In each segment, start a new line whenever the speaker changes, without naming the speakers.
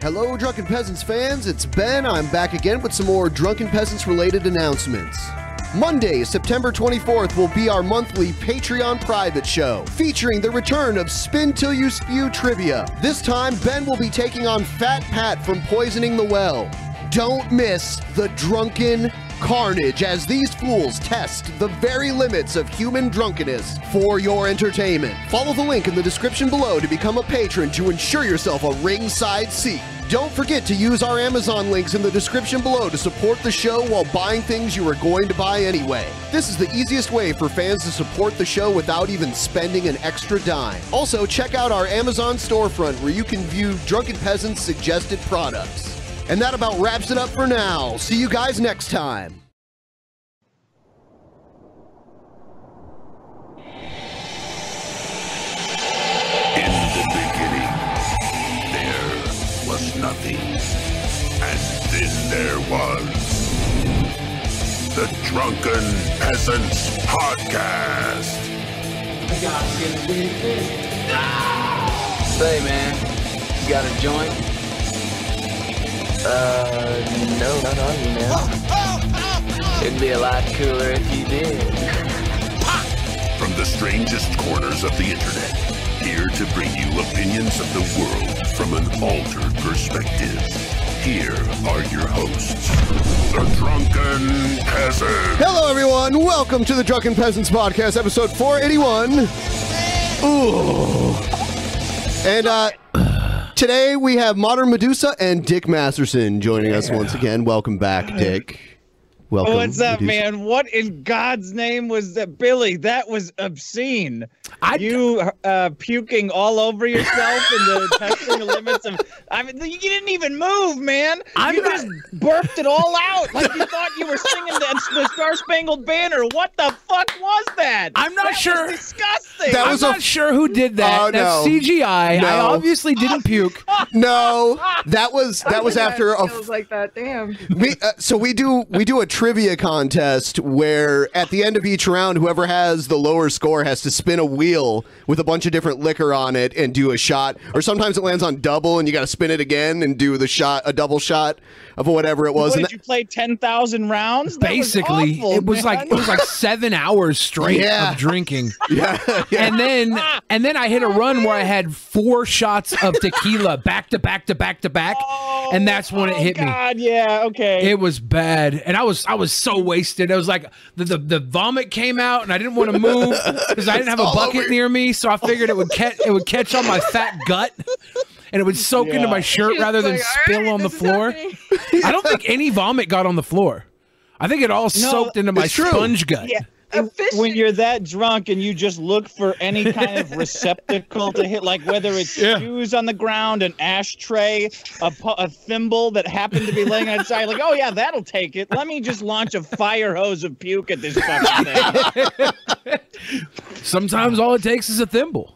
Hello, Drunken Peasants fans. It's Ben. I'm back again with some more Drunken Peasants related announcements. Monday, September 24th, will be our monthly Patreon private show featuring the return of Spin Till You Spew trivia. This time, Ben will be taking on Fat Pat from Poisoning the Well. Don't miss the drunken carnage as these fools test the very limits of human drunkenness for your entertainment. Follow the link in the description below to become a patron to ensure yourself a ringside seat. Don't forget to use our Amazon links in the description below to support the show while buying things you are going to buy anyway. This is the easiest way for fans to support the show without even spending an extra dime. Also, check out our Amazon storefront where you can view Drunken Peasants' suggested products. And that about wraps it up for now. See you guys next time.
In the beginning, there was nothing. And then there was the Drunken Peasants Podcast.
Say, man, you got a joint? Uh, no, not on me, man. It'd be a lot cooler if you did.
From the strangest corners of the internet, here to bring you opinions of the world from an altered perspective. Here are your hosts, the Drunken Peasant.
Hello, everyone. Welcome to the Drunken Peasants Podcast, episode 481. Ooh. And uh, today we have Modern Medusa and Dick Masterson joining us once again. Welcome back, Dick. Welcome.
What's up,
Medusa.
man? What in God's name was that, Billy? That was obscene. you uh, puking all over yourself in the testing limits of. I mean, you didn't even move, man. you just burped it all out like you thought you were singing the, the Star Spangled Banner. What the fuck was that?
I'm not
That was
sure.
disgusting.
That
I'm
was a-
not sure who did that.
Oh,
That's
no.
CGI. I
No.
obviously didn't puke.
No, that was that was after a
feels like that. Damn.
we, uh, so we do we do a trivia contest where at the end of each round whoever has the lower score has to spin a wheel with a bunch of different liquor on it and do a shot or sometimes it lands on double and you got to spin it again and do the shot a double shot of whatever it was
What,
and
did you play ten thousand rounds? That was
Basically,
awful,
it was
man.
like it was like seven hours straight
Yeah.
of drinking,
that- yeah, yeah.
and then and then I hit a run where I had four shots of tequila back to back to back to back, and that's when it
Oh,
hit me.
God, yeah, okay.
It was bad, and I was I was so wasted. It was like the the, the vomit came out, and I didn't want to move because I didn't have a
all
bucket
over.
near me. So I figured it would catch it would catch on my fat gut, and it would soak into my shirt
Just
rather than
like,
spill
"Alright,
on the
this is
floor.
happening."
I don't think any vomit got on the floor. I think it all soaked into my
it's true.
sponge gut.
Yeah.
A fish
when
in-
you're that drunk and you just look for any kind of receptacle to hit, like whether it's
Yeah.
shoes on the ground, an ashtray, a, pu- a thimble that happened to be laying outside, like, oh yeah, that'll take it. Let me just launch a fire hose of puke at this fucking thing.
Sometimes all it takes is a thimble.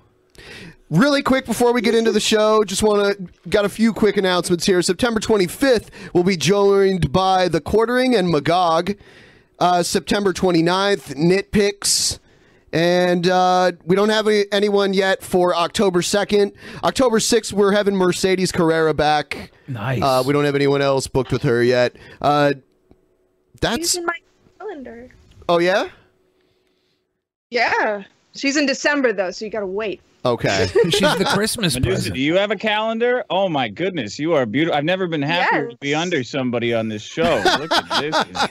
Really quick before we get into the show, just want to got a few quick announcements here. September 25th, we'll be joined by The Quartering and Magog. Uh, September 29th, Nitpicks. And uh, we don't have any, anyone yet for October 2nd. October 6th, we're having Mercedes Carrera back.
Nice.
Uh, we don't have anyone else booked with her yet. Uh,
She's
that's.
in my calendar.
Oh, yeah?
Yeah. She's in December though, so you gotta wait.
Okay.
She's the Christmas
Medusa,
present.
do you have a calendar? Oh my goodness, you are beautiful. I've never been happier to be under somebody on this show. Look at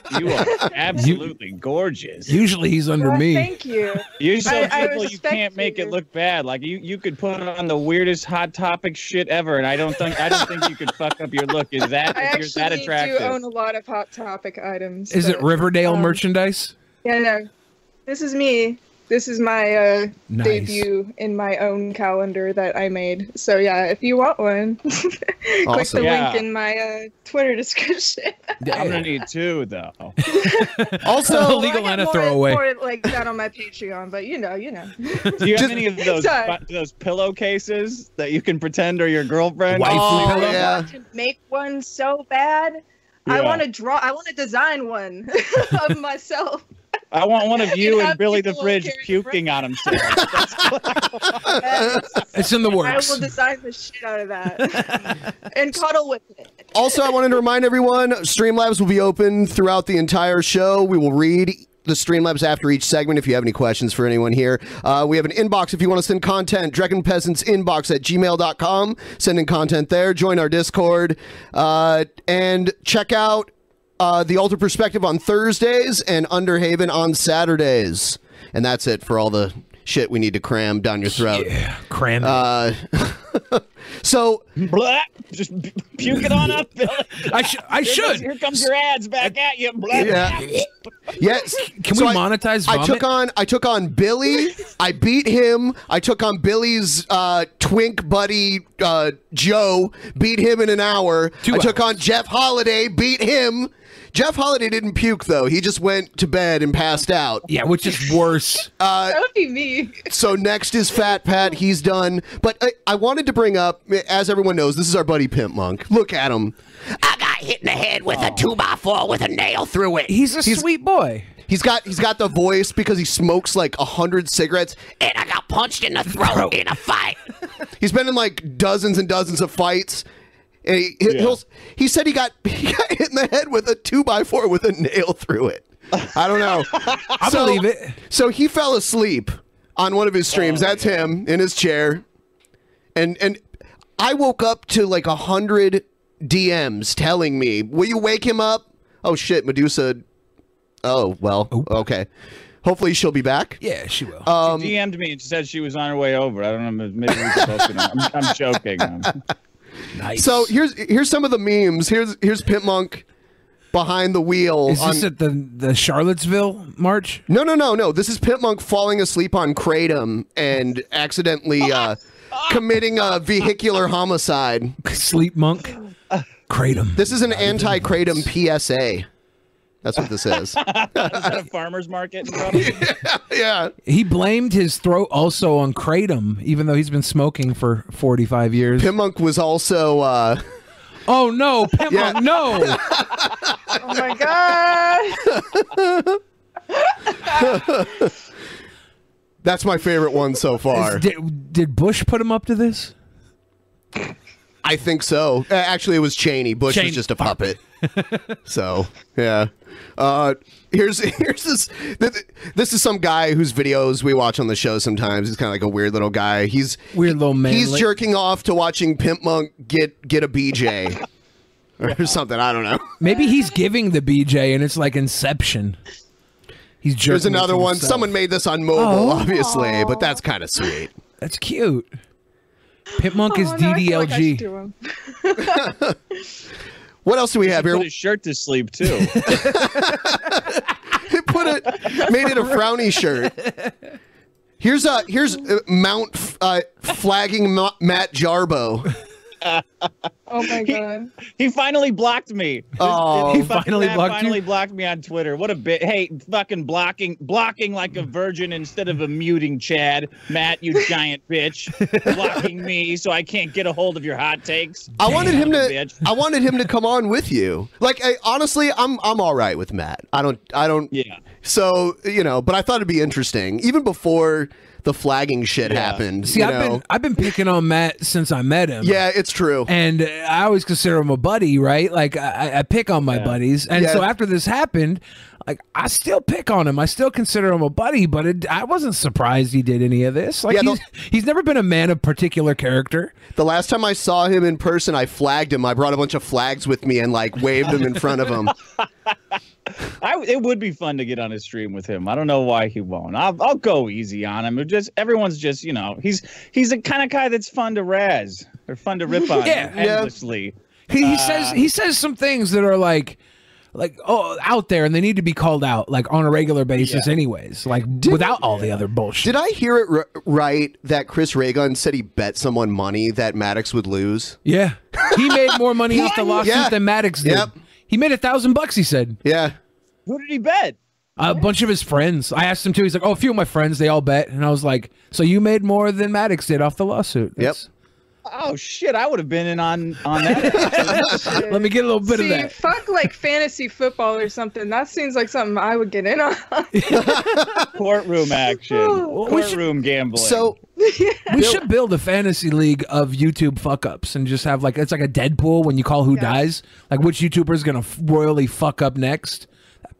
this. You are absolutely gorgeous.
Usually he's under
Well,
me.
Thank you.
You're so
I- I
beautiful you
respect
can't make it
you.
look bad. Like you, you could put on the weirdest hot topic shit ever, and I don't think I don't think you could fuck up your look. Is that
I
if you're that
actually
attractive?
do own a lot of hot topic items.
Is it
but-
Riverdale
um,
merchandise?
Yeah, no. This is me. This is my uh,
Nice.
debut in my own calendar that I made. So yeah, if you want one, click
Awesome.
the
Yeah.
link in my uh, Twitter description.
I'm gonna need two though.
Also,
Illegal
I
and
got
a
more-
throwaway.
more like that on my Patreon, but you know, you know.
Do you have
Just-
any of those
Sorry.
those pillowcases that you can pretend are your girlfriend?
Wifey
Oh,
pillow?
I
Yeah.
want to make one so bad. I
Yeah.
want to draw. I want to design one of myself.
I want one of you
You
and
have
Billy the
people
Fridge
carrying
puking on himself. That's
It's in the
I will
works.
design the shit out of that and cuddle with it.
Also, I wanted to remind everyone Streamlabs will be open throughout the entire show. We will read the Streamlabs after each segment if you have any questions for anyone here. Uh, we have an inbox if you want to send content, inbox at gmail.com. Send in content there. Join our Discord. Uh, and check out uh, The Alter Perspective on Thursdays and Underhaven on Saturdays. And that's it for all the shit we need to cram down your throat.
Cram.
Uh, so
blah, just puke it on up, Billy.
I, sh- I
Here comes-
should.
Here comes your ads back at you. Blah,
Yeah.
blah.
Yes.
Can
So
we
I-
monetize
I,
vomit?
took on I took on Billy. I beat him. I took on Billy's uh, twink buddy uh, Joe. Beat him in an hour.
Two
I took
hours.
on Jeff Holiday. Beat him. Jeff Holiday didn't puke though. He just went to bed and passed out. Uh,
yeah, which is worse.
That would be me.
So next is Fat Pat. He's done. But I, I wanted to bring up, as everyone knows, this is our buddy Pimp Monk. Look at him. I got hit in the head with
Oh.
a two by four with a nail through it.
He's a sweet boy.
He's got he's got the voice because he smokes like a hundred cigarettes, and I got punched in the throat in a fight. He's been in like dozens and dozens of fights. And he, he, will he said he got he got hit in the head with a two by four with a nail through it. I don't know.
I believe it.
So he fell asleep on one of his streams. That's him in his chair, and and I woke up to like a hundred DMs telling me, "Will you wake him up?" Oh shit, Medusa. Oh well, okay. Hopefully she'll be back.
Yeah, she will.
she DM'd me and she said she was on her way over. I don't know. Maybe we could both. I'm, I'm joking. I'm-
nice.
So here's here's some of the memes. Here's here's Pit Monk behind the wheel.
is
on-
this at the the Charlottesville march?
no, no, no, no. This is Pit Monk falling asleep on kratom and accidentally uh, committing a vehicular homicide.
Sleep monk. Kratom.
This is an anti kratom PSA. That's what this is.
Is that a farmer's market? in Brooklyn?
yeah.
He blamed his throat also on kratom, even though he's been smoking for 45 years.
Pit Monk was also. Uh,
oh no, Pimp
Yeah.
Monk, no.
Oh my god!
that's my favorite one so far.
Did, did Bush put him up to this?
I think so. Uh, Actually, it was Cheney. Bush
Cheney.
was just a puppet. so yeah. Uh, here's here's this. th- This is some guy whose videos we watch on the show sometimes. He's kind of like a weird little guy. He's
Weird little man.
he's
like-
jerking off to watching Pimp Monk get get a BJ or something. I don't know.
Maybe he's giving the BJ, and it's like Inception. He's jerking.
Here's
it to
another one.
himself.
Someone made this on mobile, obviously, but that's kind of sweet.
That's cute. Pit Monk is
Oh, now I feel like I should
DDLG.
do 'em.
What else do we have here?
Put his shirt to sleep too.
put it made it a frowny shirt. Here's a here's uh, Mount F- uh, flagging Ma- Matt Jarbo.
Oh my god!
He finally blocked me.
Oh.
He finally
Matt
blocked you?
finally blocked me on Twitter. What a bit. Hey, fucking blocking, blocking like a virgin instead of a muting Chad. Matt, you giant bitch, blocking me so I can't get a hold of your hot takes.
I wanted him to
Bitch.
I wanted him to come on with you. Like I, honestly, I'm I'm all right with Matt. I don't I don't
Yeah.
So, you know, but I thought it'd be interesting even before the flagging shit happened.
See,
you
I've
know?
been I've been picking on Matt since I met him.
yeah, it's true.
And uh, I always consider him a buddy, right? Like I, I- I pick on my buddies, and
Yeah.
so after this happened, like I still pick on him. I still consider him a buddy, but it, I wasn't surprised he did any of this. Like
Yeah, the-
he's, he's never been a man of particular character.
The last time I saw him in person, I flagged him. I brought a bunch of flags with me and like waved them in front of him.
I, it would be fun to get on a stream with him. I don't know why he won't. I'll, I'll go easy on him. It just everyone's just you know he's he's the kind of guy that's fun to razz or fun to rip on
Yeah.
Yeah.
endlessly. Uh,
He, he says he says some things that are like like oh out there, and they need to be called out like on a regular basis, anyways. Like without all the other bullshit.
Did I hear it r- right that Chris Reagan said he bet someone money that Maddox would lose?
yeah, he made more money off the lawsuit
Yeah.
than Maddox did.
Yep.
He made a thousand bucks. He said.
Yeah.
Who did he bet?
A bunch of his friends. I asked him too. He's like, "Oh, a few of my friends. They all bet." And I was like, "So you made more than Maddox did off the lawsuit?" That's-
Oh shit! I would have been in on on that.
Let me get a little bit of
See,
that.
fuck like fantasy football or something. That seems like something I would get in on.
courtroom action,
Oh. we should-
courtroom gambling.
So
We should build a fantasy league of YouTube fuck ups and just have like it's like a Deadpool when you call who dies, like which YouTuber is gonna f- royally fuck up next.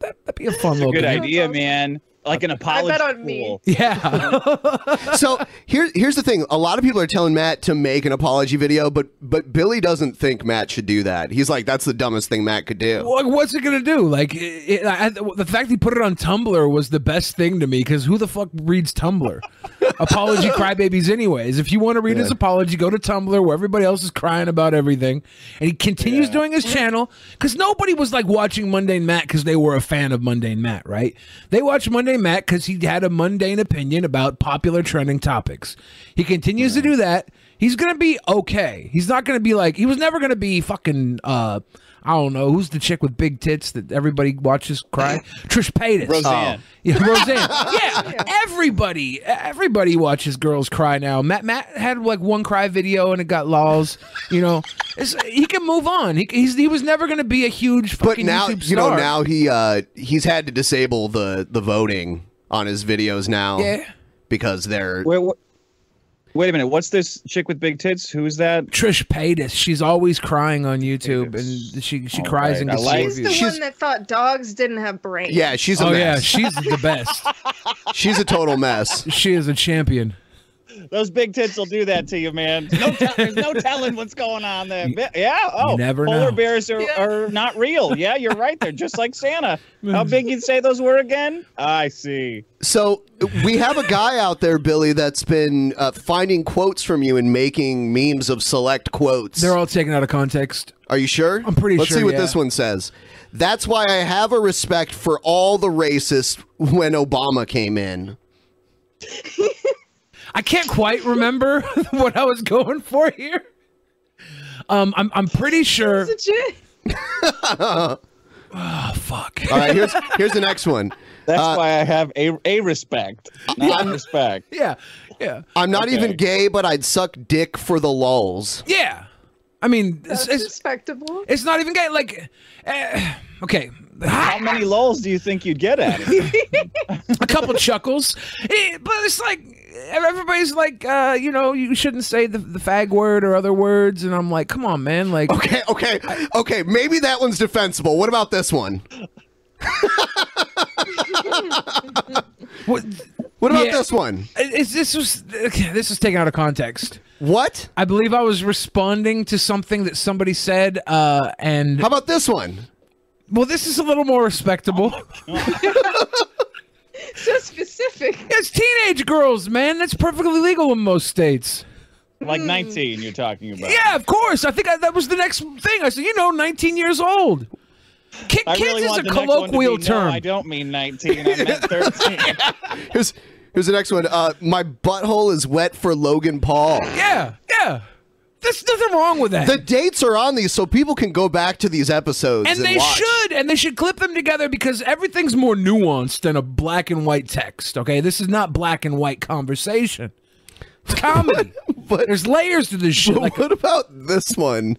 That, that, would be a fun little
good
game.
idea, man. Like an apology.
bet on me.
pool.
Yeah,
so here, here's the thing. A lot of people are telling Matt to make an apology video, but but Billy doesn't think Matt should do that. He's like, that's the dumbest thing Matt could do.
Like, what's it gonna do? Like it, it, I, the fact he put it on Tumblr was the best thing to me because who the fuck reads Tumblr? apology crybabies, anyways. If you want to read his apology, go to Tumblr where everybody else is crying about everything, and he continues doing his channel because nobody was like watching Mundane Matt because they were a fan of Mundane Matt, right? They watched Mundane Matt because he had a mundane opinion about popular trending topics. He continues to do that. He's gonna be okay. He's not gonna be like he was never gonna be fucking. uh I don't know who's the chick with big tits that everybody watches cry. Trish Paytas. Oh.
Roseanne.
Yeah, Roseanne. yeah, everybody, everybody watches girls cry now. Matt, Matt had like one cry video and it got lols. You know, it's, he can move on. He he's, he was never going to be a huge
But
fucking
now,
YouTube
you know,
star.
now he uh, he's had to disable the the voting on his videos now.
Yeah.
Because they're
Wait, wha- wait a minute. What's this chick with big tits? Who is that?
Trish Paytas, she's always crying on YouTube, and she she cries
right,
and
I
gets
like-
more
She's the
views.
She's-
one that thought dogs didn't have brains.
yeah, she's a
Oh yeah,
mess.
she's the best.
she's a total mess.
she is a champion.
Those big tits will do that to you, man. No tell there's no telling what's going on there. Bi- Yeah. Oh,
never
polar
know.
bears are,
Yeah.
are not real. Yeah, you're right. They're just like Santa. How big you say those were again? I see.
So we have a guy out there, Billy, that's been uh, finding quotes from you and making memes of select quotes.
They're all taken out of context.
Are you sure?
I'm pretty
Let's
sure,
see what
yeah.
this one says. That's why I have a respect for all the racists when Obama came in.
I can't quite remember what I was going for here. Um, I'm I'm pretty sure. Ah,
Legit.
Fuck.
All right, here's here's the next one. Uh,
That's why I have a a respect, not respect.
Yeah, yeah,
I'm not
Okay.
even gay, but I'd suck dick for the lulls.
yeah. I mean, it's,
That's
it's,
respectable.
it's not even gay. Like, eh, okay,
How many lols do you think you'd get at it?
a couple chuckles, Eh, but it's like everybody's like, uh, you know, you shouldn't say the, the fag word or other words, and I'm like, come on, man, like,
Okay, okay, okay. Maybe that one's defensible. What about this one?
what,
What about
Yeah.
this one?
is this was okay, this is taken out of context.
What?
I believe I was responding to something that somebody said, uh, and
How about this one?
well, this is a little more respectable.
Oh
so specific.
it's teenage girls, man. That's perfectly legal in most states.
like 19, you're talking about.
Yeah, of course. I think I, that was the next thing. I said, you know, 19 years old. Ki-
I
kids
really
is
want
a
the next one to be,
colloquial term.
No, I don't mean 19. I meant 13.
Here's here's the next one. Uh, my butthole is wet for Logan Paul.
yeah, yeah. There's nothing wrong with that.
The dates are on these, so people can go back to these episodes.
and
And,
they
watch.
should, and they should clip them together because everything's more nuanced than a black and white text. Okay, this is not black and white conversation. It's comedy.
But-
There's layers to this shit.
But
Like,
what about this one?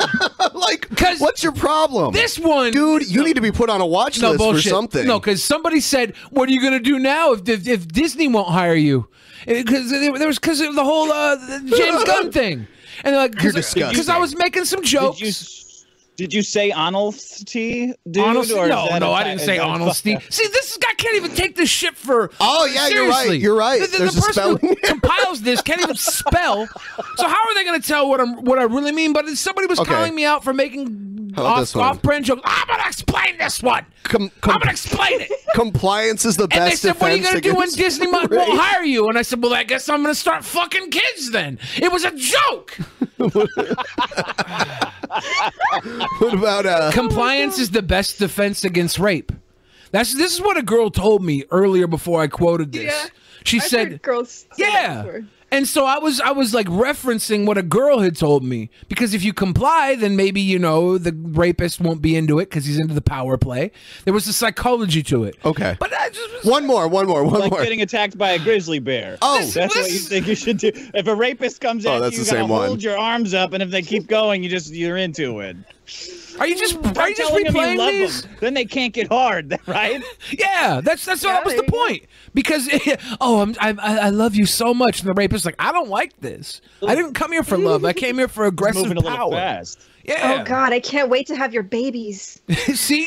like, what's your problem?
This one,
dude, you need to be put on a watch
No
list
bullshit.
for something.
No, because somebody said, "What are you going to do now if, if if Disney won't hire you?" Because there was because of the whole uh, James Gunn thing, and they're like,
You're disgusting.
because I was making some jokes.
Did you, did you say honesty, dude?
Honest-
or is
no,
that
no,
a-
I didn't
is
say
that a-
honesty. See, this is, I can't even take this shit for.
Oh, yeah, you're right,
Seriously.
you're right.
The, the- the
There's a
person who
spelling.
compiles this can't even spell. So how are they going to tell what I'm what I really mean? But if somebody was
Okay.
calling me out for making
How about
off,
this one?
off-brand jokes. I'm going to explain this one.
Com- com-
I'm going to explain it.
Compliance is the
And they
best
said, "What are you
defense
going to do when
against
Disney won't
rape."
won't hire you?" And I said, "Well, I guess I'm going to start fucking kids then." It was a joke.
What about uh?
Compliance is the best defense against rape. That's this is what a girl told me earlier before I quoted this.
Yeah.
She
I've
said,
heard girls. say that
"Yeah."
before.
And so I was I was like referencing what a girl had told me because if you comply then maybe you know the rapist won't be into it cuz he's into the power play. There was a psychology to it.
Okay.
But I just was,
one more, one more, one
Like
more.
getting attacked by a grizzly bear.
Oh.
that's what you
This-
think you should do. If a rapist comes
Oh,
at
that's
you, you
the
gotta
same one.
hold your arms up, and if they keep going, you just you're into it.
Are you just
Start
are you just
telling 'em you
replaying
love 'em.
these?
Then they can't get hard, right?
Yeah, that's that's that was the
there you go.
point. Because oh, I'm, I I I love you so much, and the rapist is like, I don't like this. I didn't come here for love. I came here for aggressive
Moving a little
power.
fast.
Yeah.
Oh God, I can't wait to have your babies.
See,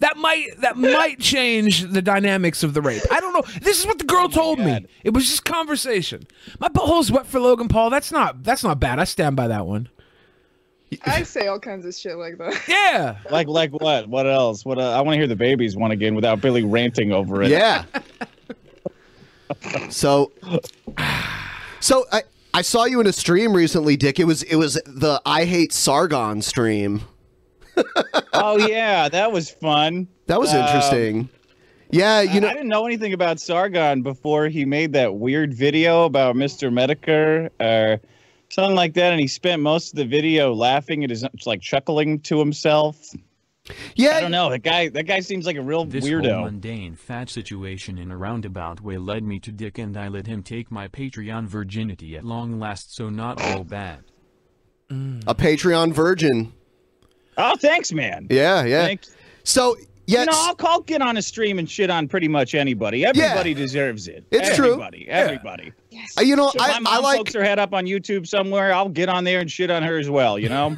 that might that might change the dynamics of the rape. I don't know. This is what the girl told me.
Oh God.
It was just conversation. My butthole's wet for Logan Paul. That's not that's not bad. I stand by that one.
I say all kinds of shit like that.
Yeah.
Like like what? What else? What? Uh, I want to hear the babies one again without Billy ranting over it.
Yeah. so, so I I saw you in a stream recently, Dick. It was it was the I hate Sargon stream.
Oh yeah, that was fun.
That was
Um,
interesting. Yeah, you know.
I didn't know anything about Sargon before he made that weird video about Mr. Medicare or something like that, and he spent most of the video laughing at his like chuckling to himself.
yeah,
I don't know. That guy. That guy seems like a real
This whole
weirdo.
mundane fat situation in a roundabout way led me to Dick and I let him take my Patreon virginity at long last so not all bad.
a Patreon virgin.
Oh, thanks, man.
Yeah, yeah.
Thanks.
So yeah,
You know,
s-
I'll call get on a stream and shit on pretty much anybody. Everybody deserves it.
It's true.
everybody, true. Everybody.
uh, you know,
If
I,
my mom
I like
pokes her head up on YouTube somewhere, I'll get on there and shit on her as well. You know.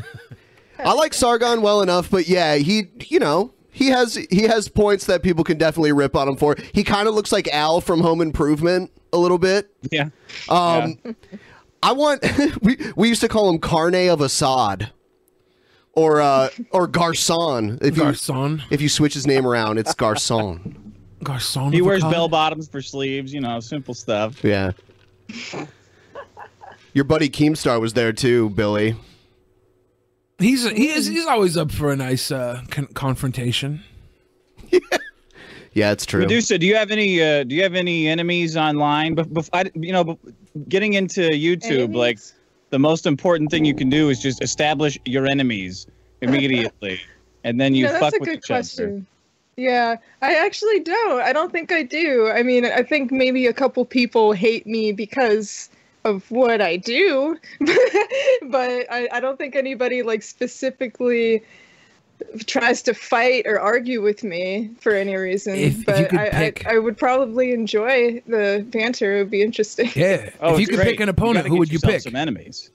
I like Sargon well enough, but yeah, he you know he has he has points that people can definitely rip on him for. He kind of looks like Al from Home Improvement a little bit.
yeah.
Um, I want we we used to call him Carne of Assad, or uh, or Garcon if you
Garcon.
if you switch his name around, it's Garcon.
Garcon.
He
of a
wears
con-
bell bottoms for sleeves. You know, simple stuff.
Yeah. Your buddy Keemstar was there too, Billy.
He's he is he's always up for a nice uh, con- confrontation.
Yeah, it's true.
Medusa, do you have any? Uh, do you have any enemies online? But bef- I, you know, bef- getting into YouTube, like
Enemies?
the most important thing you can do is just establish your enemies immediately, and then you
no,
fuck
that's a
with
good
each
question. Yeah, I actually don't. I don't think I do. I mean, I think maybe a couple people hate me because of what I do, but I, I don't think anybody like specifically tries to fight or argue with me for any reason.
If- if
but
you could
I,
pick-
I, I would probably enjoy the banter. It would be interesting.
Yeah.
other. Oh,
if you
it's
could
great.
pick an
You
opponent,
gotta
who
get
would you
yourself
pick?
Some enemies.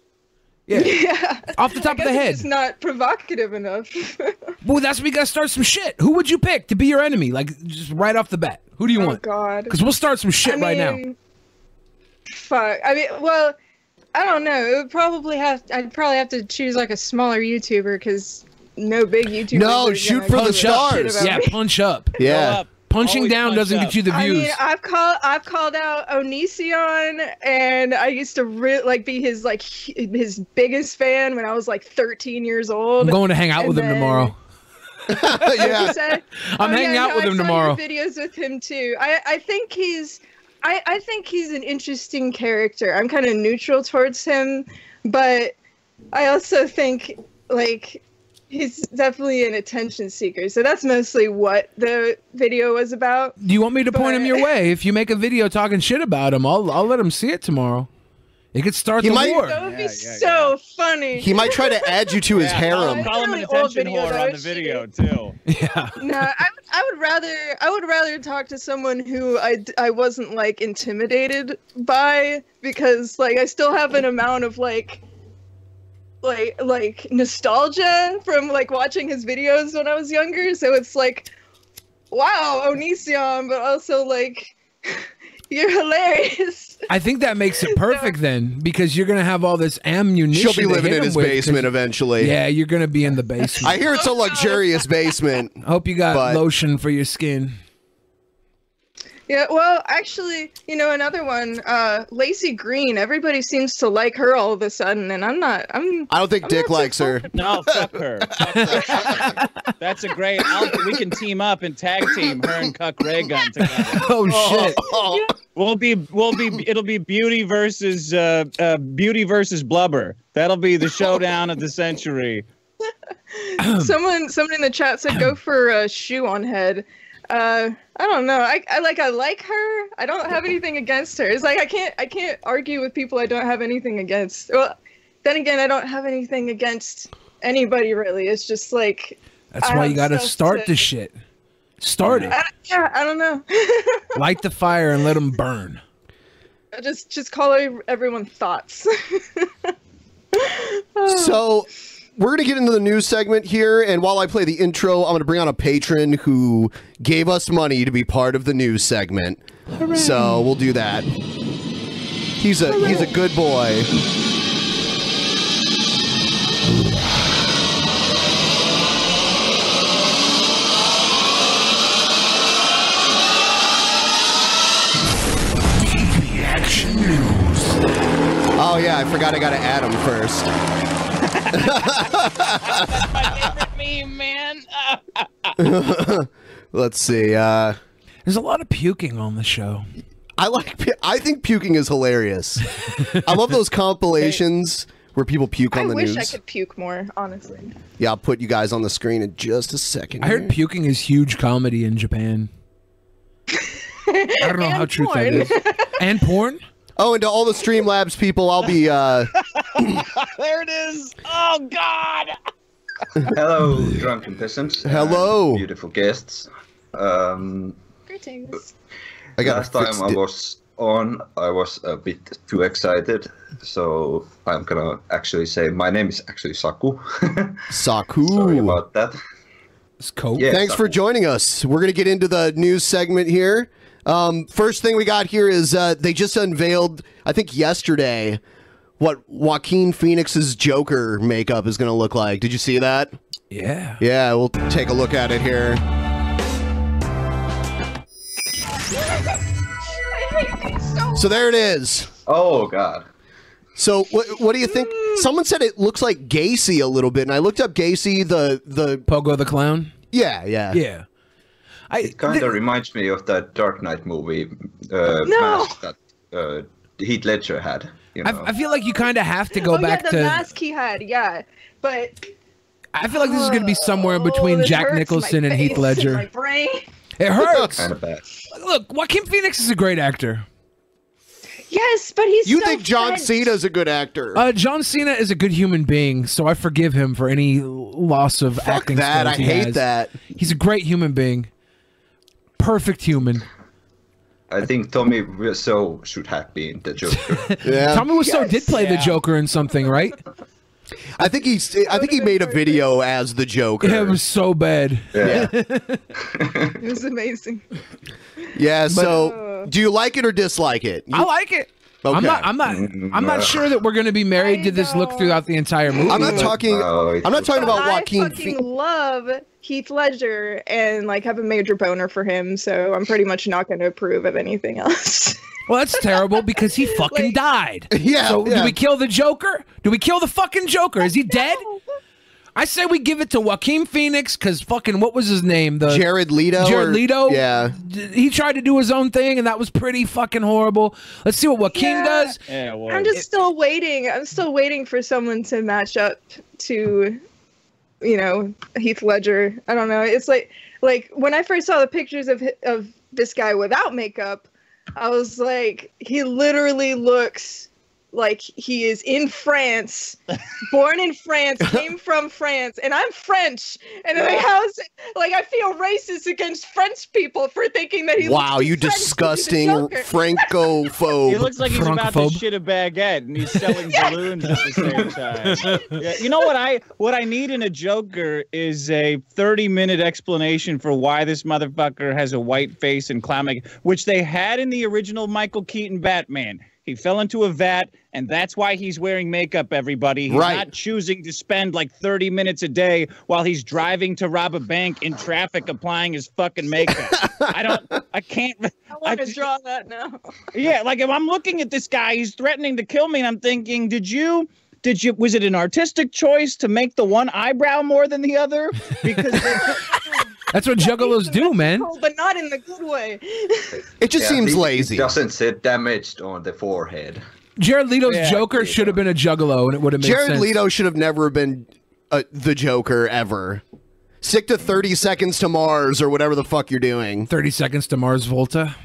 Yeah.
Yeah.
Off the top of the head.
It's not provocative enough.
Well, that's we gotta start some shit. Who would you pick to be your enemy? Like just right off the bat. Who do you
oh
want?
God.
Because we'll start some shit right now.
Fuck. I mean, well, I don't know. It would probably have. I'd probably have to choose like a smaller YouTuber because no big YouTuber.
No, shoot for the stars.
Yeah, punch up.
yeah.
Go up.
Punching
Always
down
punch
doesn't
up.
get you the
I
views.
mean, I've called I've called out Onision, and I used to re- like be his like h- his biggest fan when I was like 13 years
I'm
old.
going to hang out with him
and then-
tomorrow.
yeah.
I'm hanging out with
Oh, I
him
saw
tomorrow.
Your videos with him too. I I think he's I I think he's an interesting character. I'm kind of neutral towards him, but I also think like he's definitely an attention seeker. So that's mostly what the video was about.
Do you want me to point him
But-
your way? If you make a video talking shit about him, I'll I'll let him see it tomorrow. It could start
He
the
might-
war.
That would be so funny.
He might try to add you to his harem.
Call him an
Really old
attention
video,
whore
though,
on the
it's
video too.
no, I would, I would rather I would rather talk to someone who I, d- I wasn't like intimidated by because like I still have an amount of like like like nostalgia from like watching his videos when I was younger. So it's like, wow, Onision, but also like you're hilarious.
I think that makes it perfect then, because you're gonna have all this ammunition.
She'll be
to hit
living in
him
his
with, 'cause-
basement eventually.
Yeah, you're gonna be in the
I
basement.
hear it's a luxurious basement.
I hope you got
But-
lotion for your skin.
Yeah, well, actually, you know, another one, uh, Lacey Green. Everybody seems to like her all of a sudden, and I'm not. I'm.
I don't think
I'm
Dick
not so
likes her.
No, fuck her. Fuck her, fuck her. That's a great. I'll, we can team up and tag team her and Cuck Ray Gun together.
Oh shit!
Oh,
We'll be we'll be it'll be beauty versus uh, uh beauty versus blubber. That'll be the showdown of the century.
someone someone in the chat said go for a shoe on head uh i don't know I, I like i like her i don't have anything against her it's like i can't i can't argue with people i don't have anything against well then again i don't have anything against anybody really it's just like
That's
I
why
have
you gotta
stuff
start
to-
this shit. Start it.
I, yeah i don't know
Light the fire and let them burn.
I just just call ev- everyone thoughts
So we're going to get into the news segment here. And while I play the intro, I'm going to bring on a patron who gave us money to be part of the news segment. So we'll do that. He's a he's a good boy.
Action News.
Oh yeah, I forgot I got to add him first.
Me man.
Let's see. Uh,
There's a lot of puking on the show.
I like. pu- I think puking is hilarious. I love those compilations where people puke
i
on the
wish
news.
i could puke more honestly
Yeah, I'll put you guys on the screen in just a second.
I
here.
heard puking is huge comedy in Japan. I don't know how true that is. And porn?
Oh, and to all the Streamlabs people, I'll be. Uh,
There it is. Oh God.
Hello, drunken peasants. and
Hello.
beautiful guests. Um,
greetings
I got
last time I was on, I was a bit too excited, so I'm gonna actually say my name is actually Saku.
Saku.
Sorry about that.
It's coke.
Yeah,
Thanks for
Saku.
joining us. We're going to get into the news segment here. Um, first thing we got here is uh, they just unveiled, I think yesterday, what Joaquin Phoenix's Joker makeup is going to look like. Did you see that?
Yeah.
Yeah, we'll take a look at it here.
I hate these so
So there it is.
Oh God.
So what, what do you think? Someone said it looks like Gacy a little bit, and I looked up Gacy. The the
Pogo the clown?
yeah yeah.
Yeah. I
It kind of reminds me of that Dark Knight movie uh,
No.
mask that uh, Heath Ledger had. You know.
I, I feel like you kind of have to go
oh
back
yeah the
to.
mask he had yeah but
I feel like this is going to be somewhere in between
Oh, this
Jack
hurts my
Nicholson and Heath
face,
Ledger.
my brain.
it hurts.
kind of bad.
Look, Joaquin Phoenix is a great actor.
Yes, but he's
You
so
think John
French.
Cena's a good actor?
Uh, John Cena is a good human being, so I forgive him for any loss of
Fuck
acting
that! I
skills he
hate
has.
that.
He's a great human being. Perfect human.
I think Tommy Wiseau should have been the Joker.
Yeah.
Tommy Wiseau did play the Joker in something, right?
I think he's. I think he made a video as the Joker.
It was so bad.
yeah.
It was amazing.
Yeah. So, do you like it or dislike it? You-
I like it. I'm
Okay. Mm-hmm.
not. I'm not. I'm not sure that we're going to be married to this look throughout the entire movie.
I'm not
but-
talking.
Oh, it's
I'm not talking about
I
Joaquin.
fucking
Phoenix.
love Heath Ledger and like have a major boner for him, so I'm pretty much not going to approve of anything else.
Well, that's terrible because he fucking
Like-
died.
Yeah,
So
yeah.
do we kill the Joker? Do we kill the fucking Joker? Is he dead? I say we give it to Joaquin Phoenix because fucking what was his name? The
Jared Leto.
Jared
or-
Leto.
Yeah.
D- He tried to do his own thing and that was pretty fucking horrible. Let's see what Joaquin
Yeah.
does.
Yeah. Well,
I'm just still waiting. I'm still waiting for someone to match up to, you know, Heath Ledger. I don't know. It's like like when I first saw the pictures of hi- of this guy without makeup, I was like, he literally looks like he is in France, born in France, came from France, and I'm French. And like, how's like I feel racist against French people for thinking that he.
wow,
looks
you
French 'cause he's a
disgusting
Joker.
Francophobe.
He looks like he's about to shit a baguette, and he's selling balloons at the same time. Yeah, you know what I what I need in a Joker is a thirty minute explanation for why this motherfucker has a white face and clowning, which they had in the original Michael Keaton Batman. He fell into a vat, and that's why he's wearing makeup. Everybody, he's
Right.
not choosing to spend like thirty minutes a day while he's driving to rob a bank in traffic, applying his fucking makeup. I don't, I can't.
I want to draw that now.
Yeah, like if I'm looking at this guy, he's threatening to kill me, and I'm thinking, did you? Did you? Was it an artistic choice to make the one eyebrow more than the other? Because
That's what juggalos do, man.
Oh, but not in the good way.
It just
Yeah,
seems
it-
lazy.
It doesn't sit damaged on the forehead.
Jared Leto's
Yeah,
Joker should have been a juggalo, and it would have made
Jared
sense.
Leto should have never been uh, the Joker ever. Stick to 30 Seconds to Mars or whatever the fuck you're doing.
30 Seconds to Mars Volta.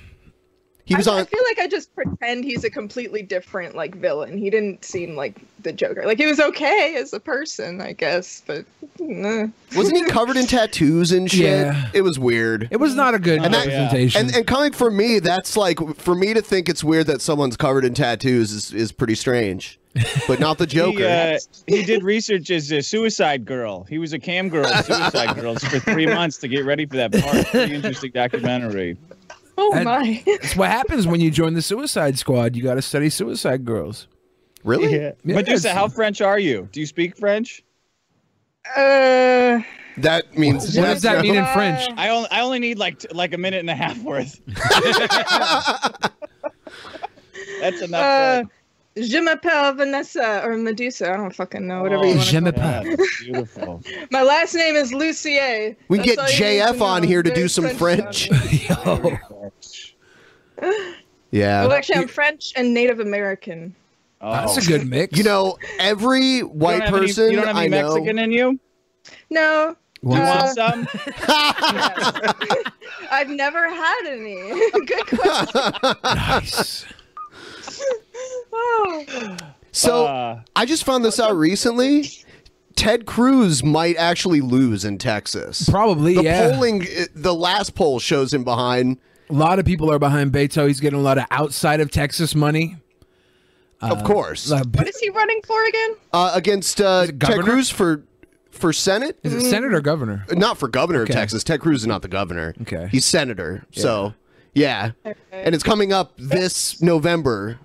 He was
I
on.
feel like I just pretend he's a completely different like villain. He didn't seem like the Joker. Like he was okay as a person, I guess, but nah.
Wasn't he covered in tattoos and shit?
Yeah.
It was weird.
It was not a good
And that-
representation.
And, and coming from me, that's like for me to think it's weird that someone's covered in tattoos is, is pretty strange. But not the Joker.
He, uh, he did research as a suicide girl. He was a cam girl, at suicide girls for three months to get ready for that part. Pretty interesting documentary.
Oh
That-
my.
That's what happens when you join the Suicide Squad. You got to study suicide girls.
Really?
Yeah,
Medusa,
it's-
how French are you? Do you speak French?
Uh,
that means
What does that mean in French?
I only I only need like t- like a minute and a half worth. That's enough.
uh, je m'appelle Vanessa or Medusa. I don't fucking know. Whatever
Oh,
you want.
Je me
Yeah,
parle.
beautiful.
My last name is Lucier.
We
That's
get
all you need
JF on
know.
here to
Very
do some French. yeah.
Well, actually, I'm French and Native American.
That's a good mix.
Oh. You know, every
You
white
don't have any-
person
you don't have any
I know.
Mexican in you.
No,
You want
Uh,
some?
I've never had any. Good question.
nice.
Oh.
So
Uh,
I just found this out recently. Ted Cruz might actually lose in Texas.
Probably,
the
yeah.
polling, the last poll shows him behind.
A lot of people are behind Beto. He's getting a lot of outside of Texas money.
Of course.
Uh,
What is he running for again?
Uh, against uh, Ted
governor?
Cruz for for Senate.
Is it senator or governor?
Not for governor
Okay.
of Texas. Ted Cruz is not the governor.
Okay.
He's senator. So yeah, and it's coming up this November,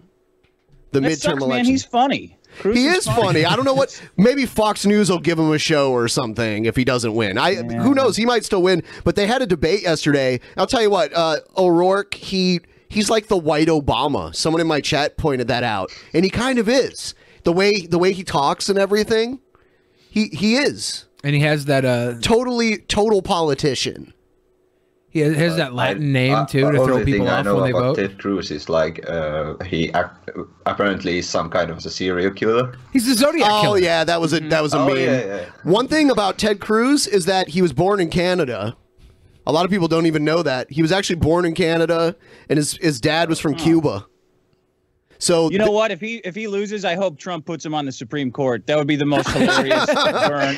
the
that
midterm
sucks,
election.
man. He's funny. Cruz
He is funny. I don't know what. Maybe Fox News will give him a show or something if he doesn't win. I who knows? He might still win. But they had a debate yesterday. I'll tell you what. Uh, O'Rourke. He he's like the white Obama. Someone in my chat pointed that out, and he kind of is. The way the way he talks and everything. He he is
And he has that uh
totally total politician.
he has, has
Uh,
that Latin
uh,
name too to throw people
I
off
know
when they
about
vote.
Ted Cruz is like uh, he ap- apparently is some kind of a serial killer.
He's the Zodiac
Oh
killer.
yeah, that was a that was a
Oh,
meme.
yeah, yeah.
One thing about Ted Cruz is that he was born in Canada. A lot of people don't even know that he was actually born in Canada, and his his dad was from Cuba. So
You know
th-
what? If he if he loses, I hope Trump puts him on the Supreme Court. That would be the most hilarious burn,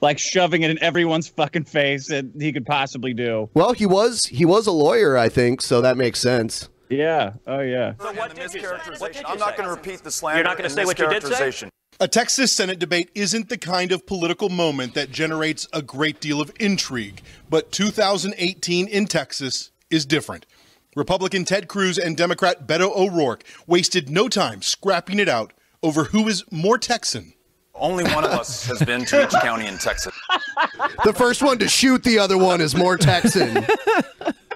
like shoving it in everyone's fucking face that he could possibly do.
Well, he was he was a lawyer, I think, so that makes sense.
Yeah. Oh yeah.
what did you say? I'm not going to repeat the slander. You're not going to say
what you did say?
A Texas Senate debate isn't the kind of political moment that generates a great deal of intrigue, but 2018 in Texas is different. Republican Ted Cruz and Democrat Beto O'Rourke wasted no time scrapping it out over who is more Texan.
Only one of us has been to each county in Texas.
The first one to shoot the other one is more Texan.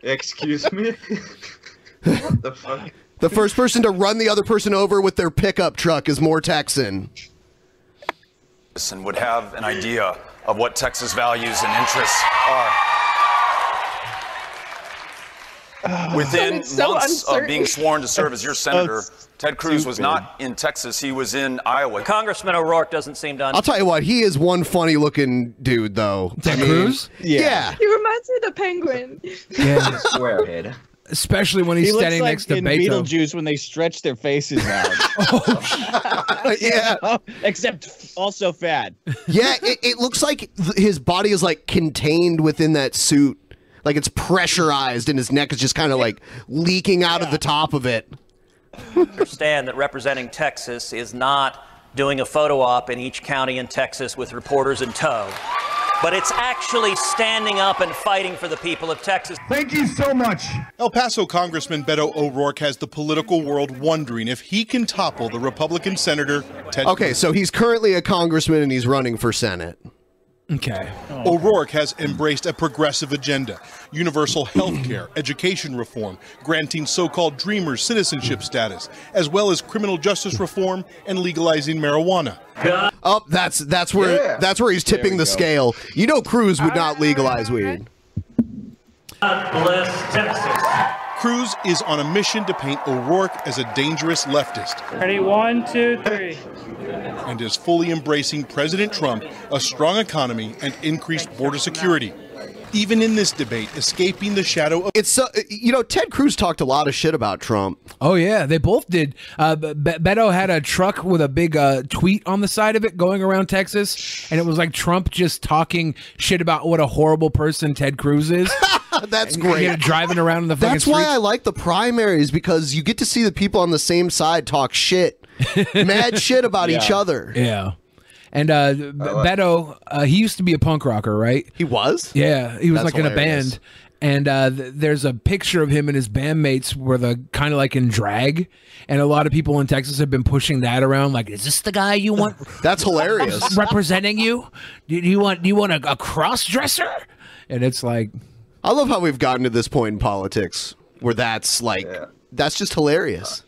Excuse me. what the fuck?
The first person to run the other person over with their pickup truck is more Texan.
and would have an idea of what Texas values and interests are. Within
It's so
months
uncertain.
of being sworn to serve as your senator, Ted Cruz was not in Texas. He was in Iowa.
Congressman O'Rourke doesn't seem to.
I'll tell you what, he is one funny looking dude though. Ted Cruz? Yeah.
He reminds me of the penguin.
Swearhead.
especially when he's
he looks
standing
like
next to
in
Beethoven.
Beetlejuice when they stretch their faces out.
Oh.
Oh,
yeah.
Except also fat.
yeah, it, it looks like th- his body is like contained within that suit. Like it's pressurized and his neck is just kind of like leaking out of the top of it.
understand that representing Texas is not doing a photo op in each county in Texas with reporters in tow, but it's actually standing up and fighting for the people of Texas.
Thank you so much. El Paso Congressman Beto O'Rourke has the political world wondering if he can topple the Republican Senator Ted
Okay, so he's currently a congressman and he's running for Senate.
Okay.
O'Rourke has embraced a progressive agenda universal
Mm-hmm.
health care, education reform, granting so called dreamers citizenship status, as well as criminal justice
Mm-hmm.
reform and legalizing marijuana.
Oh, that's that's where
Yeah.
that's where he's
There
tipping
we
the
go.
scale. You know Cruz would not legalize weed.
Bless Texas.
Cruz is on a mission to paint O'Rourke as a dangerous leftist.
Ready? One, two, three.
and is fully embracing President Trump, a strong economy, and increased border security. Even in this debate, escaping the shadow of
it's so you know Ted Cruz talked a lot of shit about Trump.
Oh yeah, they both did. Uh, Be- Be- Beto had a truck with a big uh, tweet on the side of it going around Texas, and it was like Trump just talking shit about what a horrible person Ted Cruz is.
That's
And- and
great.
you know, driving around in the fucking
That's why
streets.
I like the primaries because you get to see the people on the same side talk shit, mad shit about each
Yeah.
other.
Yeah. And uh, Be- Beto, uh, he used to be a punk rocker, right?
He was.
Yeah, he was like
That's
in a
hilarious.
band. And uh, th- there's a picture of him and his bandmates where the kind of like in drag, and a lot of people in Texas have been pushing that around. Like, is this the guy you want?
That's hilarious.
Representing you? Do do you want do you want a, a cross dresser? And it's like,
I love how we've gotten to this point in politics where that's like that's just hilarious.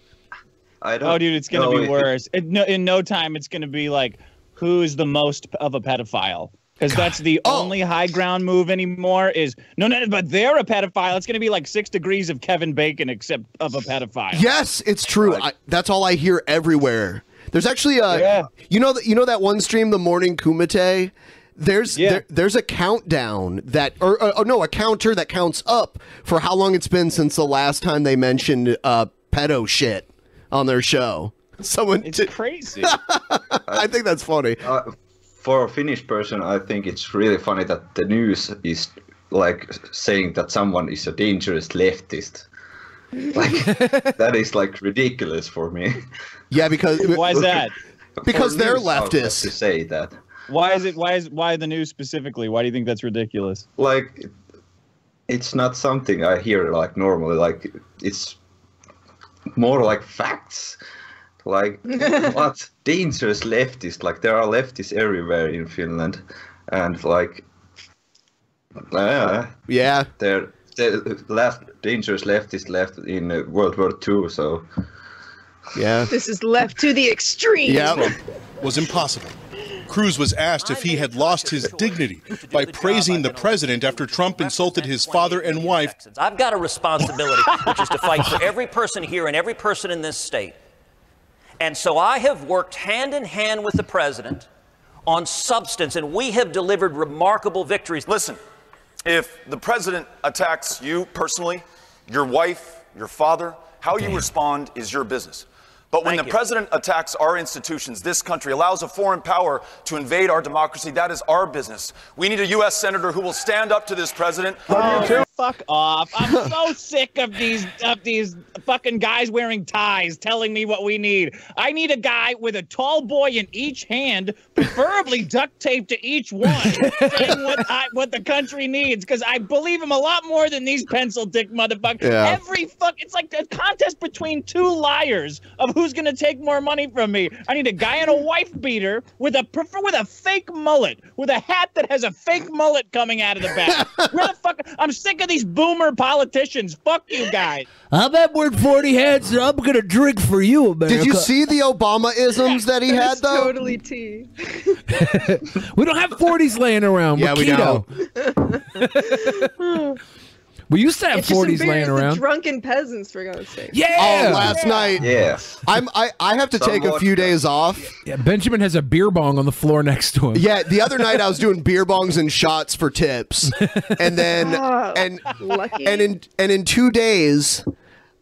I
Oh, dude, it's gonna
know
be
if-
worse. It, no, in no time, it's gonna be like, who's the most of a pedophile? Because that's the
Oh!
only high ground move anymore. Is no, no, but they're a pedophile. It's gonna be like six degrees of Kevin Bacon, except of a pedophile.
Yes, it's true. I, that's all I hear everywhere. There's actually a you know that you know that one stream, the morning kumite. There's there, there's a countdown that or, or, or no a counter that counts up for how long it's been since the last time they mentioned uh, pedo shit on their show. Someone
it's crazy.
I think that's funny.
Uh, for a Finnish person, I think it's really funny that the news is like saying that someone is a dangerous leftist. Like that is like ridiculous for me.
Yeah, because
Why is that?
For news outlets To say that,
Why is it? Why is why the news specifically? Why do you think that's ridiculous?
like, it's not something I hear like normally. Like it's more like facts. Like what dangerous leftist? Like there are leftists everywhere in Finland, and like uh,
yeah,
there the last dangerous leftist left in uh, World War Two. So
yeah,
This is left to the extreme.
was impossible. Cruz was asked if he had lost his dignity by praising the president after Trump insulted his father and wife.
I've got a responsibility, which is to fight for every person here and every person in this state. And so I have worked hand in hand with the president on substance, and we have delivered remarkable victories.
Listen, if the president attacks you personally, your wife, your father, how you respond is your business. But when the president attacks our institutions, this country, allows a foreign power to invade our democracy, that is our business. We need a U.S. senator who will stand up to this president.
Oh, Fuck off! I'm so sick of these of these fucking guys wearing ties telling me what we need. I need a guy with a tall boy in each hand, preferably duct tape to each one, saying what I, what the country needs. Because I believe him a lot more than these pencil dick motherfuckers.
Yeah.
Every fuck, it's like a contest between two liars of who's gonna take more money from me. I need a guy in a wife beater with a prefer with a fake mullet, with a hat that has a fake mullet coming out of the back. Where the fuck? I'm sick of these boomer politicians. Fuck you guys.
I'm at work 40 heads, and I'm gonna drink for you, America.
Did you see the Obama isms that he had
That's
though?
totally tea.
We don't have 40s laying around.
Yeah,
We're
we
keto.
know.
We used to have
It just
40s laying
embarrassed the
around.
drunken peasants for God's sake.
Yeah!
Oh, last night.
Yeah.
I'm. I, I have to take a
Somewhat.
few days off.
Yeah, Benjamin has a beer bong on the floor next to him.
Yeah, the other night I was doing beer bongs and shots for tips, and then
Oh,
and
lucky.
and in and in two days,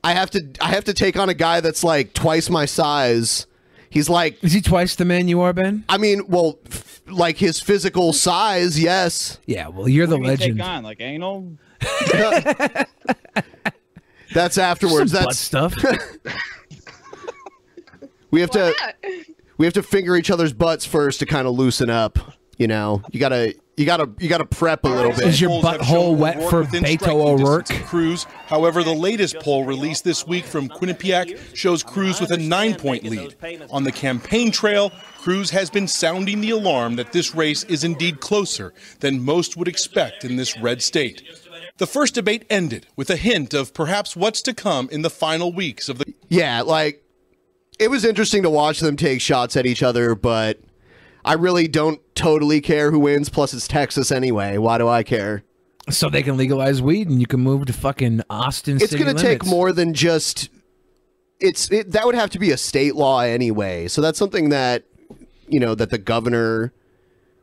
I have to I have to take on a guy that's like twice my size. He's like,
is he twice the man you are, Ben?
I mean, well, f- like his physical size, yes.
Yeah, well, you're the
What do you Take on like anal.
That's afterwards.
Some
That's
butt
stuff. we have to we have to finger each other's butts first to kind of loosen up. You know, you gotta you gotta you gotta prep a little bit.
Polls have shown O'Rourke within striking distance of Cruz. However, the latest poll released this week from Quinnipiac shows Cruz with a nine point lead. On the campaign trail, Cruz has been sounding the alarm that this race is indeed closer than most would expect in this red state. The first debate ended with a hint of perhaps what's to come in the final weeks of the
Yeah, like it was interesting to watch them take shots at each other, but I really don't totally care who wins. Plus, it's Texas anyway. Why do I care?
So they can legalize weed and you can move to fucking Austin
It's
city
going to take
limits.
more than just it's it, that would have to be a state law anyway. So that's something that you know that the governor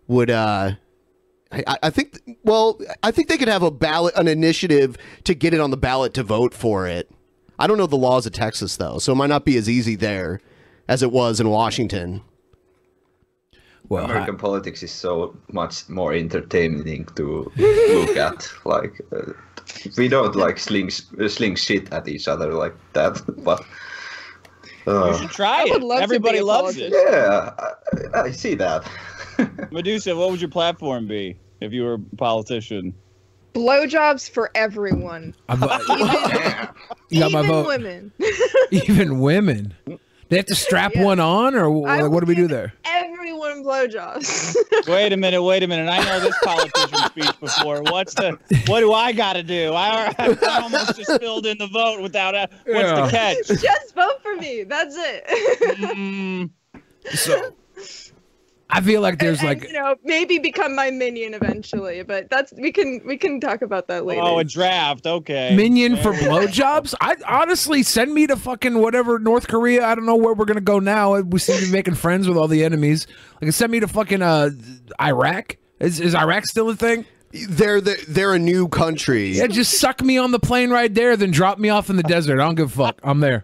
would. uh I, I- I think well, I think they could have a ballot, an initiative to get it on the ballot to vote for it. I don't know the laws of Texas though, so it might not be as easy there as it was in Washington.
American politics is so much more entertaining to look at. Like, uh, we don't like sling uh, sling shit at each other like that, but.
You
Uh,
should try it. Everybody loves it.
yeah, I, I see that.
Medusa, what would your platform be if you were a politician?
Blowjobs for everyone,
I'm- you got my
even
vote.
women.
Even women. They have to strap one on, or wh- what do we do there?
Everyone blowjobs.
Wait a minute, wait a minute. I know this politician speech before. What's the what do I gotta do? I, I almost just filled in the vote without a what's the catch?
Just vote for me. That's it.
So Mm. I feel like there's like
you know, maybe become my minion eventually, but that's we can we can talk about that later.
Oh, a draft. Okay.
minion for blowjobs. I honestly send me to fucking whatever North Korea. I don't know where we're gonna go now. We seem to be making friends with all the enemies. Like send me to fucking uh Iraq. Is, is Iraq still a thing?
They're the, they're a new country.
Yeah, just suck me on the plane right there, then drop me off in the desert. I don't give a fuck. I'm there.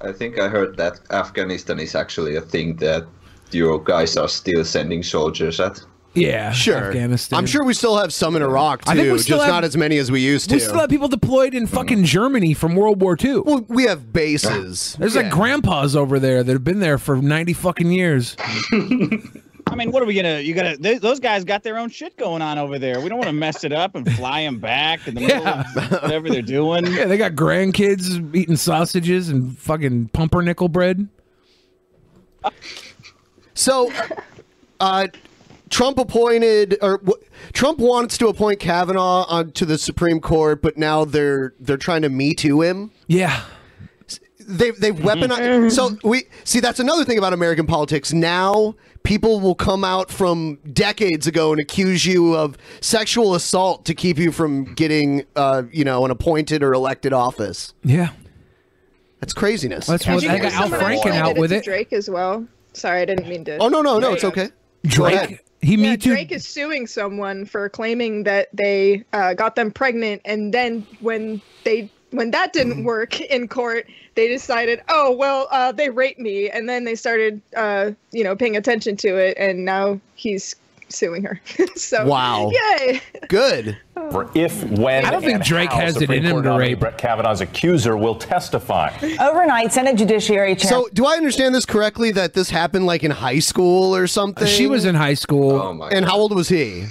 I think I heard that Afghanistan is actually a thing that you guys are still sending soldiers at.
Yeah,
sure.
Afghanistan.
I'm sure we still have some in Iraq too,
I think we
just
still have-
not as many as we used to.
We still have people deployed in fucking Germany from World War II.
Well, we have bases.
There's
Yeah.
like grandpas over there that have been there for 90 fucking years.
I mean, what are we gonna? You gotta. Th- those guys got their own shit going on over there. We don't want to mess it up and fly them back in the middle of whatever they're doing.
Yeah, they got grandkids eating sausages and fucking pumpernickel bread.
So, uh, Trump appointed or w- Trump wants to appoint Kavanaugh on, to the Supreme Court, but now they're they're trying to me to him.
Yeah.
They they've weaponized. so we see that's another thing about American politics. Now people will come out from decades ago and accuse you of sexual assault to keep you from getting uh, you know an appointed or elected office.
Yeah.
That's craziness.
That's what- Did you I hear got Al someone Franken related out
Did it to Drake as well. Sorry, I didn't mean to.
Oh no no no, it's okay.
Drake, he
Yeah,
me too.
Drake is suing someone for claiming that they uh, got them pregnant, and then when they when that
Mm-hmm.
didn't work in court, they decided, oh well, uh, they raped me, and then they started, uh, you know, paying attention to it, and now he's suing her. so
Wow.
yay!
Good.
For if, when,
I don't think
and
Drake
how
has it
Supreme
in him
Court
to
nominee
rape.
Brett Kavanaugh's accuser will testify.
Overnight, Senate Judiciary Chair.
So, do I understand this correctly that this happened like in high school or something?
She was in high school. Oh
and how old was he?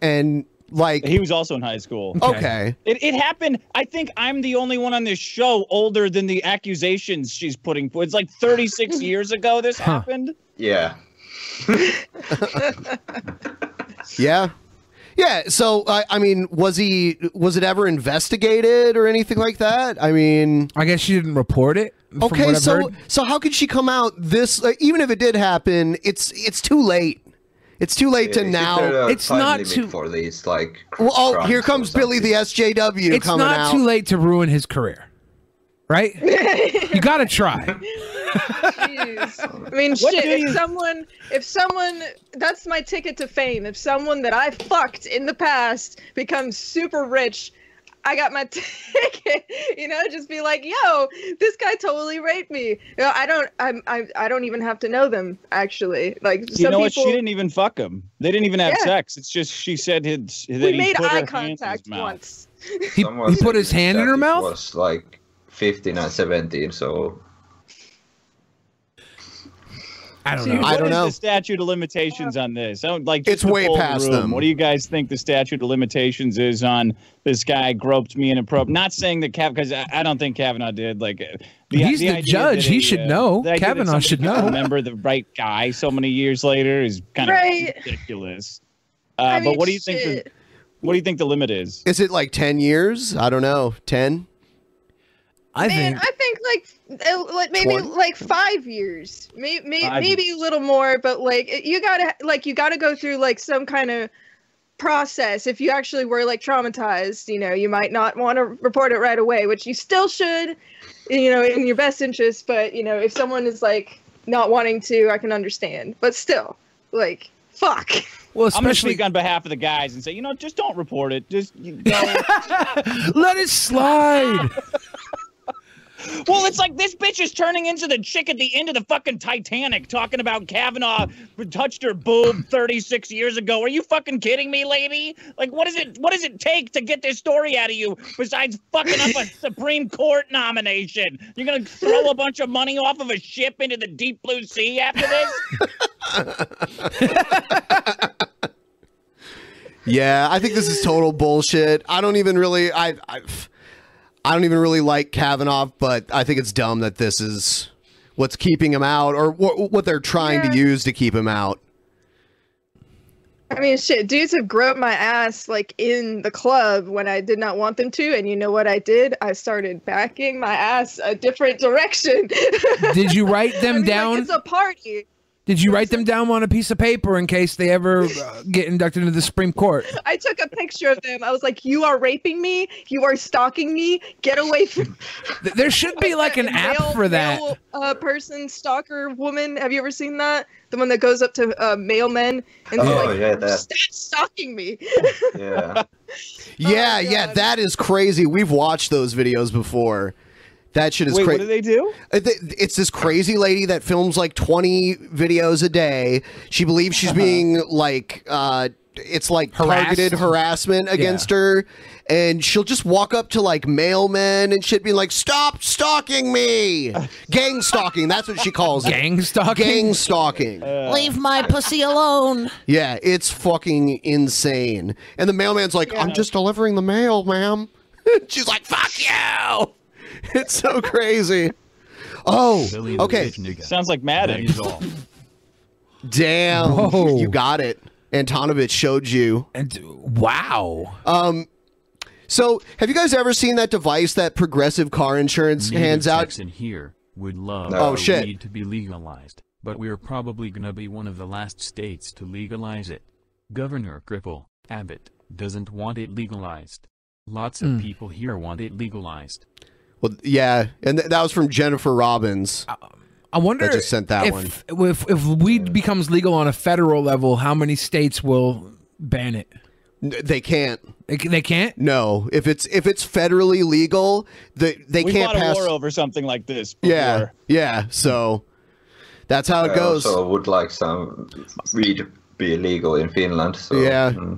And like
he was also in high school.
Okay.
It, it happened. I think I'm the only one on this show older than the accusations she's putting. It's like 36 years ago this
Huh.
happened.
Yeah.
Yeah. Yeah, so I I mean, was he was it ever investigated or anything like that? I mean,
I guess she didn't report it. from
Okay,
what I've
so
heard.
so how could she come out this uh, even if it did happen, it's it's too late. It's too late to
Is there
now.
a time limit for these. Like,
Well, oh,
crimes
here
or
comes Billy the SJW
it's
coming
not
out.
too late to ruin his career, right? you got to try.
Jeez. I mean, shit. If someone, if someone, that's my ticket to fame. If someone that I fucked in the past becomes super rich, I got my ticket. You know, just be like, yo, this guy totally raped me. You know, I don't, I'm, I, I don't even have to know them actually. Like
You
some
know what?
people.
She didn't even fuck him. They didn't even have
Yeah.
sex. It's just she said his. That
we
he
made
put her
eye
hand in his
contact
mouth.
once.
He,
he put his hand in her
mouth?
Was like 15 and 17, so
I
don't
See,
know.
what
I don't
is
know.
The statute of limitations on this, I don't, like
It's
just the
way
whole
past
room.
them.
What do you guys think the statute of limitations is on this guy groped me inappropriate? Not saying that Kav, because I, I don't think Kavanaugh did. Like uh,
He's the
idea
judge.
that uh,
He should know.
the idea that
Kavanaugh
somebody
should
can
know.
Remember the right guy so many years later is kind of
Right.
ridiculous. Uh,
I
but
mean,
what do you think?
shit.
The, what do you think the limit is?
Is it like 10 years? I don't know. 10?
I
Man, I think like uh, like, maybe
20?
like five years, maybe may,
Five
maybe a little more, but like it- you gotta like you gotta go through like some kind of process. If you actually were like traumatized, you know, you might not want to report it right away, which you still should, you know, in your best interest. But you know, if someone is like not wanting to, I can understand. But still, like fuck.
Well,
I'm gonna speak on behalf of the guys and say, you know, just don't report it. Just you know,
Let it slide.
Well, it's like this bitch is turning into the chick at the end of the fucking Titanic talking about Kavanaugh touched her boob 36 years ago. Are you fucking kidding me, lady? Like, what is it? What does it take to get this story out of you besides fucking up a Supreme Court nomination? You're gonna throw a bunch of money off of a ship into the deep blue sea after this?
Yeah, I think this is total bullshit. I don't even really I I, I don't even really like Kavanaugh, but I think it's dumb that this is what's keeping him out or wh- what they're trying to use to keep him out.
I mean, shit, dudes have groped my ass like in the club when I did not want them to, and you know what I did? I started backing my ass a different direction.
Did you write them down?
it's a party.
Did you write them down on a piece of paper in case they ever uh, get inducted into the Supreme Court?
I took a picture of them. I was like, "You are raping me. You are stalking me. Get away from."
Th- There should be like an
Male-
app for that.
male, uh, person stalker woman. Have you ever seen that? The one that goes up to uh, mailmen and is
Oh,
like,
yeah, that-
"Stop stalking me."
Oh,
yeah.
Yeah, yeah, that is crazy. We've watched those videos before. That shit is
Wait,
crazy.
what do they do?
It's this crazy lady that films like 20 videos a day. She believes
Uh-huh.
she's being like, uh, it's like targeted
Harassed?
harassment against her. And she'll just walk up to like mailmen and shit, be like, stop stalking me. Gang stalking. That's what she calls
Gang stalking?
Gang stalking.
Uh.
Leave my pussy alone.
Yeah, it's fucking insane. And the mailman's like, I'm just delivering the mail, ma'am. She's like, fuck you. It's so crazy. Oh, okay.
Sounds like Maddox.
Damn. You got it. Antonovich showed you.
And wow.
Um so have you guys ever seen that device that progressive car insurance
Native
hands out?
Texan here would love
No. Oh,
for
shit.
weed to be legalized, but we're probably gonna be one of the last states to legalize it. Governor Cripple Abbott doesn't want it legalized. Lots of
Hmm.
people here want it legalized.
Well, yeah, and th- that was from Jennifer Robbins.
I wonder
that just sent that
if,
one.
If, if weed becomes legal on a federal level, how many states will ban it?
N- They can't.
They, they can't.
No, if it's if it's federally legal, they they
we
can't
fought
pass.
a war over something like this.
Yeah, yeah. So that's how it
uh, I
goes.
also would like some weed to be illegal in Finland. So. mm,
yeah,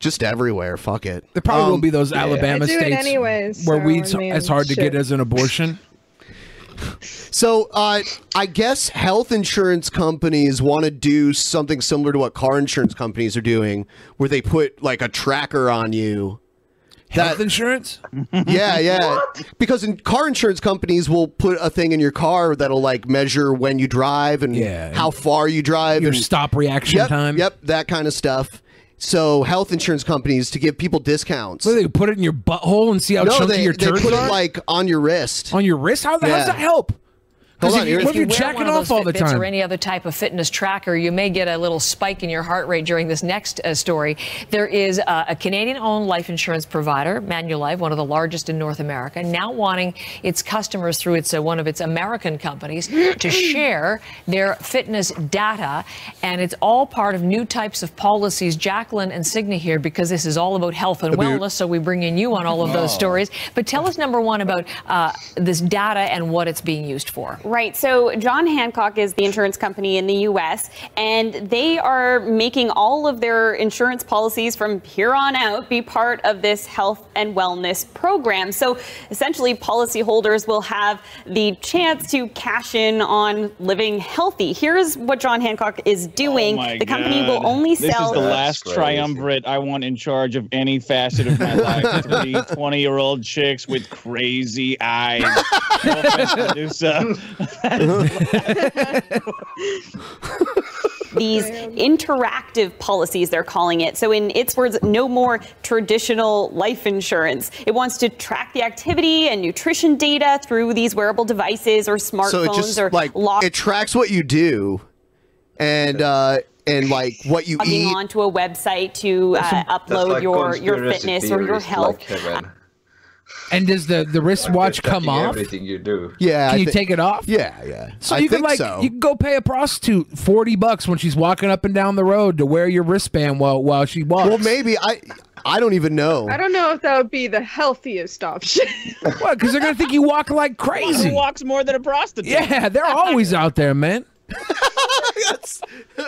just everywhere. Fuck it. Um,
There probably will be those Alabama
I do it
states
anyways,
where
so,
weed's
I mean,
as hard to
shit.
get as an abortion.
So uh, I guess health insurance companies want to do something similar to what car insurance companies are doing, where they put like a tracker on you.
Health insurance?
yeah, yeah. Because in car insurance companies will put a thing in your car that'll like measure when you drive and how far you drive,
Your
and-
stop reaction
Yep,
time.
Yep, that kind of stuff. So health insurance companies to give people discounts.
What, they put it in your butthole and see how
no,
chunky
they,
your
they
turds
put
are?
it like on your wrist.
On your wrist? How the hell does
Yeah.
that help?
Hold on, here-
if
What if
you
you're
wear
jacking
one of those
off all the
Fitbits
time?
or any other type of fitness tracker, you may get a little spike in your heart rate during this next uh, story. There is uh, a Canadian-owned life insurance provider, Manulife, one of the largest in North America, now wanting its customers through its uh, one of its American companies to share their fitness data, and it's all part of new types of policies. Jacqueline and Signa here because this is all about health and
That'd be-
wellness, so we bring in you on all of those
Wow.
stories. But tell us number one about uh, this data and what it's being used for.
Right. So John Hancock is the insurance company in the U.S., and they are making all of their insurance policies from here on out be part of this health and wellness program. So essentially, policyholders will have the chance to cash in on living healthy. Here's what John Hancock is doing.
Oh My
the company
God.
will only
this
sell.
is the last triumvirate I want in charge of any facet of my life. Three 20 year old chicks with crazy eyes. uh, No offense, Medusa.
these interactive policies, they're calling it. So, in its words, no more traditional life insurance. It wants to track the activity and nutrition data through these wearable devices or smartphones
so it just
or
like
log-
it tracks what you do, and uh, and like what you
logging
eat.
onto a website to uh, upload your, your fitness or your health.
And does the the wristwatch come off?
Everything you do.
Can you take it off?
Yeah, yeah.
So
I
you can
think
like
so.
you can go pay a prostitute forty bucks when she's walking up and down the road to wear your wristband while while she walks. Well,
maybe I I don't even know.
I don't know if that would be the healthiest option.
what? Because they're gonna think you walk like
Who
crazy.
walks more than a prostitute?
Yeah, they're always out there, man.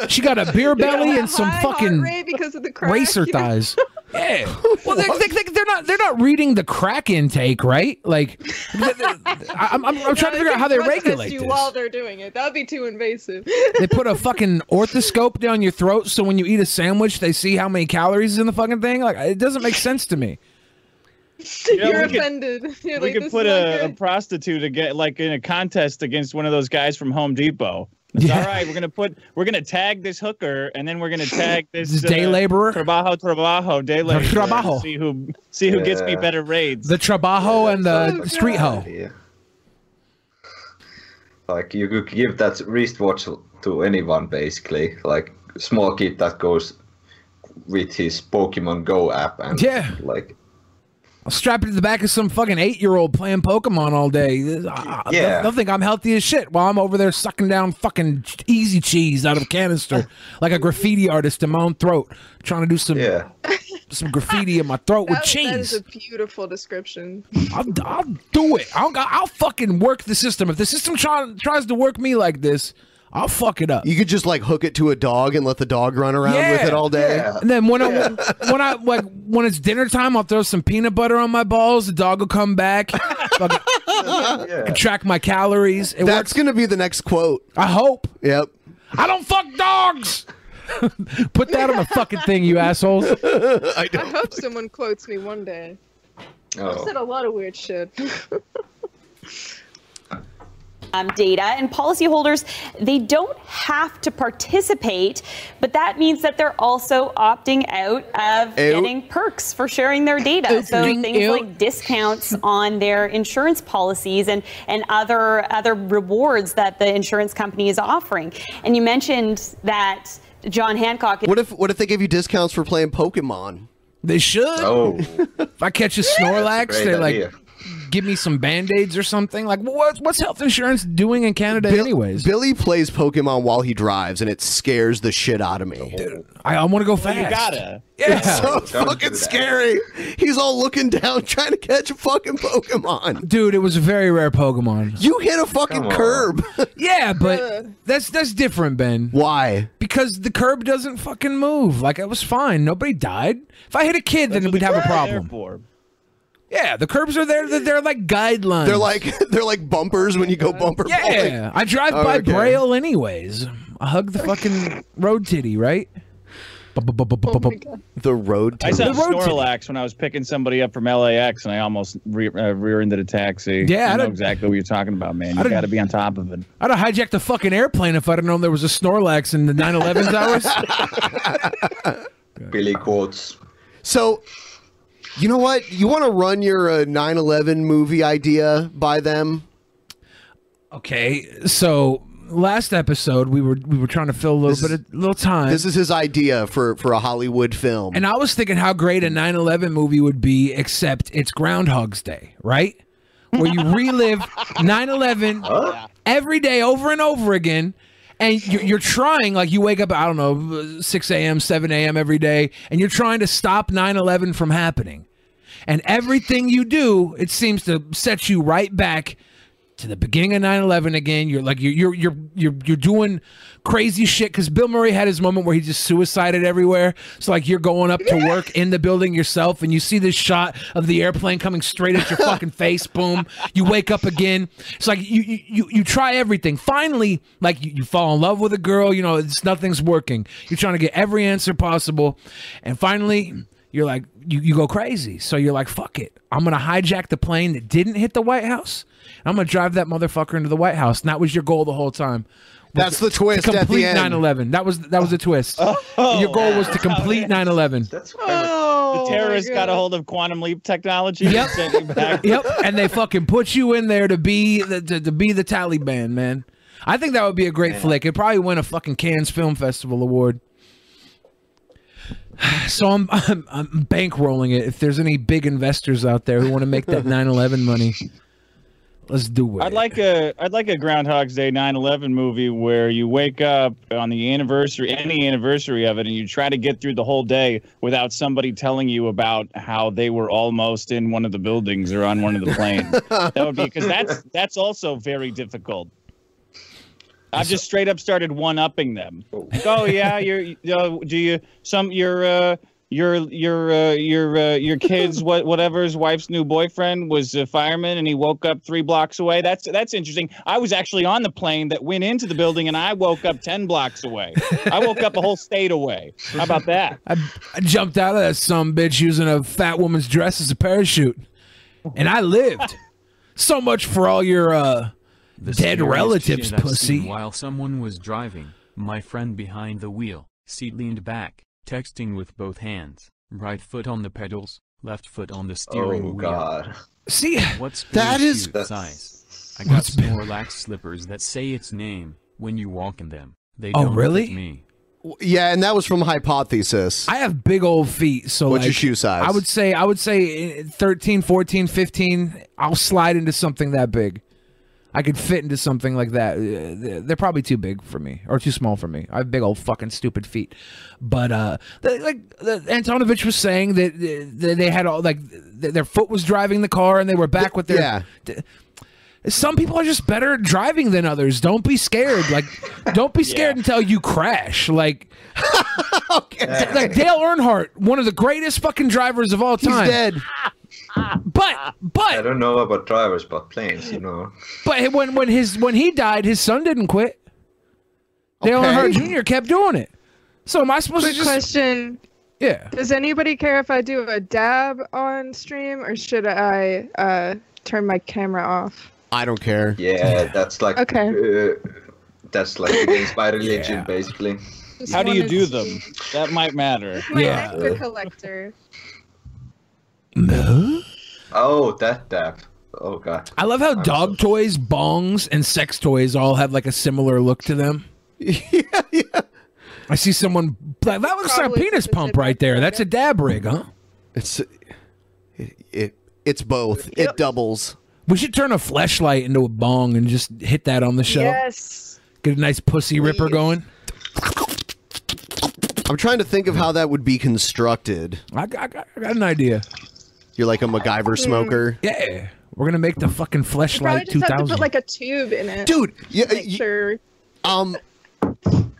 She got a beer belly and some fucking
because of the crack,
racer
you know?
thighs. Yeah. Well, they, they, they, they're not they're not reading the crack intake, right? Like, th- th- I- I'm, I'm, I'm trying to figure out how they
Drug test
regulate
you
this.
while they're doing it. That would be too invasive.
They put a fucking orthoscope down your throat, so when you eat a sandwich, they see how many calories is in the fucking thing. Like, it doesn't make sense to me.
Yeah,
You're
we could-
offended. You're
we
like,
could
"This
put
is not
a, a
good."
prostitute again, like in a contest against one of those guys from Home Depot. It's all right. We're gonna put, we're gonna tag this hooker, and then we're gonna tag this, uh,
This day laborer?
trabajo, trabajo, day laborer.
trabajo.
See who, see who gets me
Yeah.
better raids.
The trabajo and the street hoe.
Like you could give that wristwatch to anyone basically, like small kid that goes with his Pokemon Go app and
Yeah.
like
I'll strap it to the back of some fucking eight year old playing Pokemon all day. Yeah.
Yeah.
They'll, they'll think I'm healthy as shit while I'm over there sucking down fucking easy cheese out of a canister like a graffiti artist in my own throat, trying to do some some graffiti in my throat with
That- That is
cheese.
a beautiful description.
I'll, I'll do it. I'll, I'll fucking work the system. If the system try, tries to work me like this, I'll fuck it up.
You could just like hook it to a dog and let the dog run around with it all day.
And then when I when I like when it's dinner time, I'll throw some peanut butter on my balls. The dog will come back, fucking- and track my calories. It
That's gonna be the next quote.
I hope.
Yep.
I don't fuck dogs. Put that on the fucking thing, you assholes.
I
I hope someone quotes me one day.
Oh.
I've
Oh,
said a lot of weird shit.
um, data and policyholders they don't have to participate but that means that they're also opting out of
Ew.
getting perks for sharing their data so
Ding,
things
ew.
like discounts on their insurance policies and, and other other rewards that the insurance company is offering and you mentioned that john hancock
What if what if they gave you discounts for playing Pokemon?
They should.
Oh.
if I catch a Snorlax,
That's a great
they're like,
idea.
give me some band aids or something. Like, what, what's health insurance doing in Canada, anyways?
Billy plays Pokemon while he drives, and it scares the shit out of me.
I, I want to go fast.
you
gotta.
Yeah. It's so
Don't do
fucking
that.
scary. He's all looking down, trying to catch a fucking Pokemon.
Dude, it was a very rare Pokemon.
You hit a fucking curb.
yeah, but that's that's different, Ben.
Why?
Because the curb doesn't fucking move. Like I was fine. Nobody died. If I hit a kid, then we'd have a problem. Yeah, the curbs are there. They're, they're like guidelines.
They're like they're like bumpers when you go bumper.
yeah.
bowling.
I drive
Oh,
by
okay.
Braille anyways. I hug the fucking road titty, right?
The road.
I saw
The road titty.
Snorlax when I was picking somebody up from LAX, and I almost re- uh, rear-ended a taxi.
Yeah, I
I know
don't-
exactly what you're talking about, man.
I
You
don't-
got to be on top of it.
I'd have hijacked a fucking airplane if I'd have known there was a Snorlax in the 911s hours.
Billy quotes.
So, you know what? You want to run your uh, 9/11 movie idea by them?
Okay, so last episode we were we were trying to fill a little bit of little time.
This is his idea for for a Hollywood film.
And I was thinking how great a 9/11 movie would be, except it's Groundhog's Day, right? Where you relive 9/11 every day over and over again. And you're, you're trying, like you wake up, I don't know, 6 a.m., 7 a.m. every day, and you're trying to stop 9 11 from happening. And everything you do, it seems to set you right back to the beginning of 9-11 again you're like you're you're you're you're, you're doing crazy shit because bill murray had his moment where he just suicided everywhere so like you're going up to work in the building yourself and you see this shot of the airplane coming straight at your fucking face boom you wake up again it's like you you you, you try everything finally like you, you fall in love with a girl you know it's nothing's working you're trying to get every answer possible and finally you're like you, you go crazy so you're like fuck it i'm gonna hijack the plane that didn't hit the white house and i'm gonna drive that motherfucker into the white house and that was your goal the whole time Was
That's the
to
twist at the
complete
end.
9-11 that was that was the twist your goal was to complete 9-11
the terrorists got a hold of quantum leap technology. and
Yep.
sent you back.
yep and they fucking put you in there to be the, to, to be the taliban man i think that would be a great
Man.
flick it'd probably win a fucking cannes film festival award so I'm, I'm I'm bankrolling it. If there's any big investors out there who want to make that 9/11 money, let's do it.
I'd like a I'd like a Groundhog's Day 9/11 movie where you wake up on the anniversary any anniversary of it and you try to get through the whole day without somebody telling you about how they were almost in one of the buildings or on one of the planes. that would be because that's that's also very difficult. I've just straight up started one upping them. Like, oh yeah, you're you know, do you some your uh your your uh, your uh, your kids what whatever's wife's new boyfriend was a fireman and he woke up three blocks away. That's that's interesting. I was actually on the plane that went into the building and I woke up ten blocks away. I woke up a whole state away. How about that?
I, I jumped out of that some bitch using a fat woman's dress as a parachute, and I lived. so much for all your uh, dead
scariest
relatives,
shit I've
pussy.
seen While someone was driving, my friend behind the wheel, seat leaned back, texting with both hands, right foot on the pedals, left foot on the steering
Oh,
wheel.
God.
See,
what's
that
that
is-
is size. I got some relaxed slippers that say its name. When you walk in them, they
Oh,
don't
really?
fit me.
Yeah, and that was from Hypothesis.
I have big old feet, so
what's your
like,
shoe size?
I would say I would say eh, 13, 14, 15, I'll slide into something that big. I could fit into something like that. Eh, they're- They're probably too big for me or too small for me. I have big old fucking stupid feet. But uh th- like the, Antonovich was saying that eh, they they had all like th- their foot was driving the car and they were back with their
Yeah.
th- some people are just better at driving than others. Don't be scared. Like, don't be scared until you crash. Like, D- like Dale Earnhardt, one of the greatest fucking drivers of all time.
dead.
But but I
don't know about drivers, but planes, you know.
But when when his when he died, his son didn't quit. Dale
Okay.
Earnhardt Jr. kept doing it. So am I supposed
Quick
to just
question.
Yeah.
Does anybody care if I do a dab on stream or should I uh, turn my camera off?
I don't care.
Yeah, that's like
Okay.
uh, that's like against my religion, basically.
Just
How do you
wanted
do
to
them?
see.
That might matter.
My nectar collector.
Oh, that dab. Oh god.
I love how dog toys, bongs, and sex toys all have like a similar look to them. yeah, yeah. I see someone that that looks like a penis pump right there. That's a dab rig, huh?
It's it, it it's both. It doubles.
We should turn a flashlight into a bong and just hit that on the show.
Yes.
Get a nice pussy ripper going.
I'm trying to think of how that would be constructed.
I got, I got an idea.
You're like a MacGyver smoker.
Yeah. We're gonna make the fucking
Probably
fleshlight
just
two
have to
thousand.
put like a tube in it.
Dude, yeah,
Make sure.
Um,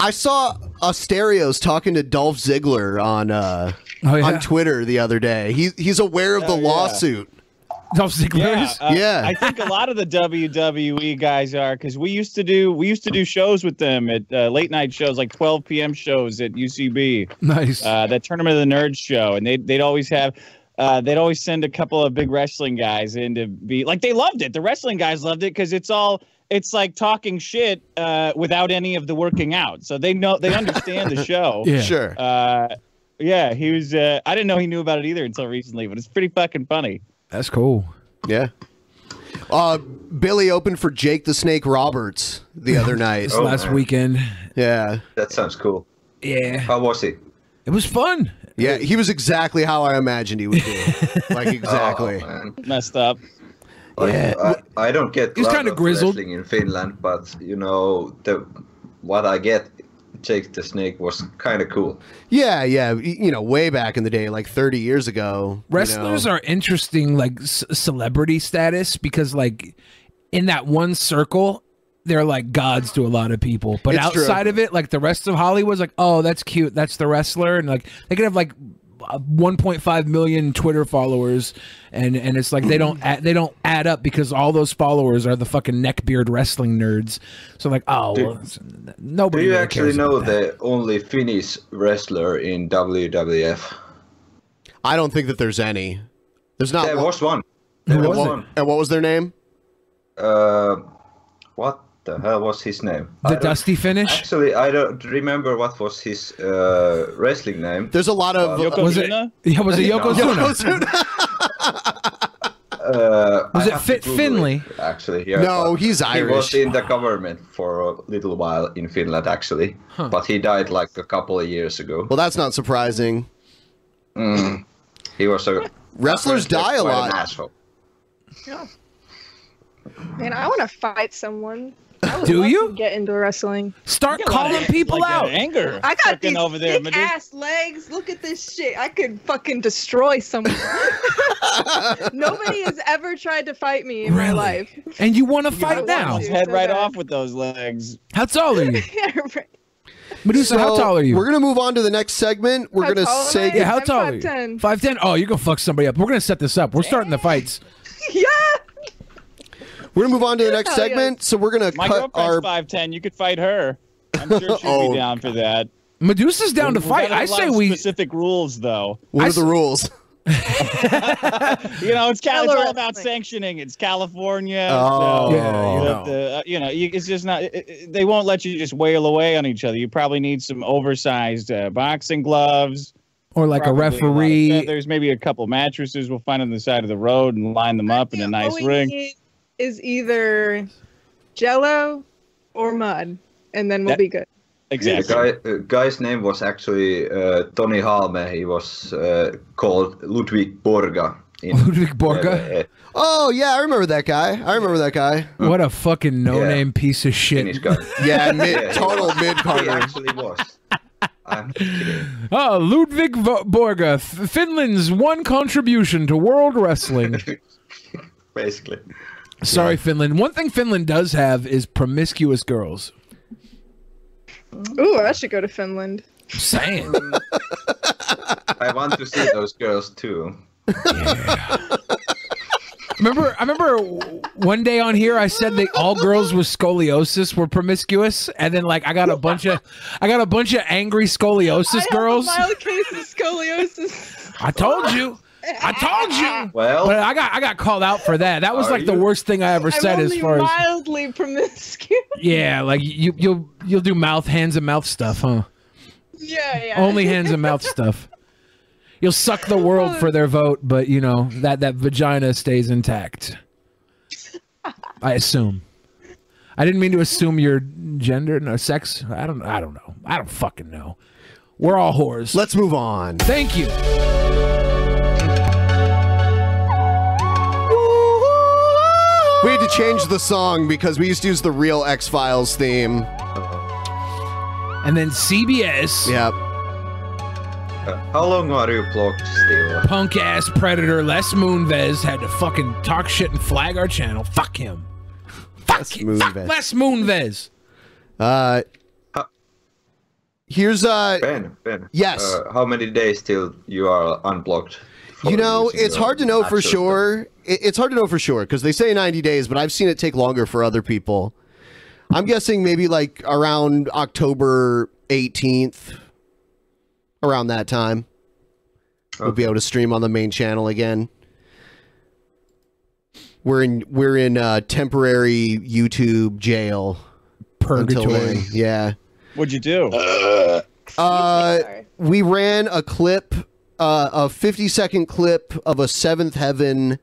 I saw Asterios talking to Dolph Ziggler on uh
Oh,
on Twitter the other day. He he's aware of the
Oh, yeah.
lawsuit.
Dolph Ziggler
Yeah, uh, I think a lot of the WWE guys are because we used to do we used to do shows with them at uh, late night shows like 12 p.m. shows at UCB.
Nice.
Uh, that Tournament of the Nerds show, and they they'd always have. Uh, they'd always send a couple of big wrestling guys in to be like they loved it. The wrestling guys loved it because it's all it's like talking shit uh, without any of the working out. So they know they understand the show.
Yeah. Sure.
Uh, yeah, he was. Uh, I didn't know he knew about it either until recently, but it's pretty fucking funny.
That's cool.
Yeah. Uh, Billy opened for Jake the Snake Roberts the other night.
This last weekend.
Yeah.
Oh, That sounds cool.
Yeah.
How was it?
It was fun.
Yeah, he was exactly how I imagined he would be. like exactly.
Messed up.
Oh, Like,
Yeah.
I, I don't get.
He's
lot
kinda
of
grizzled.
wrestling in Finland, but you know the what I get. Jake the Snake was kind of cool.
Yeah, yeah, y- you know, way back in the day, like 30 years ago. you know.
Wrestlers are interesting, like c- celebrity status, because like in that one circle, they're like gods to a lot of people. But
It's true.
outside of it, like the rest of Hollywood's like, oh, that's cute, that's the wrestler, and like they could have like. uh, 1.5 million Twitter followers, and and it's like they don't add, they don't add up because all those followers are the fucking neckbeard wrestling nerds. So like, oh,
Do-
well, it's- nobody.
Do you
really
actually
cares about
know
that.
the only Finnish wrestler in WWF?
I don't think that there's any. There's not.
There
one.
was one.
Who
There was
was it?
one.
And what was their name?
Uh, what the hell was his name?
The Dusty Finish.
Actually, I don't remember what was his uh, wrestling name.
There's a lot of uh,
was it? Yeah, was it Yokozuna?
Uh,
Was
I
it
have to
Fit
Google it,
Finlay?
actually, here,
No,
but
he's
He was
Irish.
in the government for a little while in Finland, actually, but he died like a couple of years ago.
Well, that's not surprising.
Mm. He was a
Wrestlers die a
quite an
lot.
asshole.
Man, I want to fight someone. I would
Do
love
you?
to get into wrestling?
Start
Get a lot of, calling people like, out. anger
I got
cooking
these
over there,
thick
Medusa.
ass legs. Look at this shit. I could fucking destroy someone. Nobody has ever tried to fight me in my
Really?
life.
And you want to
I
fight
want
now?
to,
Head
so
right
bad.
off with those legs.
How tall are you?
Yeah, right.
Medusa, how
So,
tall are you?
We're gonna move on to the next segment. We're
How
gonna
tall am
say
I?
yeah, how
I'm
tall are you?
5'10".
Five ten. Oh, you're gonna fuck somebody up. We're gonna set this up. We're starting the fights.
yeah.
we're gonna move on to the next
Hell yeah.
segment. So we're gonna
My
cut
girlfriend's
our.
five ten. You could fight her. I'm sure she'd
Oh,
be down for that.
Medusa's down to
We- we
fight.
gotta have
I
a lot
say
of
we.
specific rules though.
What
I
are the rules?
You know, it's, Cal- it's
Color
all about sanctioning. It's California.
Oh,
so
Yeah,
you
you
have to, uh, you know, you, it's just not. it- it- they won't let you just wail away on each other. You probably need some oversized uh, boxing gloves.
Or like a
probably lot of
referee.
feathers, maybe a couple mattresses we'll find on the side of the road and line them up in a nice
All we
ring.
need is either Jello or mud, and then we'll
That-
be good.
The guy, uh, guy's name was actually uh, Tony Halme. He was uh, called Ludwig Borga. In,
Ludwig Borga?
Uh, uh,
Oh yeah, I remember that guy. I remember that guy.
What a fucking no-name piece of
Finnish
shit.
guy.
Yeah, mid,
he
total
was.
mid
He
Carter.
actually was. I'm kidding.
Oh, Ludwig Vo- Borga, F- Finland's one contribution to world wrestling.
Basically.
Sorry, Finland. One thing Finland does have is promiscuous girls.
Ooh, I should go to Finland.
Saying.
I want to see those girls too.
Remember, I remember one day on here I said that all girls with scoliosis were promiscuous, and then like I got a bunch of, I got a bunch of angry scoliosis girls.
I have a mild case of scoliosis.
I told you, I told you.
Well,
but I got I got called out for that. That was
Are
like the
you?
worst thing I ever said
I'm
as
only
far as
mildly promiscuous.
yeah, like you you'll you'll do mouth hands and mouth stuff, huh?
Yeah, yeah.
Only hands and mouth stuff. You'll suck the world for their vote, but you know that that vagina stays intact. I assume. I didn't mean to assume your gender, no sex. I don't. I don't know. I don't fucking know. We're all whores.
Let's move on.
Thank you.
We had to change the song because we used to use the real X Files theme.
And then CBS,
Yep.
Uh, how long are you blocked still?
punk ass predator Les Moonves had to fucking talk shit and flag our channel. Fuck him. Fuck him. Fuck
Moonves.
Les Moonves.
Uh, here's uh.
Ben, Ben.
Yes.
Uh, how many days till you are unblocked? for
You know,
using
it's
your
hard to know for
access?
sure. It- It's hard to know for sure because they say 90 days, but I've seen it take longer for other people. I'm guessing maybe like around October 18th, around that time. We'll be able to stream on the main channel again. We're in we're in uh, temporary YouTube jail until
Purgatory.
then. Yeah.
What'd you do?
Uh, we ran a clip, uh, a 50 second clip of a Seventh Heaven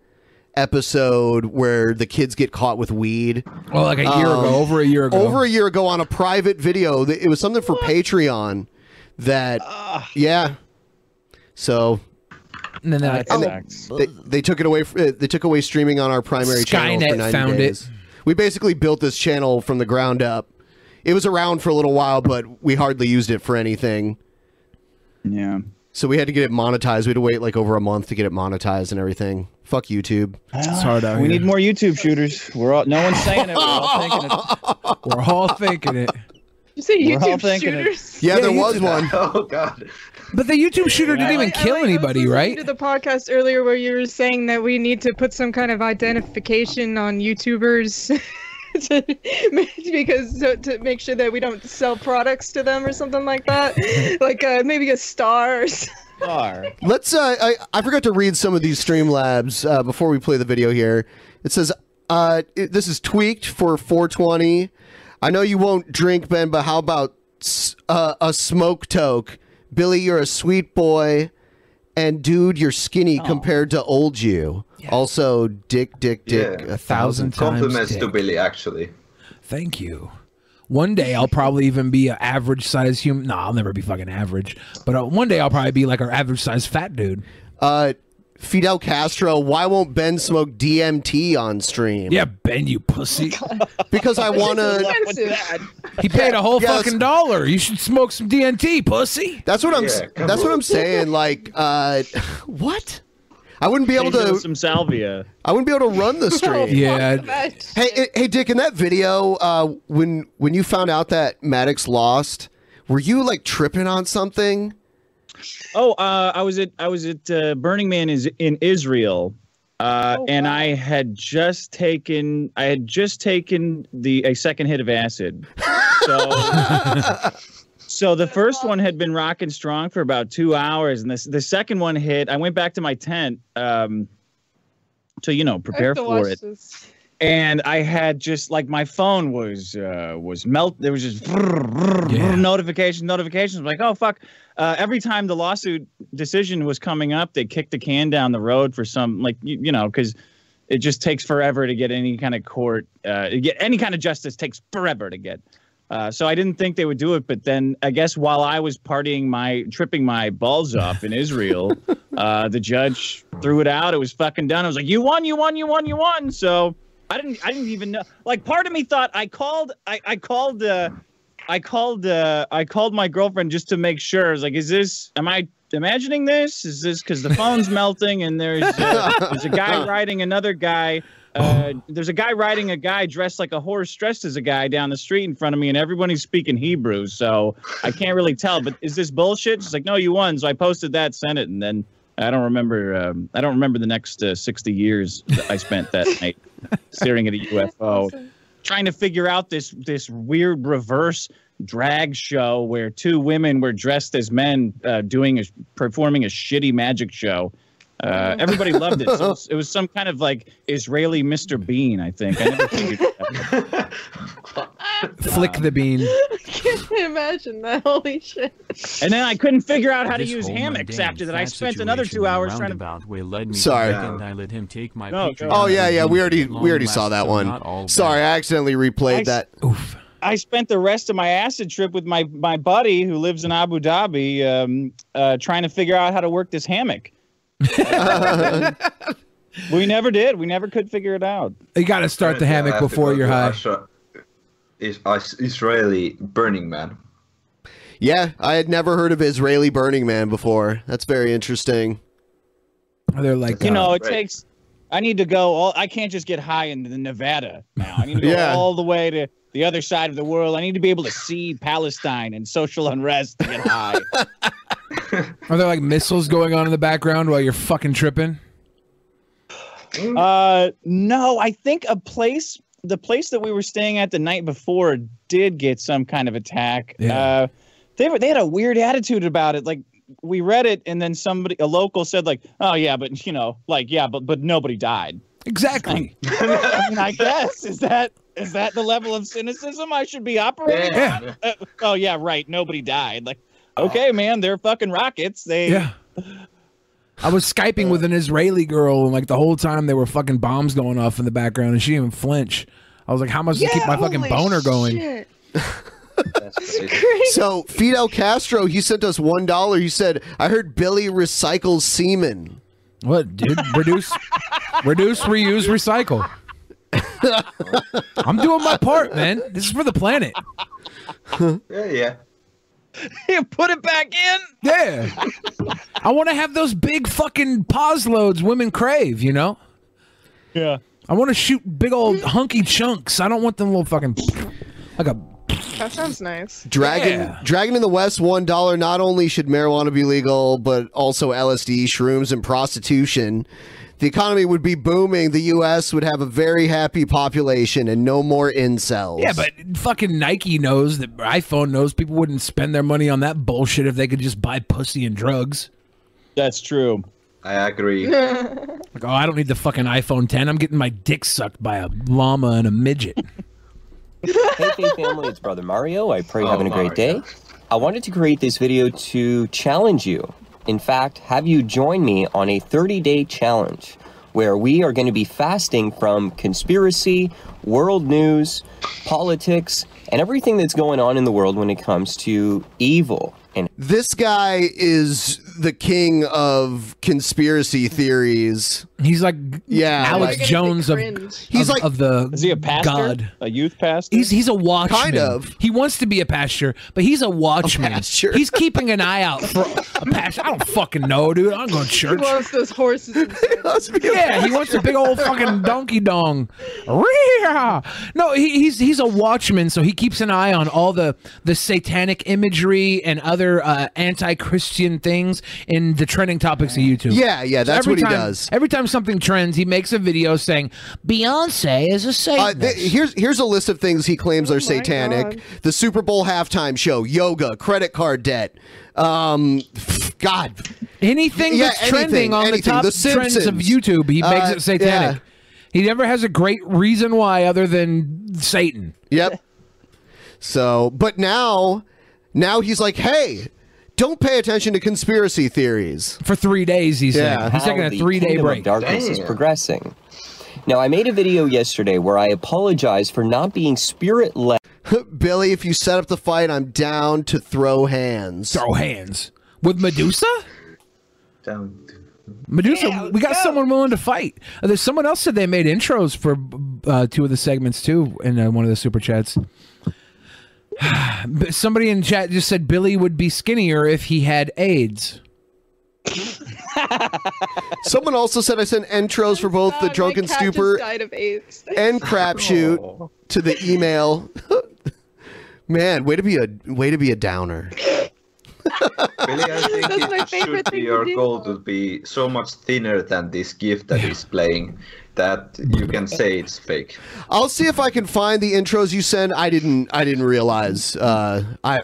episode where the kids get caught with weed. Um,
Oh, like a year ago, over a year ago.
Over a year ago on a private video. Th- It was something for Patreon that, yeah. So.
And
Uh,
then oh, that
they-
sucks.
they, they took it away. f- uh, They took away streaming on our primary channel for
Skynet
90
found it.
days. We basically built this channel from the ground up. It was around for a little while, but we hardly used it for anything.
Yeah.
So we had to get it monetized. We had to wait like over a month to get it monetized and everything. Fuck YouTube.
It's hard out Ah. We here. need more YouTube shooters. We're all no one's saying it. We're all
Oh.
thinking it.
We're all thinking it.
You say
We're all
YouTube
thinking it.
shooters?
Yeah, there was one.
Oh God!
But the YouTube shooter didn't even kill anybody, right?
To the podcast earlier where you were saying that we need to put some kind of identification on YouTubers. To, because to, to make sure that we don't sell products to them or something like that, like uh, maybe a star. Or something.
Star.
Let's. Uh, I I forgot to read some of these Streamlabs uh, before we play the video here. It says, uh, it- "This is tweaked for 420." I know you won't drink, Ben, but how about s- uh, a smoke toke? Billy, you're a sweet boy, and dude, you're skinny compared to old you. Also, dick, dick, dick, a thousand times.
compliments to
dick.
Billy actually.
Thank you. One day I'll probably even be an average size human. No, I'll never be fucking average. But uh, one day I'll probably be like an average size fat dude.
Uh, Fidel Castro, why won't Ben smoke DMT on stream?
Yeah, Ben, you pussy.
Oh,
because I want to.
He paid a whole
Yeah, that's-
fucking dollar. You should smoke some DNT, pussy.
That's what I'm. s- that's what I'm saying. Like, uh, what? I wouldn't be able
Change it
to.
with some salvia.
I wouldn't be able to run the stream.
Yeah.
Hey, hey, hey, Dick. In that video, uh, when when you found out that Maddox lost, were you like tripping on something?
Oh, uh, I was at I was at uh, Burning Man is in Israel, uh, and I had just taken I had just taken the a second hit of acid. So, so the first one had been rocking strong for about two hours, and this the second one hit. I went back to my tent um, to you know
I
prepare
have to watch
for it
this.
and I had just like my phone was uh, was melt. There was just brrr, brrr, brrr, notifications, notifications. I'm like, oh fuck! Uh, every time the lawsuit decision was coming up, they kicked the can down the road for some like you, you know because it just takes forever to get any kind of court. Uh, to get any kind of justice takes forever to get. Uh, so I didn't think they would do it, but then I guess while I was partying my tripping my balls off in Israel, uh, the judge threw it out. It was fucking done. I was like, "You won, you won, you won, you won." So I didn't, I didn't even know. Like, part of me thought I called, I, I called, uh, I called, uh, I called my girlfriend just to make sure. I was like, "Is this? Am I imagining this? Is this because the phone's melting and there's uh, there's a guy riding another guy." Uh, there's a guy riding a guy dressed like a horse, dressed as a guy down the street in front of me, and everybody's speaking Hebrew, so I can't really tell. But is this bullshit? She's like, no, you won. So I posted that, sent it, and then I don't remember. Um, I don't remember the next uh, 60 years that I spent that night staring at a UFO, trying to figure out this this weird reverse drag show where two women were dressed as men uh, doing a, performing a shitty magic show. Uh, everybody loved it. So it was- it was some kind of like Israeli Mr. Bean, I think. I never figured
Flick the bean.
I can't imagine that. Holy shit.
And then I couldn't figure out how to
This
use
whole
hammocks
mundane
after that. I
fat
spent another
situation
two hours
in a
trying to.
roundabout way led me to
Sorry.
think and I let him take my
No,
Patreon
Oh yeah,
with
yeah.
him
We
to
already
the
we already saw
long
that
last, so not
one.
all
Sorry, I accidentally
Nice.
replayed that.
I spent the rest of my acid trip with my my buddy who lives in Abu Dhabi, um, uh, trying to figure out how to work this hammock. we never did. We never could figure it out.
You got to start the
Yeah, I
hammock
have to
before
go
you're
to
high.
Asha- Is Is- Israeli Burning Man.
Yeah, I had never heard of Israeli Burning Man before. That's very interesting.
They're like,
You know, it takes. I need to go all. I can't just get high in the Nevada now. I need to go
Yeah.
all the way to the other side of the world. I need to be able to see Palestine and social unrest to get high.
Are there like missiles going on in the background while you're fucking tripping? Mm.
Uh, no, I think a place, the place that we were staying at the night before, did get some kind of attack. Uh, they were, they had a weird attitude about it. Like we read it, and then somebody, a local, said like, "Oh yeah, but you know, like yeah, but but nobody died."
Exactly.
I, mean, I guess is that is that the level of cynicism I should be operating?
Yeah.
at? Uh, oh yeah, right. Nobody died. Like, okay, man, they're fucking rockets. They
Yeah. I was skyping with an Israeli girl, and like the whole time there were fucking bombs going off in the background, and she didn't even flinch. I was like, "How am I supposed to keep my fucking boner going?"
So Fidel Castro, he sent us one dollar. He said, "I heard Billy recycles semen."
What, dude? Reduce, reduce, reuse, recycle. I'm doing my part, man. This is for the planet.
Yeah, yeah.
You put it back in.
Yeah. I want to have those big fucking pause loads women crave, you know?
Yeah.
I want to shoot big old hunky chunks. I don't want them little fucking like a
That sounds nice.
Dragon
Yeah.
Dragon in the West one dollar. Not only should marijuana be legal, but also LSD, shrooms, and prostitution. The economy would be booming. The U.S. would have a very happy population and no more incels.
Yeah, but fucking Nike knows that iPhone knows people wouldn't spend their money on that bullshit if they could just buy pussy and drugs.
That's true.
I agree.
Like, oh, I don't need the fucking iPhone 10. I'm getting my dick sucked by a llama and a midget.
hey, Faith family, it's Brother Mario. I pray you're
Oh,
having a great day. I wanted to create this video to challenge you. In fact, have you join me on a 30 day challenge where we are going to be fasting from conspiracy, world news, politics, and everything that's going on in the world when it comes to evil. And
this guy is the king of conspiracy theories.
He's like
yeah,
Alex
like-
Jones of
he's like
of the
Is he a pastor?
God.
A youth pastor?
He's he's a watchman.
Kind of.
He wants to be a pastor, but he's a watchman. He's keeping an eye out for a pastor. I don't fucking know, dude. I'm going to
He
church.
loves those horses.
Yeah, he wants a big old fucking donkey dong. Ree-haw. No, he, he's he's a watchman, so he keeps an eye on all the the satanic imagery and other uh, anti-Christian things in the trending topics of YouTube.
Yeah, yeah, that's
every
what he
time-
does.
Every time something trends, he makes a video saying Beyonce is a
Uh,
Satanist.
th- here's here's a list of things he claims are satanic:
God.
the Super Bowl halftime show, yoga, credit card debt. Um, God,
anything that's trending on the top trends of YouTube, he
Uh,
makes it satanic. He never has a great reason why other than Satan.
Yep. So, but now, now he's like, hey, don't pay attention to conspiracy theories.
For three days, he's
yeah.
how the kingdom of darkness is progressing. Now, I made a video yesterday where I apologized for not being spirit led.
Billy, if you set up the fight, I'm down to throw hands.
Throw hands with Medusa.
Down.
Medusa, we got someone willing to fight. Uh, There's someone else said they made intros for uh, two of the segments too in uh, one of the super chats. But Somebody in chat just said Billy would be skinnier if he had AIDS.
Someone also said I sent intros for both the drunken
Cat just
stupor
died of AIDS.
and crapshoot to the email. Man, way to be a way to be a downer.
Really, I think
That's my
it
favorite
should be
thing to
your
do.
goal to be so much thinner than this gift that is playing that you can say it's fake.
I'll see if I can find the intros you sent. I didn't I didn't realize. Uh, I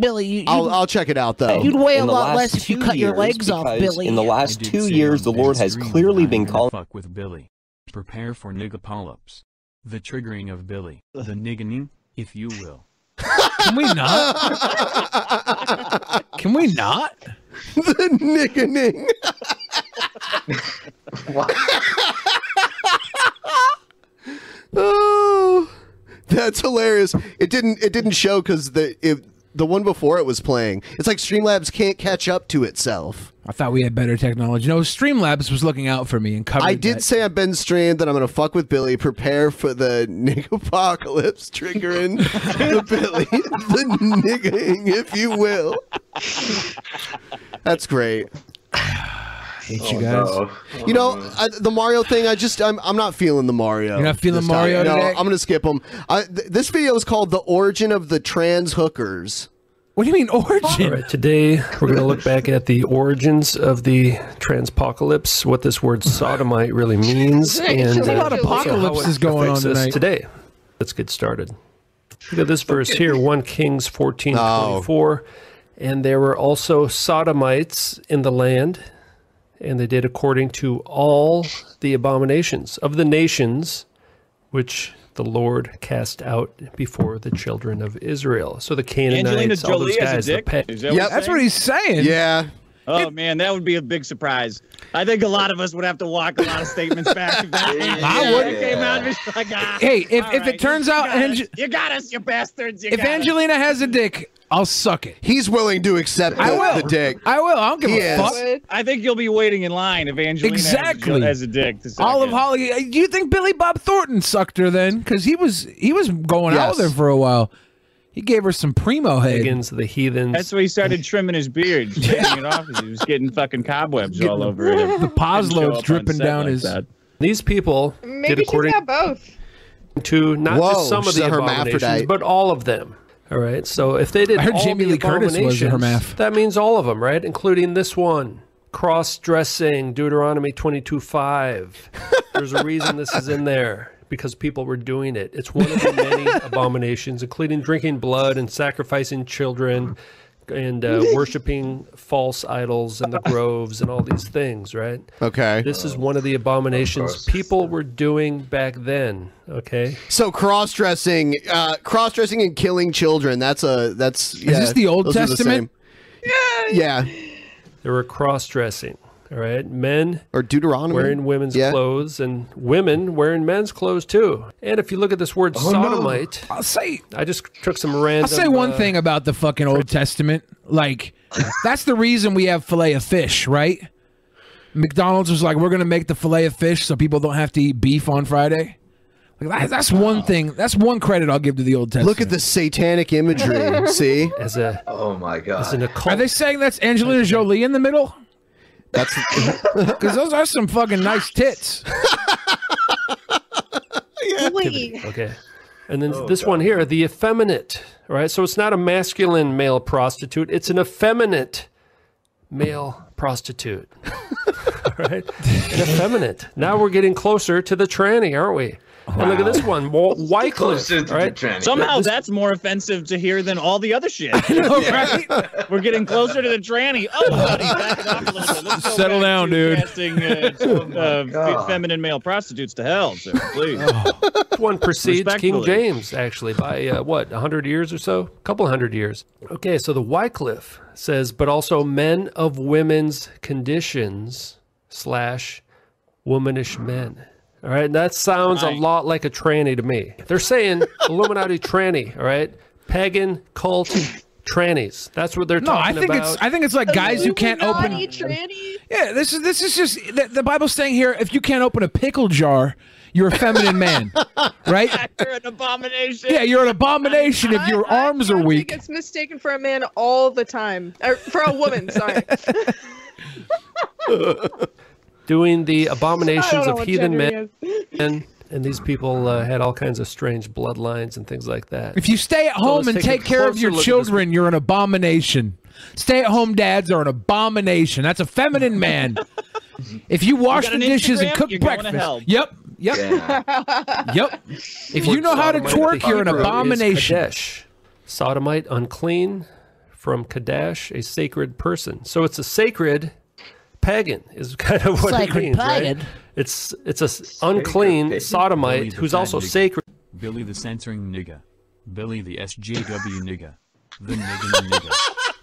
Billy, you,
I'll, I'll check it out though.
you'd weigh
In
a
the
lot
last
less if you
two
cut your
years,
legs off,
because
Billy.
in the last
I did
two
say
years, the
on
Lord
Ben's
has
stream
clearly
that I'm
been
gonna
calling.
Fuck with Billy. Prepare for nigga polyps. The triggering of Billy. The nigganing, if you will.
Can we not? Can we not?
the nickening. oh, that's hilarious. It didn't it didn't show because the it, the one before it was playing. It's like Streamlabs can't catch up to itself.
I thought we had better technology. No, Streamlabs was looking out for me and covered.
I did
that.
say I've been streamed that I'm gonna fuck with Billy. Prepare for the nigga apocalypse triggering the Billy, the nigging, if you will. That's great.
hate
Oh,
you guys.
You know I, the Mario thing. I just I'm, I'm not feeling the Mario.
You're not feeling
this time.
Mario
No,
today?
I'm gonna skip him. I, th- this video is called "The Origin of the Trans Hookers."
What do you mean origin?
All right, today we're going to look back at the origins of the transpocalypse, what this word sodomite really means,
Hey,
and uh,
there's a lot of
also how
apocalypses
it
going
affects
on
us
tonight.
today. Let's get started. Look at this verse here, 1 Kings 14
Oh.
24. And there were also sodomites in the land, and they did according to all the abominations of the nations which the Lord cast out before the children of Israel. So the Canaanites, all those guys, the pagans.
Yep, that's what he's saying.
Yeah.
Oh man, that would be a big surprise. I think a lot of us would have to walk a lot of statements back. If that, if
I
that
would.
came out, it's like, ah,
Hey, if,
all
if
right,
it turns
you
out
got us.
Ange-
you got us, you bastards. You
if
got us.
Angelina has a dick, I'll suck it.
He's willing to accept
I
the-
will.
the dick.
I will. I don't give a fuck.
I think you'll be waiting in line if Angelina has a-
Exactly.
has a dick. to suck
Olive
it.
Holly. uh, Do you think Billy Bob Thornton sucked her then? Because he was he was going out
Yes.
with her for a while. He gave her some primo head.
Higgins, the heathens.
That's why he started trimming his beard, shaving it off. 'cause He was getting fucking cobwebs all over it.
The
Didn't show up on set like that.
These people did
Maybe she's
according
got both.
to not
Whoa,
just some of
she's
the
a
abominations,
hermaphrodite.
but all of them. All right. So if they did
I heard
all
Jamie
the
Lee Curtis was a
abominations,
hermaph.
that means all of them, right? Including this one, cross-dressing, Deuteronomy 22:5. There's a reason this is in there because people were doing it. It's one of the many abominations, including drinking blood and sacrificing children and uh, worshiping false idols and the groves and all these things, right?
Okay.
This is one of the abominations people were doing back then. Okay.
So cross dressing, uh, cross dressing and killing children. That's a that's.
Is this the Old
those are
Testament?
same. yeah.
They were cross dressing. All right. Men
or Deuteronomy
wearing women's
Yeah.
clothes and women wearing men's clothes too. And if you look at this word
Oh, no.
sodomite,
I'll say
I just took some random.
I'll say one
uh,
thing about the fucking Old Testament. Like, that's the reason we have filet of fish, right? McDonald's was like, we're gonna make the filet of fish so people don't have to eat beef on Friday. Like, that- that's one thing. That's one credit I'll give to the Old Testament.
Look at the satanic imagery. see,
as a
oh my god,
Are they saying that's Angelina Jolie in the middle?
That's
because those are some fucking nice tits.
activity. Okay. And then
Oh,
this one here, the effeminate, right? So it's not a masculine male prostitute, it's an effeminate male prostitute. All right? An effeminate. Now we're getting closer to the tranny, aren't we? And look at this one, Wa-
Closer
Wycliffe, right?
Somehow
This-
that's more offensive to hear than all the other shit.
right?
We're getting closer to the tranny. Oh, buddy, back it up a little bit. Let's go
Settle
back
down,
to
dude.
Casting, uh, uh, fe-
God.
feminine male prostitutes to hell, sir. Please.
Oh.
This one precedes King
Respectfully.
James, actually, by uh, what, 100 years or so? A couple hundred years. Okay, so the Wycliffe says, but also men of women's conditions slash womanish men. All right, and that sounds a lot like a tranny to me. They're saying Illuminati tranny, all right? Pagan cult trannies. That's what they're
No, I
talking
think
about.
it's I think it's like guys who can't open. Yeah, this is this is just the, the Bible's saying here. If you can't open a pickle jar, you're a feminine man, right?
You're an abomination.
Yeah, you're an abomination if your arms are
He
weak.
gets mistaken for a man all the time. Or for a woman, sorry.
doing the
I don't
abominations
know
of
what
heathen
gender
men. And, and these people uh, had all kinds of strange bloodlines and things like that.
If you stay at
So
home
let's
and
take a
take care of
closer
your
look at this
children, you're an abomination. Stay-at-home dads are an abomination. That's a feminine man. if you wash
got
the
an
dishes and
Instagram?
cook
You're going to
breakfast,
hell.
yep, yep, yep. If you know how to
Sodomite,
twerk, you're an
the Hebrew is
abomination.
Kadesh. Sodomite, unclean, from Kadesh, a sacred person. So it's a sacred pagan is kind of what
Sacred
it means, right?
pagan.
It's it's a s- unclean
Billy
sodomite
the
who's
Fat
also
Nigga.
sacred.
Billy the censoring nigga. Billy the SJW nigga. The nigga nigga.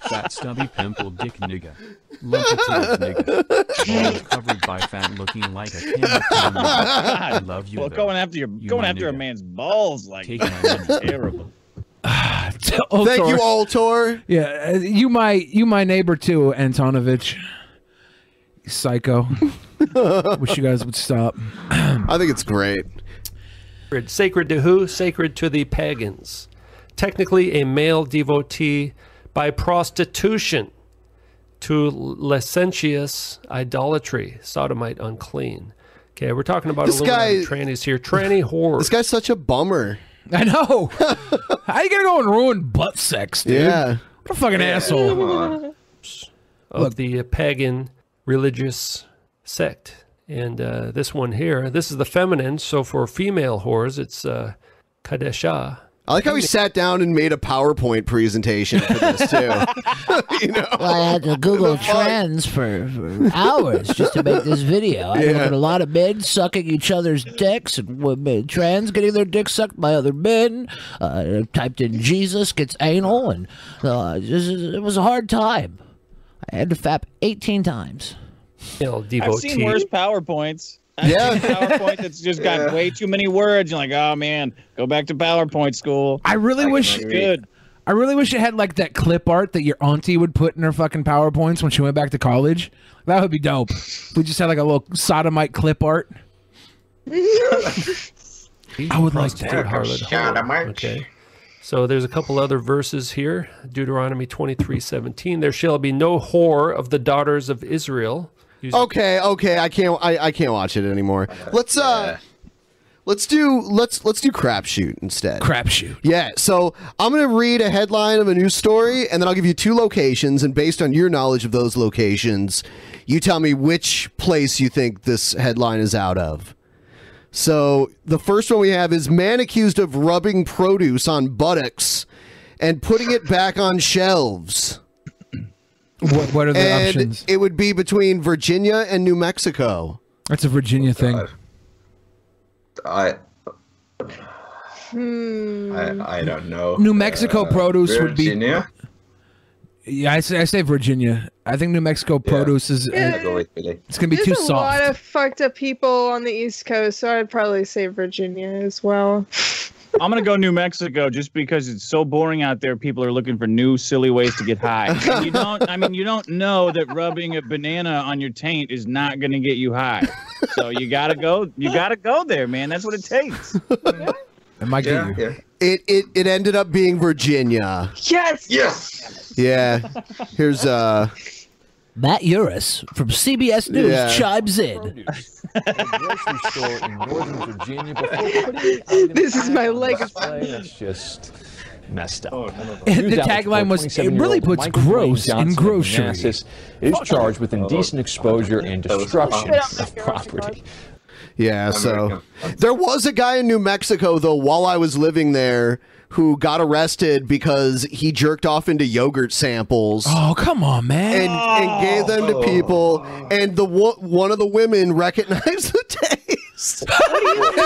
Fat stubby pimple dick nigga. Lumpy titties nigga. All covered by fat looking like a camera. cam nigga. I love you.
Well,
though.
going after your
You
going
my
after a
nigga.
man's balls like
Take
that
my
is terrible.
Thank
you,
Altor.
Yeah, uh, you my you my neighbor too, Antonovich. Psycho. Wish you guys would stop.
I think it's great.
Sacred to who? Sacred to the pagans. Technically a male devotee by prostitution to licentious idolatry, sodomite unclean. Okay, we're talking about
This
Illuminati
guy-
trannies here. Tranny whore.
This guy's such a bummer.
I know. How you gonna go and ruin butt sex, dude?
Yeah.
What a fucking asshole.
of the pagan religious sect. And uh, this one here, this is the feminine. So for female whores, it's uh, Kadesha.
I like how he sat down and made a PowerPoint presentation for this too.
Well, I had to Google trends for, for hours just to make this video. I
Yeah.
looked at a lot of men sucking each other's dicks, and women trans getting their dicks sucked by other men. Uh, I typed in Jesus gets anal, and uh, this is- it was a hard time. I had to fap 18 times.
I've seen worse PowerPoints. I've
Yeah.
seen PowerPoint that's just got
Yeah.
way too many words. You're like, oh man, go back to PowerPoint school.
I really wish
good.
I really wish it had like that clip art that your auntie would put in her fucking powerpoints when she went back to college. That would be dope. We just had like a little sodomite clip art. I would like
Prostitute
that.
harlot whore. Okay. So there's a couple other verses here. Deuteronomy 23:17. There shall be no whore of the daughters of Israel.
Okay, okay, I can't I, I can't watch it anymore. Let's uh let's do let's let's do crapshoot instead.
Crapshoot.
Yeah, so I'm gonna read a headline of a news story and then I'll give you two locations and based on your knowledge of those locations, you tell me which place you think this headline is out of. So the first one we have is man accused of rubbing produce on buttocks and putting it back on shelves.
What, what are the
and
options?
It would be between Virginia and New Mexico.
That's a Virginia thing.
I
Hmm.
I, I don't know.
New Mexico
Uh,
produce would be-
Virginia?
Yeah, I say, I say Virginia. I think New Mexico produce is.
Yeah.
It's gonna be
There's
too
a lot
soft.
of fucked up people on the East Coast, so I'd probably say Virginia as well.
I'm gonna go New Mexico just because it's so boring out there. People are looking for new silly ways to get high. And you don't. I mean, you don't know that rubbing a banana on your taint is not gonna get you high. So you gotta go. You gotta go there, man. That's what it takes.
Am I
Yeah,
It, it it ended up being Virginia.
Yes.
Yes. Yeah. Here's uh
Matt Uris from CBS News
Yeah.
chimes in.
grocery store in northern Virginia before
this is my legacy.
That's just messed
Oh,
up.
The tagline was, "It really puts gross in grocery."
Is charged with indecent exposure and destruction of property.
Yeah, so there was a guy in New Mexico though while I was living there who got arrested because he jerked off into yogurt samples.
Oh come on, man!
And, and gave them to people, and the wo- one of the women recognized the taste.
Samples.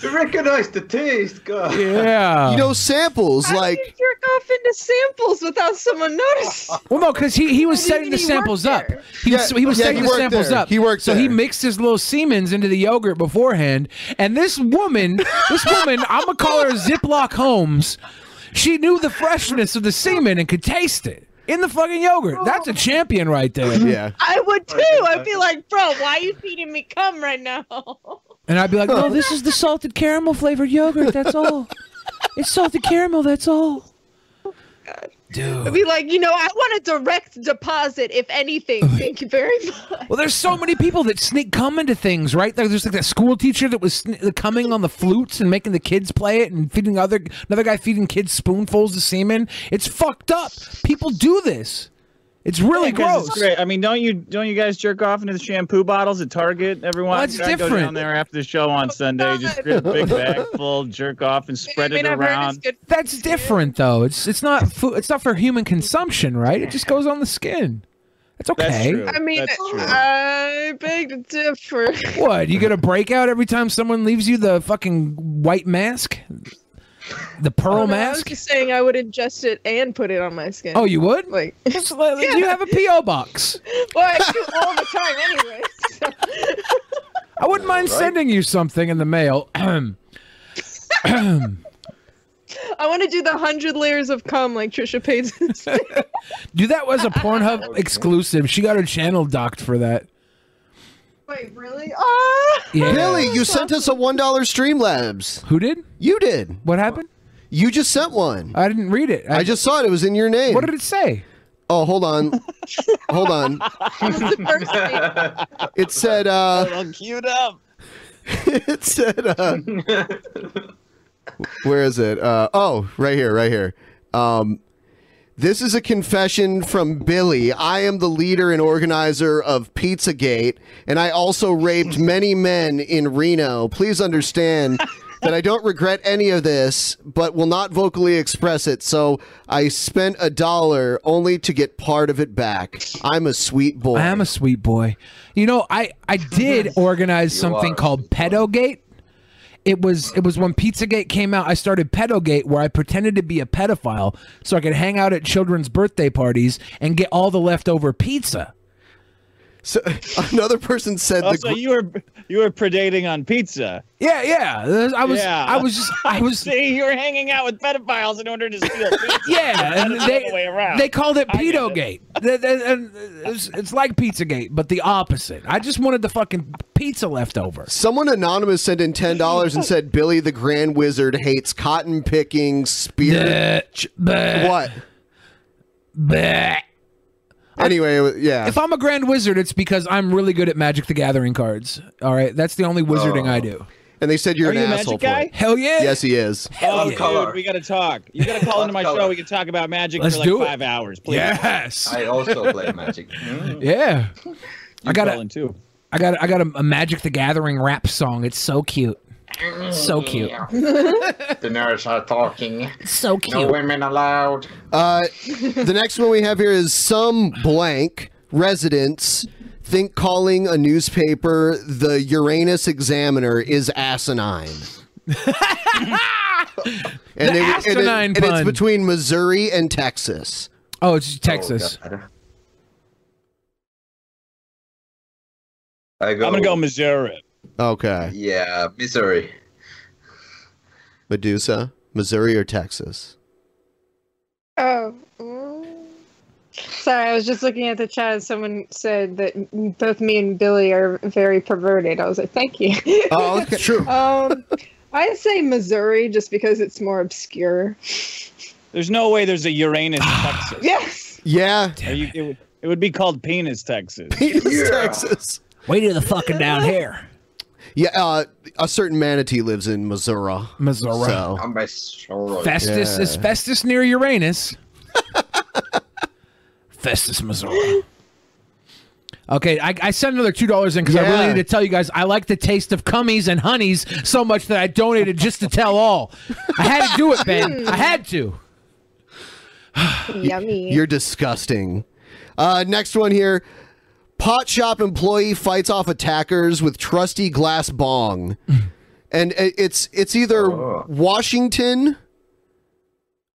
You recognize the taste, God.
Yeah.
you know samples like
jerk off into samples without someone noticing.
Well, no, because he, he was setting the samples up. He was,
Yeah,
he was
yeah,
setting
he
the
worked
samples
there.
up.
He worked
So he
there.
mixed his little Siemens into the yogurt beforehand. And this woman, this woman, I'm gonna call her Ziploc Holmes. She knew the freshness of the semen and could taste it in the fucking yogurt. That's a champion right there.
Yeah.
I would too. I'd be like, bro, why are you feeding me cum right now?
And I'd be like, no, this is the salted caramel flavored yogurt. That's all. It's salted caramel. That's all.
I'd be like, you know, I want a direct deposit, if anything. Thank you very much.
Well, there's so many people that sneak cum into things, right? There- There's like that school teacher that was sne- coming on the flutes and making the kids play it, and feeding other another guy feeding kids spoonfuls of semen. It's fucked up. People do this. It's really gross.
It's great. I mean, don't you don't you guys jerk off into the shampoo bottles at Target? Everyone,
That's
Gotta Go down
different.
there after the show on Sunday. Just get a big bag full, jerk off, and spread it around.
That's different, though. It's it's not food. It's not for human consumption, right? It just goes on the skin. That's okay.
I mean, I beg to differ.
What? You get a breakout every time someone leaves you the fucking white mask, the
Oh,
pearl
no, I was
mask.
just saying I would ingest it and put it on my skin.
Oh, you would?
Like,
Do you have a PO box?
well, I do all the time anyway. so-
I wouldn't mind
Right.
sending you something in the mail. Ahem. Ahem.
I want to do the hundred layers of cum like Trisha Paytas.
Dude, that was a Pornhub exclusive. She got her channel docked for that.
Wait, really? Ah!
Yeah.
Billy, you sent us a one dollar Streamlabs.
Who did?
You did.
What happened?
You just sent one.
I didn't read it.
I, just saw it. It was in your name. What did
it say?
Oh, hold on. hold on. It said. uh
Queued up.
It said. uh Where is it? Uh, oh, right here, right here. Um, this is a confession from Billy. I am the leader and organizer of Pizzagate, and I also raped many men in Reno. Please understand that I don't regret any of this, but will not vocally express it. So I spent a dollar only to get part of it back. I'm a sweet boy. I
am a sweet boy. You know, I I did organize something
are.
called Pedogate. it was it was when Pizzagate came out. I started Pedogate, where I pretended to be a pedophile so I could hang out at children's birthday parties and get all the leftover pizza.
So another person said
Also, you were you were predating on pizza.
Yeah, yeah. I was, I was just, I was.
See, you were hanging out with pedophiles in order to steal pizza.
Yeah,
Not
and
the
they,
other way around.
they called it
I get
Pedogate. Th- th- and It's, it's like Pizzagate, but the opposite. I just wanted the fucking pizza left over.
Someone anonymous sent in ten dollars and said Billy the Grand Wizard hates cotton picking spear.
Bleh, bleh.
What?
Bleh.
Anyway, it wa- yeah.
If I'm a grand wizard, it's because I'm really good at Magic the Gathering cards. All right, that's the only wizarding
Oh.
I do.
And they said you're
Are
an
you a magic
asshole.
guy? Hell yeah.
Yes, he is.
Oh, dude, we gotta talk. You gotta call into my show. We can talk about magic
Let's
for like
do it.
five hours, please.
Yes.
I also play Magic. Mm.
Yeah. I got
calling too.
I got I got a, a Magic the Gathering rap song. It's so cute. So cute.
the nerds are talking.
So
No
cute.
women allowed.
Uh, the next one we have here is some blank residents think calling a newspaper the Uranus Examiner is asinine.
The
they-
asinine
and, it- and it's
pun.
between Missouri and Texas.
Oh, it's just Texas.
I go.
I'm gonna go Missouri.
okay.
Yeah, Missouri.
Medusa, Missouri or Texas?
Oh. mm. Sorry, I was just looking at the chat and someone said that m- both me and Billy are very perverted. I was like, thank you.
Oh, okay. True.
um, I say Missouri just because it's more obscure.
There's no way there's a Uranus
Ah,
Texas.
Yes.
Yeah.
Are you, it, would, it would be called Penis Texas.
Penis Texas.
Wait till the fucking down here.
Yeah, uh, a certain manatee lives in Missouri.
Missouri.
So.
I'm Missouri.
Festus is Festus near Uranus. Festus, Missouri. Okay, I, I sent another two dollars in because I
Yeah.
really need to tell you guys I like the taste of cummies and honeys so much that I donated just to tell all. I had to do it, Ben. I had to.
Yummy.
You're disgusting. Uh, next one here. Pot shop employee fights off attackers with trusty glass bong. and i- it's it's either Washington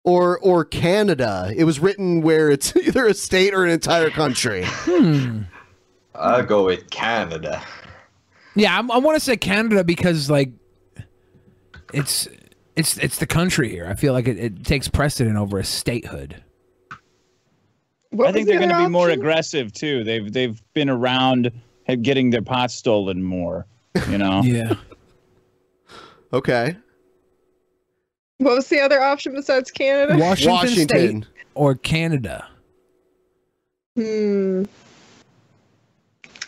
or or Canada. It was written where it's either a state or an entire country.
Hmm.
I'll go with Canada.
Yeah, I'm, I want to say Canada because like it's it's it's the country here. I feel like it, it takes precedent over a statehood.
I think
was the
they're going to
other
be more
option?
aggressive too. They've they've been around at getting their pot stolen more. You know.
yeah.
Okay.
What was the other option besides Canada?
Washington, State or Canada.
Hmm.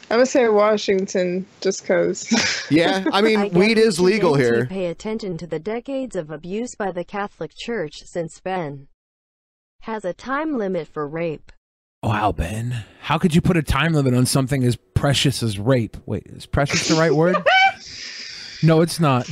I'm gonna say Washington just cause.
Yeah, I mean weed is legal here.
Pay attention to the decades of abuse by the Catholic Church since Ben has a time limit for rape.
Wow, Ben. How could you put a time limit on something as precious as rape? Wait, is precious the right word? no, it's not.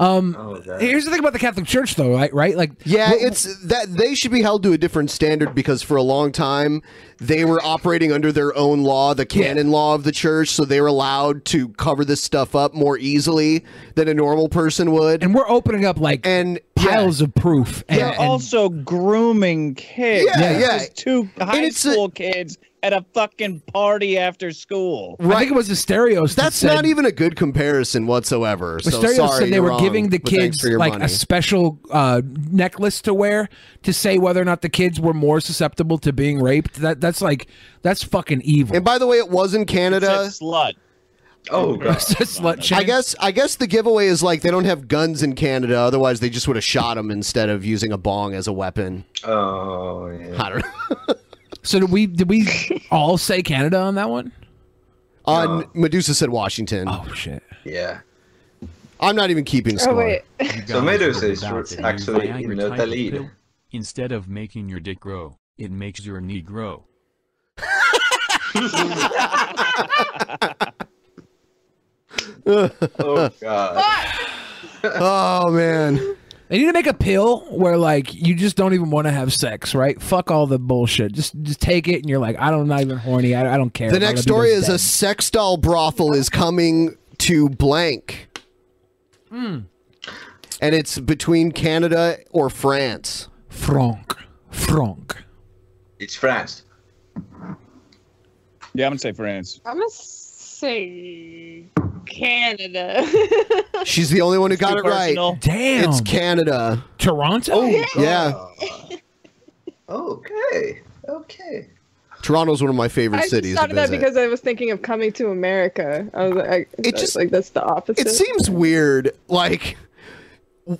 Um,
Oh,
here's the thing about the Catholic Church, though, right? Right? Like,
Yeah, it's that they should be held to a different standard because for a long time they were operating under their own law, the canon law of the church, so they were allowed to cover this stuff up more easily than a normal person would.
And we're opening up like
and
piles of proof. And,
They're also grooming kids.
Yeah,
This
yeah.
is two high school kids at a fucking party after school.
I think it was the stereos. that
That's
said-
not even a good comparison whatsoever.
The
So
stereo
sorry,
said they
you're
were
wrong,
giving the
but thanks
kids
for your
like
money.
a special uh, necklace to wear to say whether or not the kids were more susceptible to being raped. That that's like that's fucking evil.
And by the way, it was in Canada.
slut.
Oh god.
slut
I
shame.
guess I guess the giveaway is like they don't have guns in Canada, otherwise they just would have shot him instead of using a bong as a weapon.
Oh yeah.
I don't know.
So did we did we all say Canada on that one?
On Uh, Medusa said Washington.
Oh shit.
Yeah.
I'm not even keeping score.
So Medusa is
Without the new
actually
Viagra
in the
type
lead.
pill, Instead of making your dick grow, it makes your knee grow.
oh god.
oh man.
They need to make a pill where like you just don't even want to have sex, right? Fuck all the bullshit. Just just take it and you're like, I don't I'm not even horny. I, I don't care.
The next story is a sex doll brothel is coming to blank.
Hmm.
and it's between Canada or France.
Franc, franc.
It's France.
Yeah, I'm gonna say France.
I'm gonna say Canada.
She's the only one who got it
Too personal.
right. Damn, it's Canada. Oh.
Toronto.
Oh.
yeah.
Okay. Okay.
Toronto's one of my favorite
I
cities.
just thought
to
of that
visit.
because I was thinking of coming to America. I was like, I,
It just-
like that's the opposite.
It seems weird. Like,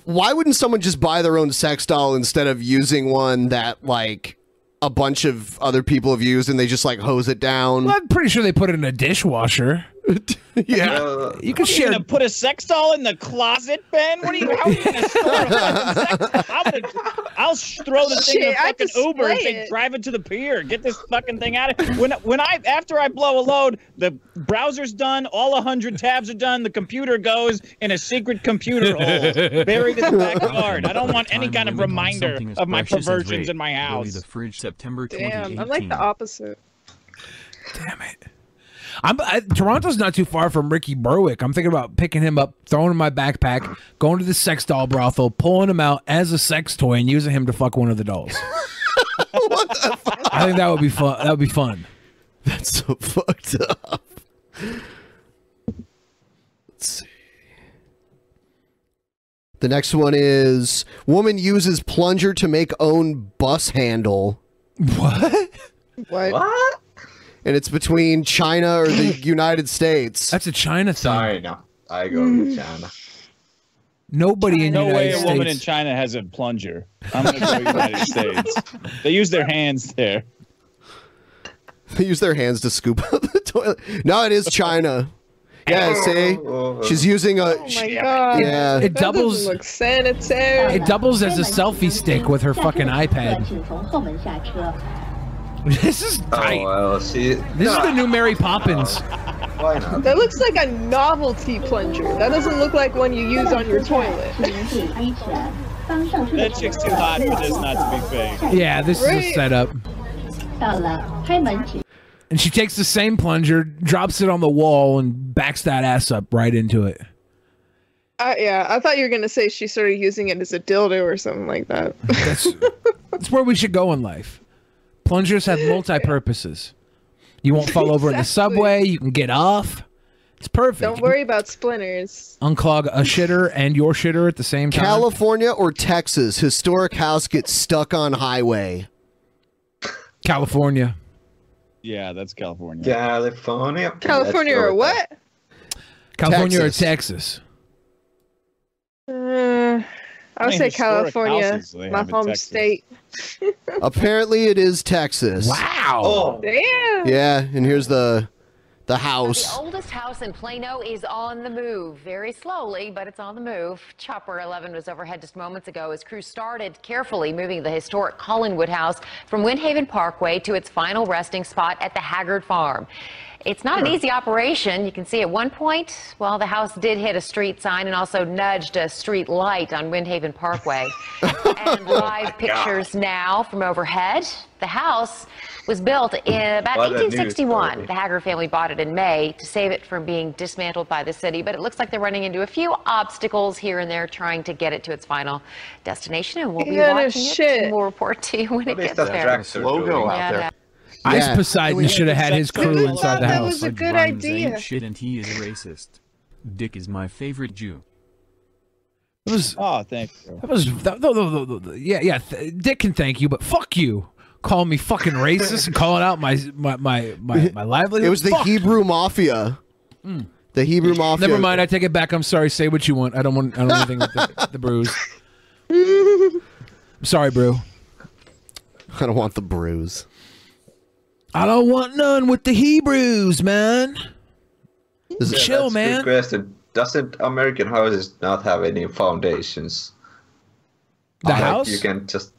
why wouldn't someone just buy their own sex doll instead of using one that like a bunch of other people have used and they just like hose it down?
Well, I'm pretty sure they put it in a dishwasher.
yeah,
you can
What,
share-
You gonna put a sex doll in the closet, Ben? What are you? How are you gonna store a fucking sex? doll? I'm gonna, I'll sh- throw this thing in a
Shit, I
fucking Uber and
display
say,
it.
drive it to the pier. Get this fucking thing out of when when I after I blow a load, the browser's done, all hundred tabs are done, the computer goes in a secret computer hole buried in the backyard. I don't want any kind of reminder
Something as
of my
precious as
perversions
rape.
in my
Billy
house.
the fridge, September
Damn,
2018.
I'm like the opposite.
I'm, I, Toronto's not too far from Ricky Berwick. I'm thinking about picking him up, throwing him in my backpack, going to the sex doll brothel, pulling him out as a sex toy, and using him to fuck one of the dolls. I think that would be fun. That would be fun.
That's so fucked up. Let's see. The next one is woman uses plunger to make own bus handle. What?
What?
And it's between China or the United States.
That's a China thing.
China. I go
Mm.
with China.
Nobody in the
no way
United
a
States.
woman in China has a plunger. I'm gonna go United States. They use their hands there.
They use their hands to scoop up the toilet. No, it is China. Yeah, see? She's using a.
Oh my god.
Yeah.
That doesn't Look sanitary.
It doubles as a selfie stick with her fucking iPad. This is tight.
Oh, well, see.
This is the new Mary Poppins.
That looks like a novelty plunger. That doesn't look like one you use on your toilet.
That chick's too hot for this not to be fake.
Yeah, this is a
Right.
setup.
Uh,
And she takes the same plunger, drops it on the wall, and backs that ass up right into it.
Uh, yeah, I thought you were gonna say she started using it as a dildo or something like that.
That's that's where we should go in life. Plungers have multi purposes. You won't fall over in the subway. You can get off. It's perfect.
Don't worry about splinters.
Unclog a shitter and your shitter at the same time.
California or Texas? Historic house gets stuck on highway.
California.
Yeah, that's California.
California.
California or what?
California
Texas.
or Texas?
Uh, I would
Hey,
say
historic
California,
houses they
my
have in
home
Texas.
state.
Apparently, it is Texas.
Wow.
Oh,
Damn.
Yeah, and here's the the house.
oldest house in Plano is on the move, very slowly, but it's on the move. Chopper 11 was overhead just moments ago as crews started carefully moving the historic Collinwood house from Windhaven Parkway to its final resting spot at the Haggard Farm. It's not an easy operation. You can see at one point, well, the house did hit a street sign and also nudged a street light on Windhaven Parkway. and live pictures now from overhead. The house was built in about
What a news
1861.
story.
The Hager family bought it in May to save it from being dismantled by the city, but it looks like they're running into a few obstacles here and there trying to get it to its final destination. And we'll be
Yeah, no
watching it.
shit.
and We'll report to you when it gets
that
there.
tractor logo out
Yeah,
there?
that-
Ice
Yeah.
Poseidon
We
should have had his crew inside the house.
a good
Rhymes
idea.
ain't Shit, and he is racist. Dick is my favorite Jew.
That was,
oh, thank you.
That was that, no, no, no, no, no. yeah, yeah. Th- Dick can thank you, but fuck you. Calling me fucking racist and calling out my my my my, my livelihood.
It was the
Fuck.
Hebrew Mafia. The Hebrew Mafia.
Never mind. I take it back. I'm sorry. Say what you want. I don't want. I don't want anything with the, the bruise. I'm sorry, bro.
I don't want the bruise.
I don't want none with the Hebrews, man.
Yeah,
Chill,
that's a
man.
Good question. Doesn't American houses not have any foundations?
The
Like,
house?
You can just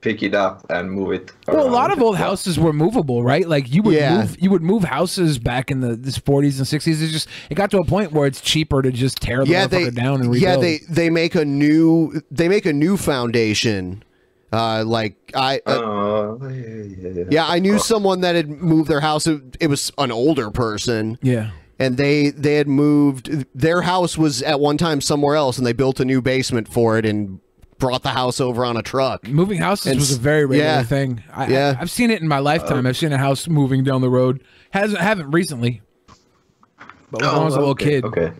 pick it up and move it.
Well, a
around.
lot of old houses were movable, right? Like you would
Yeah.
move, you would move houses back in the forties and sixties. It just it got to a point where it's cheaper to just tear the
yeah,
motherfucker
they
down and
yeah
rebuild.
they they make a new they make a new foundation. Uh, like I uh,
Oh, yeah, yeah, yeah.
yeah, I knew someone that had moved their house. It, it was an older person.
Yeah.
and they they had moved their house was at one time somewhere else and they built a new basement for it and brought the house over on a truck
moving houses was a very regular thing. I,
yeah. Uh,
I, have seen it in my lifetime. I've seen a house moving down the road. Hasn't haven't recently, but when I was a little kid.
Oh, Okay.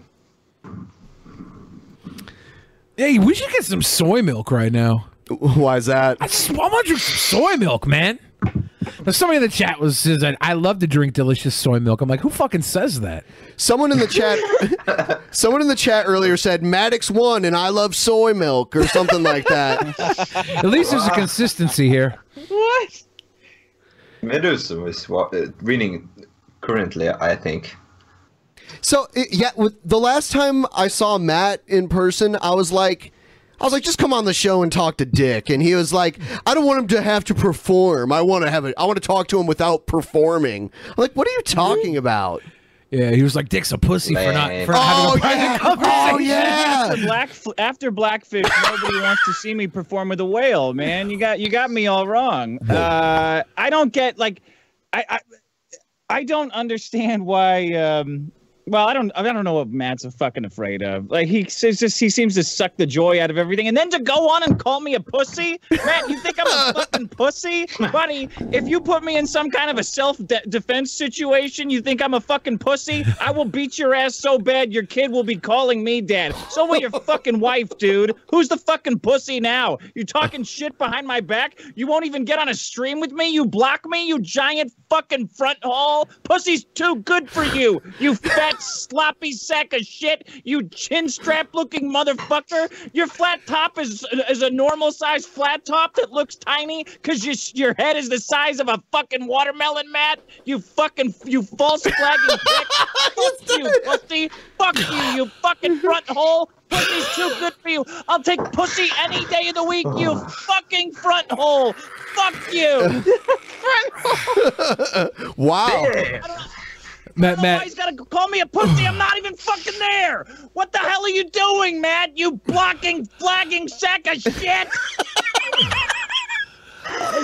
Hey, we should get some soy milk right now.
Why is that?
I, just, I want to drink some soy milk, man. Now, somebody in the chat was says that I love to drink delicious soy milk. I'm like, who fucking says that?
Someone in the chat, someone in the chat earlier said Maddox won, and I love soy milk or something like that.
At least there's a consistency here.
What?
Medusa is wa- uh, winning currently, I think.
So it, yeah, with the last time I saw Matt in person, I was like, I was like, just come on the show and talk to Dick, and he was like, I don't want him to have to perform. I want to have it. I want to talk to him without performing. I'm like, what are you talking about?
Yeah, he was like, Dick's a pussy for not for
Uh,
not
oh,
having a private
yeah.
conversation.
Oh, yeah.
After, Black, after Blackfish, nobody wants to see me perform with a whale, man. You got you got me all wrong. Uh, I don't get like, I, I I don't understand why. Um, well, I don't I don't know what Matt's fucking afraid of. Like he says, just he seems to suck the joy out of everything, and then to go on and call me a pussy, Matt. You think I'm a fucking pussy, buddy? If you put me in some kind of a self de- defense situation, you think I'm a fucking pussy? I will beat your ass so bad your kid will be calling me dad. So will your fucking wife, dude. Who's the fucking pussy now? You talking shit behind my back? You won't even get on a stream with me. You block me. You giant fucking front hall. Pussy's too good for you. You fat sloppy sack of shit, you chin strap looking motherfucker. Your flat top is is a normal size flat top that looks tiny because your your head is the size of a fucking watermelon, Matt. You fucking you false flagging dick. Fuck you, pussy. Fuck you, you fucking front hole. Pussy's too good for you. I'll take pussy any day of the week, you fucking front hole. Fuck you.
wow.
Matt,
Why he's gotta call me a pussy? I'm not even fucking there. What the hell are you doing, Matt? You blocking, flagging sack of shit.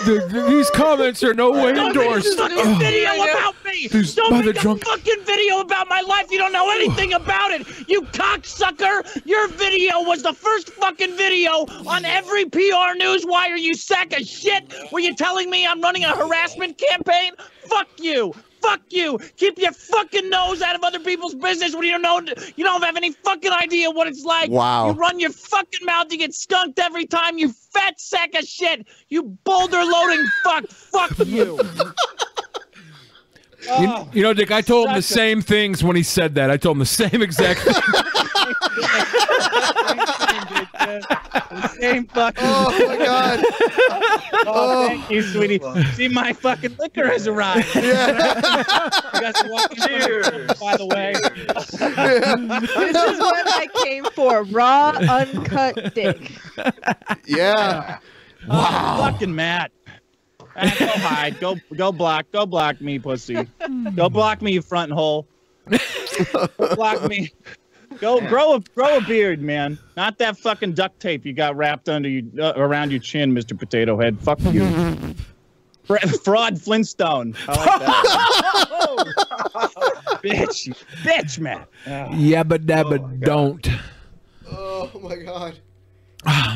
The- the- these comments are no way
Don't make a
endorsed.
fucking video
Ugh.
about me.
These
Don't
mother
make a
drunk-
fucking video about my life. You don't know anything about it. You cocksucker. Your video was the first fucking video on every PR news wire. You sack of shit. Were you telling me I'm running a harassment campaign? Fuck you. Fuck you. Keep your fucking nose out of other people's business when you don't know. You don't have any fucking idea what it's like.
Wow.
You run your fucking mouth. You get skunked every time. You fat sack of shit. You boulder loading fuck. Fuck you.
You, you know, Dick, I told him the same things when he said that. I told him the same exact thing.
Same fucking. Oh
my god.
oh, thank you, sweetie. See, my fucking liquor has arrived. You guys are welcome. By the way,
this is what I came for raw, uncut dick.
Yeah.
Wow. Oh, fucking Matt. Ah, go hide. Go go block. Go block me, pussy.
Hmm.
Go block me, you front hole. block me. Go grow a grow a beard, man. Not that fucking duct tape you got wrapped under you uh, around your chin, Mr. Potato Head. Fuck you. Fra- Fraud Flintstone. I like that. bitch, you bitch, Matt.
yeah, but that, but don't.
Oh my god.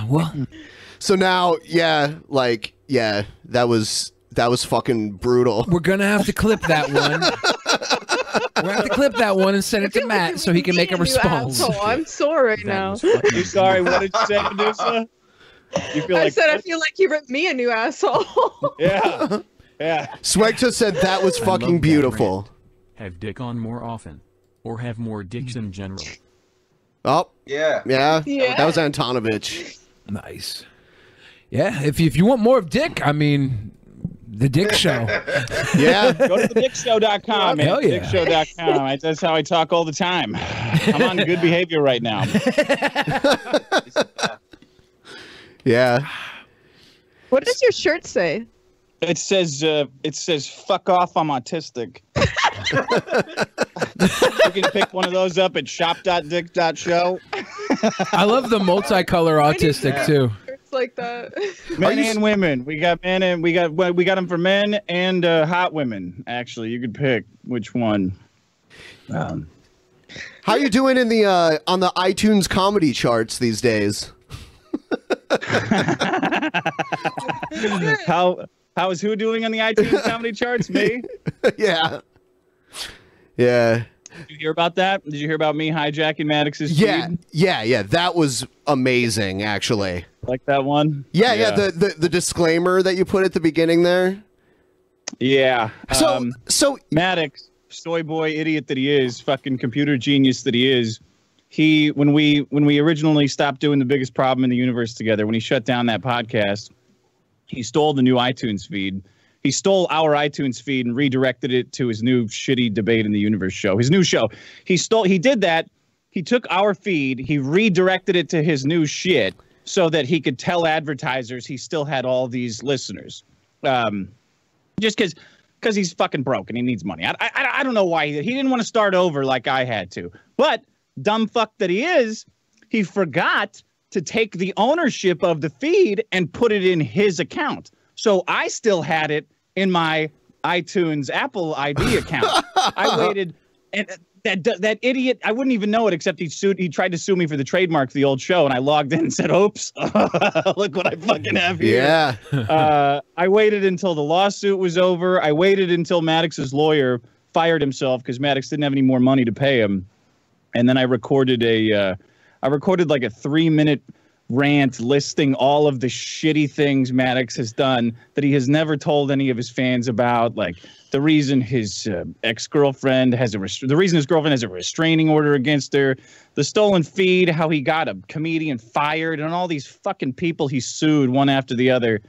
well.
So now, yeah, like, yeah, that was that was fucking brutal.
We're gonna have to clip that one. We're gonna have to clip that one and send it to Matt so he can make a response.
So I'm sore right now.
You sorry? What did you say, Medusa? You feel
I
like
said I feel like you ripped me a new asshole.
yeah, yeah.
Swagta said that was
I love
fucking
that
beautiful.
Have dick on more often, or have more dicks in general.
Oh.
Yeah.
Yeah.
Yeah.
That was Antonovich.
Nice. Yeah, if you, if you want more of Dick, I mean, the Dick Show.
Go to thedickshow.com, man.
Hell yeah.
Dickshow.com. I, that's how I talk all the time. I'm on good behavior right now.
Yeah.
What does your shirt say?
It says uh, it says fuck off. I'm autistic. you can pick one of those up at shop.dick.show.
I love the multicolor autistic too.
Shirts like that.
Men and women. We got men and we got well, we got them for men and uh, hot women. Actually, you could pick which one.
How you doing in the uh, on the iTunes comedy charts these days?
how how is who doing on the iTunes comedy charts? Me?
yeah. Yeah.
Did you hear about that? Did you hear about me hijacking Maddox's
Yeah,
tweet?
yeah, yeah. That was amazing, actually.
Like that one?
Yeah, yeah.
Yeah.
the, the the disclaimer that you put at the beginning there.
Yeah. um,
So- so
Maddox, soy boy idiot that he is, fucking computer genius that he is. He when we when we originally stopped doing the biggest problem in the universe together, when he shut down that podcast, he stole the new iTunes feed. He stole our iTunes feed and redirected it to his new shitty debate in the universe show. His new show. He stole he did that. He took our feed, he redirected it to his new shit so that he could tell advertisers he still had all these listeners. Um just because because he's fucking broke and he needs money. I, I, I don't know why he, he didn't want to start over like I had to. But dumb fuck that he is, he forgot to take the ownership of the feed and put it in his account. So I still had it in my iTunes Apple ID account. I waited and that that idiot I wouldn't even know it except he sued he tried to sue me for the trademark for the old show and I logged in and said oops look what I fucking have here
Yeah.
uh, I waited until the lawsuit was over. I waited until Maddox's lawyer fired himself because Maddox didn't have any more money to pay him. And then I recorded a, uh, I recorded like a three minute rant listing all of the shitty things Maddox has done that he has never told any of his fans about, like the reason his uh, ex girlfriend has a rest- the reason his girlfriend has a restraining order against her, the stolen feed, how he got a comedian fired, and all these fucking people he sued one after the other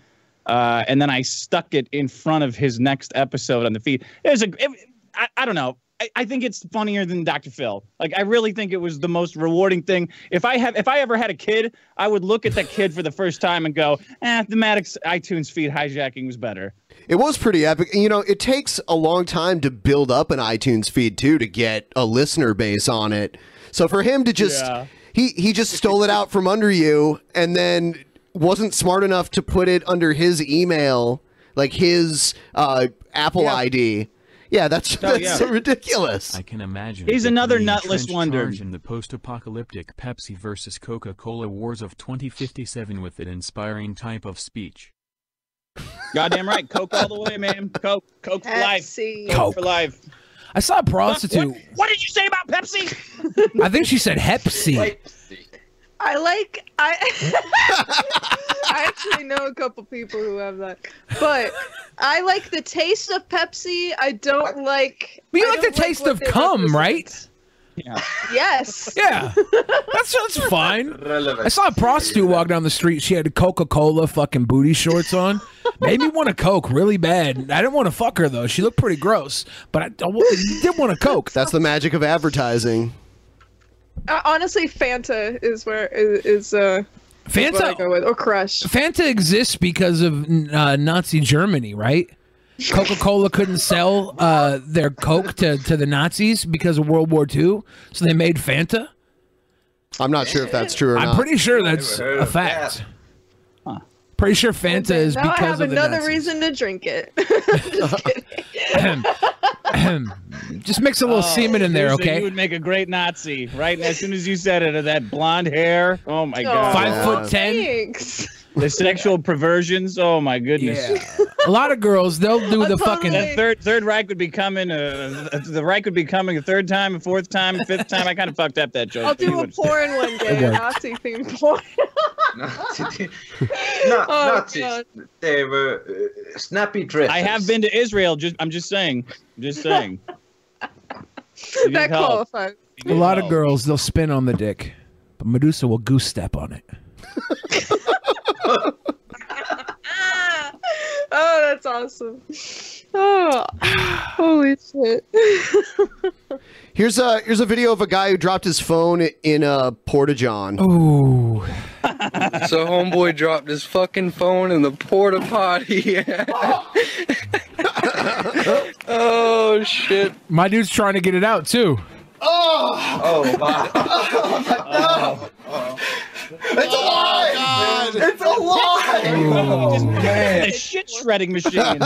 uh, and then I stuck it in front of his next episode on the feed. It was a, it, I, I don't know. I, I think it's funnier than Dr. Phil. Like I really think it was the most rewarding thing. If I have, if I ever had a kid, I would look at that kid for the first time and go, "Eh, the Maddox iTunes feed hijacking was better."
It was pretty epic. You know, it takes a long time to build up an iTunes feed too to get a listener base on it. So for him to just
Yeah.
he he just stole it out from under you and then wasn't smart enough to put it under his email, like his uh, Apple
Yeah.
ID. Yeah, that's
Oh,
that's
yeah.
so ridiculess.
I can imagine.
He's
it
another
being a
nutless
trench
wonder.
charge in the post-apocalyptic Pepsi versus Coca-Cola wars of 2057 with an inspiring type of speech.
Goddamn right, Coke all the way, man. Coke, Coke for life. Coke,
Coke.
for life.
I saw a prostitute.
What, what did you say about Pepsi?
I think she said Hep C.
I like I I actually know a couple people who have that. But I like the taste of Pepsi. I don't like
But you
I
like the
don't
taste
what
of
they
cum,
represent.
right?
Yes.
Yeah. That's that's fine. I saw a prostitute walk down the street. She had Coca Cola fucking booty shorts on. Made me want a Coke really bad. I didn't want to fuck her though. She looked pretty gross, but I, I wa- did want a Coke.
That's the magic of advertising.
Uh, honestly, Fanta is where is, is uh is what I
Fanta-
go with or Crush.
Fanta exists because of uh, Nazi Germany, right? Coca Cola couldn't sell uh, their Coke to, to the Nazis because of World War II, so they made Fanta.
I'm not sure if that's true or
I'm
not.
pretty sure that's a fact. Pretty sure Fanta is
now I
because
have
of the
another
Nazis.
reason to drink it.
Just mix a little
Oh,
semen in there,
Lisa,
okay?
You would make a great Nazi, right? And As soon as you said it, uh, that blonde hair. Oh my god.
Five foot ten.
The sexual perversions. Oh my goodness.
a lot of girls, they'll do the fucking.
That third third Reich would be coming. Uh, the Reich would be coming a third time, a fourth time, a fifth time. I kind of fucked up that joke.
I'll
but you
do a
would-
porn one day, a Nazi themed porn.
Na-
Oh,
Nazis,
God.
they were uh, snappy dresses.
I have been to Israel. Just I'm just saying. Just saying. You need
that
help.
qualifies.
A lot of girls, they'll spin on the dick, but Medusa will goose step on it.
Oh, that's awesome. Oh, holy shit.
Here's a here's a video of a guy who dropped his phone in a porta john.
Ooh.
so homeboy dropped his fucking phone in the porta potty.
Oh shit! My dude's trying to get it out too.
oh.
Oh wow!
It's a lie.
It's a lie.
Oh,
The shit shredding machine.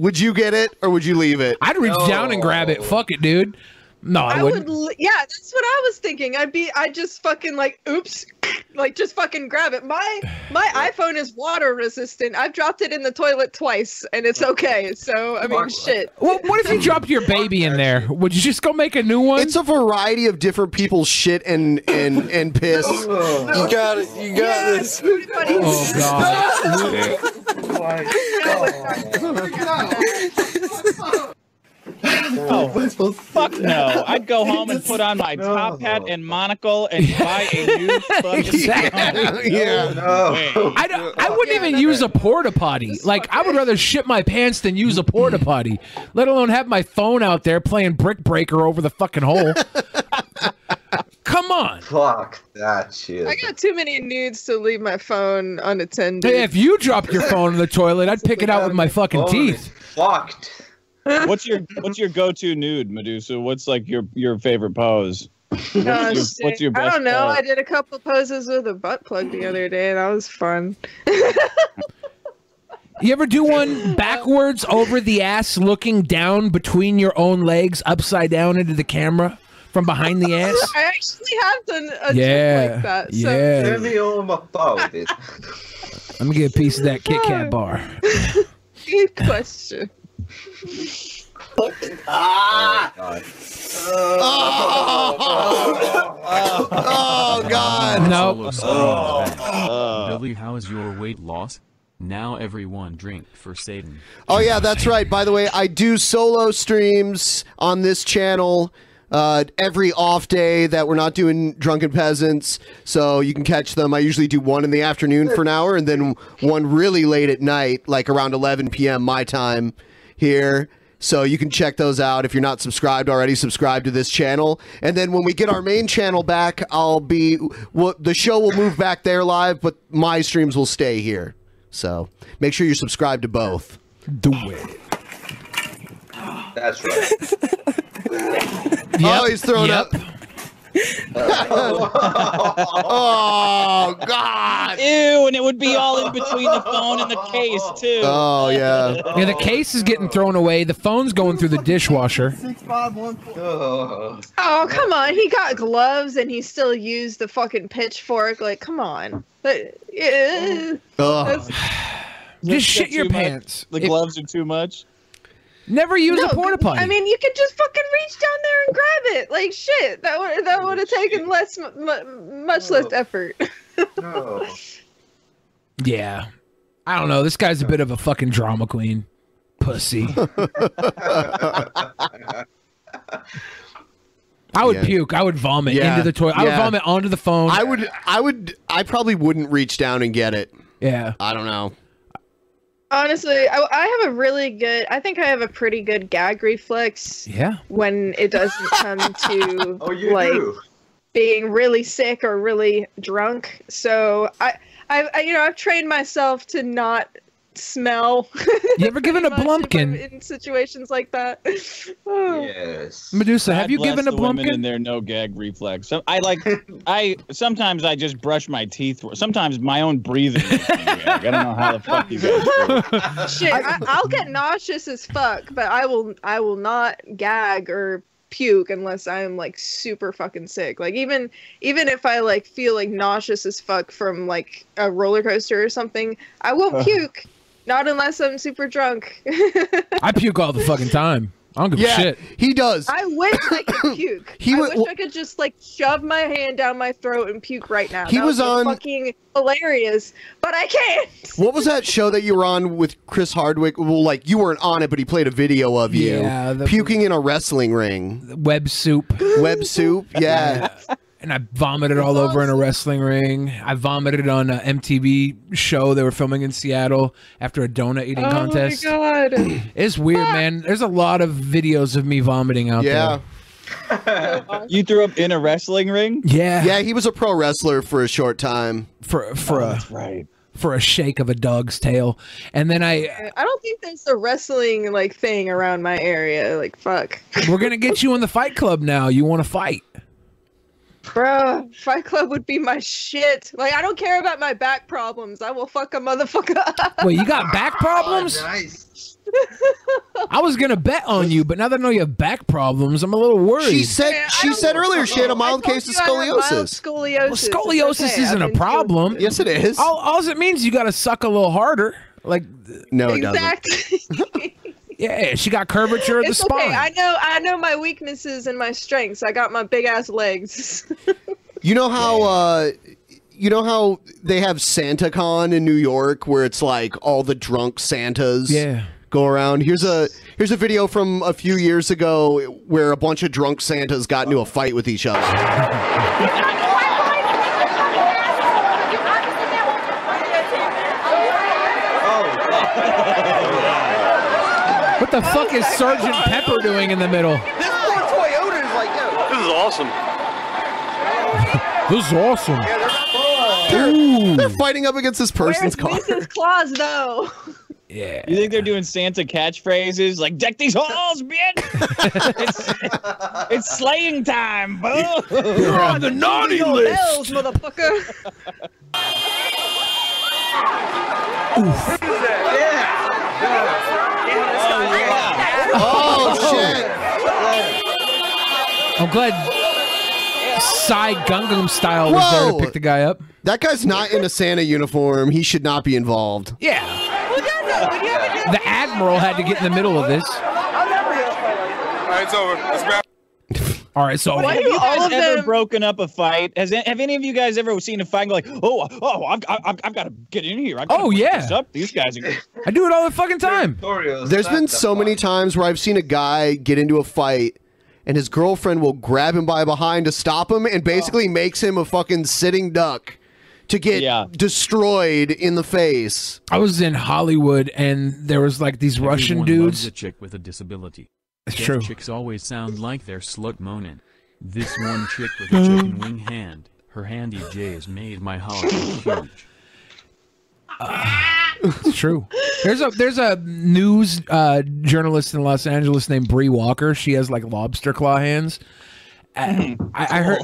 would you get it or would you leave it?
I'd reach down and grab it. Fuck it, dude. No, I,
I
wouldn't.
would, li- yeah, that's what I was thinking. I'd be, I'd just fucking like, oops, like just fucking grab it. My my iPhone is water resistant. I've dropped it in the toilet twice, and it's okay. So I mean, shit.
Well, what if you dropped your baby in there? Would you just go make a new one?
It's a variety of different people's shit and and and piss.
You got it. You got this.
Oh, God.
Oh, fuck no. I'd go home and put on my top hat and monocle and buy a new fucking
yeah. I, don't- I wouldn't even use a porta potty. Like I would rather shit my pants than use a porta potty, let alone have my phone out there playing Brick Breaker over the fucking hole. Come on.
Fuck that shit.
I got too many nudes to leave my phone unattended.
Hey, if you dropped your phone in the toilet, I'd pick it out with my fucking teeth.
Fucked.
What's your What's your go to nude, Medusa? What's like your your favorite pose? What's your,
Oh, shit.
what's your best
I don't know.
pose?
I did a couple poses with a butt plug the other day, and that was fun.
You ever do one backwards over the ass, looking down between your own legs, upside down into the camera from behind the ass?
I actually have done a
Yeah,
trick like that. So.
yeah. Tell me
all about it.
Let me get a piece of that Kit Kat bar.
Good question.
ah! Oh, God.
Solo
Oh.
Solomon's back. Billy, how is your weight loss? Now everyone drink for Satan.
Oh yeah, that's right. By the way, I do solo streams on this channel uh, every off day that we're not doing drunken peasants, so you can catch them. I usually do one in the afternoon for an hour, and then one really late at night, like around 11 p.m. my time here. So you can check those out if you're not subscribed already. Subscribe to this channel, and then when we get our main channel back, I'll be well, the show will move back there live, but my streams will stay here. So make sure you're subscribed to both.
Do it.
That's right.
Oh, he's thrown up. oh God!
Ew, and it would be all in between the phone and the case too.
Oh yeah.
Yeah, the case is getting thrown away. The phone's going through the dishwasher.
Six five one four. Oh come on! He got gloves and he still used the fucking pitchfork. Like, come on. But, eh, that's-
Just
Is that
shit your
too much?
pants.
The
If-
gloves are too much.
Never use
No,
a porta potty.
I mean, you could just fucking reach down there and grab it. Like shit, that would that would have taken less, mu- mu- much less effort.
yeah. I don't know. This guy's a bit of a fucking drama queen. Pussy. I would
Yeah.
puke. I would vomit
Yeah.
into the toilet. I would
Yeah.
vomit onto the phone.
I would. I would. I probably wouldn't reach down and get it.
Yeah.
I don't know.
Honestly, I, I have a really good. I think I have a pretty good gag reflex
Yeah.
when it doesn't come to
Oh, you
like
do.
being really sick or really drunk. So I, I, I, you know, I've trained myself to not smell
You ever given a blumpkin?
in situations like that. Oh.
Yes.
Medusa, have
God
you
bless
given a
the women
blumpkin?
in their no gag reflex? So I like. I sometimes I just brush my teeth. Sometimes my own breathing. is a gag. I don't know how the fuck you guys. do it.
Shit, I, I'll get nauseous as fuck, but I will I will not gag or puke unless I am like super fucking sick. Like even even if I like feel like nauseous as fuck from like a roller coaster or something, I
Uh-huh.
won't puke. Not unless I'm super drunk.
I puke all the fucking time. I don't give
Yeah,
a shit.
He does.
I wish I could puke.
He
I
wa-
wish I could just like shove my hand down my throat and puke right now.
He
That
was
would be
on-
fucking hilarious, but I can't.
What was that show that you were on with Chris Hardwick? Well, like you weren't on it, but he played a video of you
Yeah, the-
puking in a wrestling ring.
Web soup.
Web soup. Yeah.
and I vomited all over in a wrestling ring. I vomited on a MTV show they were filming in Seattle after a donut eating contest.
Oh my god.
It's weird, man. There's a lot of videos of me vomiting out
Yeah.
You threw up in a wrestling ring?
Yeah.
Yeah, he was a pro wrestler for a short time.
For for a for a shake of a dog's tail. And then I
I don't think there's a wrestling like thing around my area. Like fuck.
we're gonna get you in the fight club now. You want to fight?
Bro, Fight Club would be my shit. Like, I don't care about my back problems. I will fuck a motherfucker up.
Wait, you got back problems?
nice.
I was gonna bet on you, but now that I know you have back problems, I'm a little worried.
She said she said earlier she had a mild case of
you Oh, I have mild
scoliosis.
Scoliosis.
Well, scoliosis
It's okay.
isn't a problem.
Yes, it is.
All, all it means is you got to suck a little harder. Like
no,
it doesn't.
yeah, she got curvature of the
It's
spine.
okay. I know. I know my weaknesses and my strengths. I got my big ass legs.
You know how uh, you know how they have SantaCon in New York where it's like all the drunk Santas
Yeah.
go around. Here's a here's a video from a few years ago where a bunch of drunk Santas got into a fight with each other.
What the fuck is Sergeant Pepper doing in the middle?
This poor Toyota is like, yo. This is awesome.
This is awesome.
They're, they're fighting up against this person's car.
Mrs. Claus, though.
Yeah.
You think they're doing Santa catchphrases like "Deck these halls, bitch"? it's, it's slaying time, boo!
You're on the naughty
Jingle
Bells, motherfucker.
Oh shit!
I'm glad Psy Gungam Style was there to
Whoa.
pick the guy up.
That guy's not in a Santa uniform. He should not be involved.
Yeah. The Admiral had to get in the middle of this.
Alright, it's over. It's back.
All right, so
Have you guys ever broken up a fight? Has have any of you guys ever seen a fight and go like, oh, oh, I've, I've, I've got to get in here. I've gotta
Oh,
break
yeah.
this up. These guys are.
I do it all the fucking time.
There's been so many times where I've seen a guy get into a fight and his girlfriend will grab him by behind to stop him and basically makes him a fucking sitting duck to get destroyed in the face.
I was in Hollywood and there was like these Russian
Everyone
dudes.
Loves a chick with a disability.
It's
Deaf
true.
Chicks always sound like they're slut moaning. This one chick with a chicken wing hand, her handy J's made my holiday huge.
It's true. There's a there's a news uh, journalist in Los Angeles named Bree Walker. She has like lobster claw hands. I, I I heard,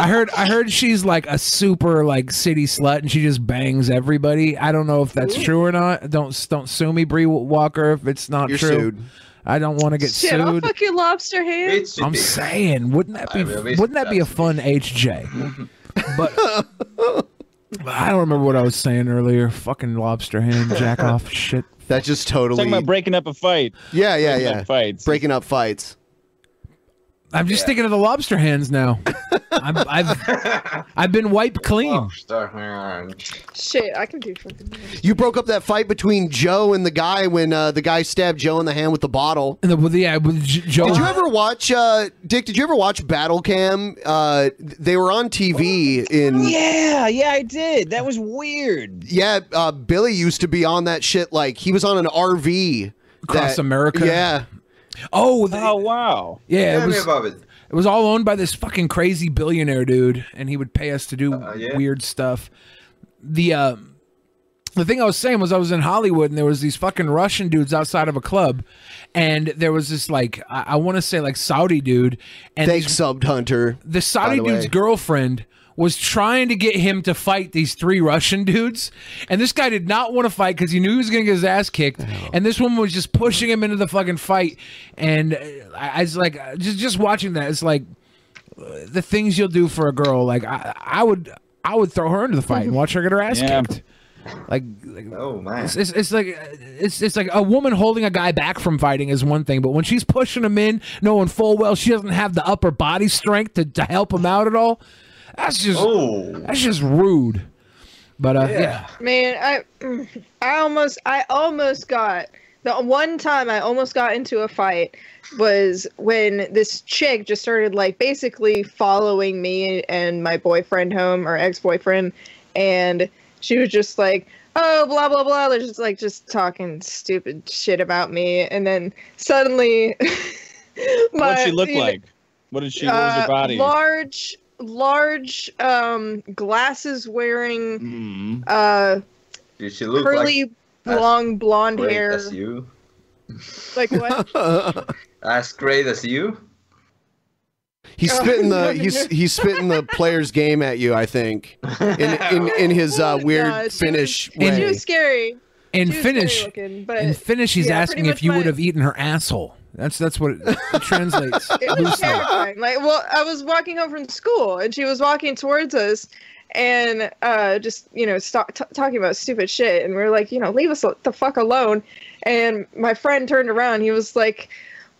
I heard, I heard she's like a super like city slut, and she just bangs everybody. I don't know if that's true or not. Don't don't sue me, Bree Walker, if it's not
You're
true.
sued.
I don't want to get
Shit, I'll
sued.
fuck your lobster hand.
I'm saying, wouldn't that be
I really
wouldn't that be a fun HJ? but I don't remember what I was saying earlier. Fucking lobster hand, jack off, shit.
That just totally.
Talking about breaking up a fight.
Yeah, yeah,
Breaking
yeah.
up fights.
Breaking up fights.
I'm just thinking of the lobster hands now. I'm, I've I've been wiped clean.
Shit, I can do fucking.
You broke up that fight between Joe and the guy when uh, the guy stabbed Joe in the hand with the bottle.
And the, with the, yeah, with J- Joe.
Did you ever watch uh, Dick? Did you ever watch Battle Cam? Uh, they were on TV in.
Yeah, yeah, I did. That was weird.
Yeah, uh, Billy used to be on that shit. Like he was on an RV
Across
that-
America?
Yeah.
Oh. oh
wow.
Yeah,
Tell
it
me
was,
about
it.
was all owned by this fucking crazy billionaire dude, and he would pay us to do weird stuff. The uh, the thing I was saying was I was in Hollywood, and there was these fucking Russian dudes outside of a club, and there was this like I, I want to say like Saudi dude, and
Thanks, Subbed Hunter.
the Saudi
the
dude's
way.
girlfriend was trying to get him to fight these three Russian dudes, and this guy did not want to fight because he knew he was going to get his ass kicked. And this woman was just pushing him into the fucking fight, and uh, I, I was like, uh, just just watching that, it's like uh, the things you'll do for a girl. Like I, I would, I would throw her into the fight and watch her get her ass
Yeah.
kicked. Like, like,
oh man,
it's, it's, it's like uh, it's it's like a woman holding a guy back from fighting is one thing, but when she's pushing him in, knowing full well she doesn't have the upper body strength to, to help him out at all, that's just
Oh.
that's just rude. But uh, yeah.
Man, I, mm, I almost, I almost got the one time I almost got into a fight was when this chick just started like basically following me and my boyfriend home or ex-boyfriend, and she was just like, oh blah blah blah, they're just like just talking stupid shit about me, and then suddenly, my
What'd she look
you know,
like? What did she? What was
uh,
her body?
Large, large, um, glasses wearing,
Mm-hmm.
uh,
Did she look
curly,
like
long blonde
great
hair.
as you?
Like what?
as great as you?
He's spitting the he's he's spitting the player's game at you. I think in in, in his uh, weird
Uh, she
Finnish
was,
way.
She was scary.
In
She was
Finnish,
scary looking, but
in Finnish, he's
yeah,
asking
pretty
if you
much
would
my-
have eaten her asshole. That's that's what it, it translates.
It was
loosely.
terrifying. Like, well, I was walking home from school, and she was walking towards us, and uh, just you know, stop t- talking about stupid shit. And we were like, you know, leave us al- the fuck alone. And my friend turned around. He was like,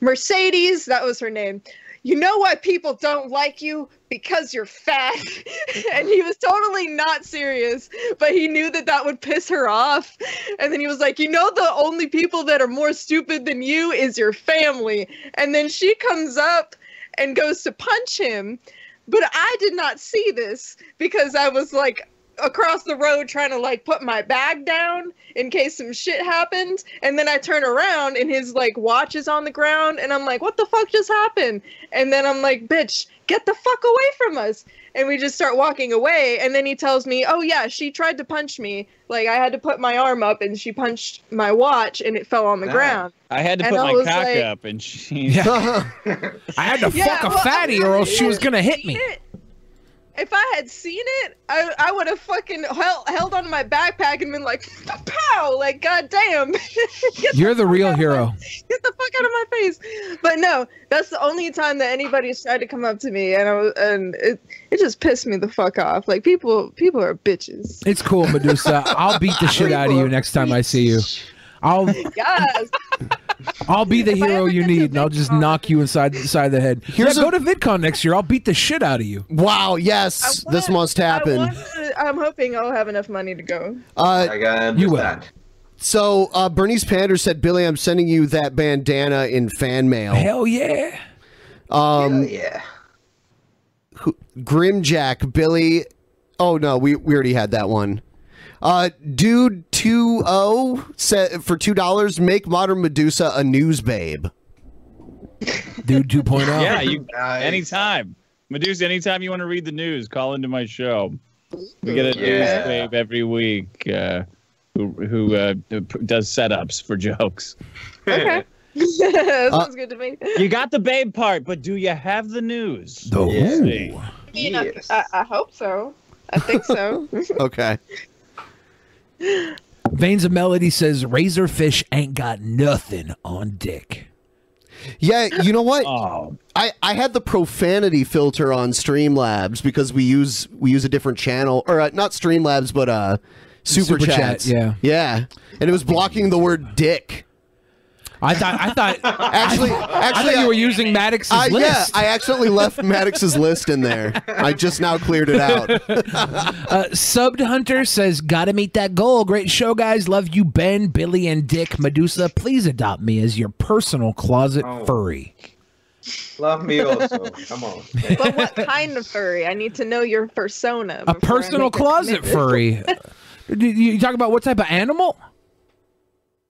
Mercedes, that was her name. You know why people don't like you? Because you're fat. and he was totally not serious, but he knew that that would piss her off. And then he was like, You know, the only people that are more stupid than you is your family. And then she comes up and goes to punch him. But I did not see this because I was like across the road trying to like put my bag down in case some shit happened. And then I turn around and his like watch is on the ground and I'm like, what the fuck just happened? And then I'm like, bitch, get the fuck away from us. And we just start walking away. And then he tells me, oh yeah, she tried to punch me. Like I had to put my arm up and she punched my watch and it fell on the ground.
I had to
And
put
I
my
was
cock
like-
up, and she.
I had to
Yeah,
fuck
well,
a fatty, or else she was gonna hit me.
if I had seen it, I, I would have fucking held, held on to my backpack and been like, pow, like, goddamn, get,
You're the real hero.
get the fuck out of my face. But no, that's the only time that anybody's tried to come up to me, and I was, and it, it just pissed me the fuck off. Like people, people are bitches.
It's cool, Medusa. I'll beat the shit out of you next time I see you. I'll
Yes.
I'll be the hero you need, and I'll just knock you inside the side of the head. Here's yeah, go to VidCon next year. I'll beat the shit out of you.
Wow! Yes, this must happen.
uh, I'm hoping I'll have enough money to go.
Uh,
you
will. So uh, Bernice Pander said, "Billy, I'm sending you that bandana in fan mail."
Hell yeah!
Um,
yeah.
Who, Grimjack, Billy. Oh no, we we already had that one. Uh, dude, two o said for two dollars, make modern Medusa a news babe.
Dude, two oh.
Yeah, you anytime. Medusa, anytime you want to read the news, call into my show. We get a
Yeah.
news babe every week uh, who who uh, does setups for jokes.
Okay. That
Uh,
sounds good to me.
You got the babe part, but do you have the news?
The
I mean, I- I, I hope so. I think so.
Okay.
Veins of Melody says Razorfish ain't got nothing on dick.
Yeah, you know what?
Oh.
I, I had the profanity filter on Streamlabs because we use we use a different channel or uh, not Streamlabs but uh Super,
Super Chat,
Chats.
yeah.
Yeah. And it was blocking the word dick.
I thought I thought
actually actually
you were using Maddox's
I, yeah,
list.
I accidentally left Maddox's list in there. I just now cleared it out.
uh, Subbed Hunter says, "Gotta meet that goal. Great show, guys. Love you, Ben, Billy, and Dick. Medusa, please adopt me as your personal closet furry."
Love me also. Come on.
but what kind of furry? I need to know your persona.
A personal closet furry. Do you you talk about what type of animal?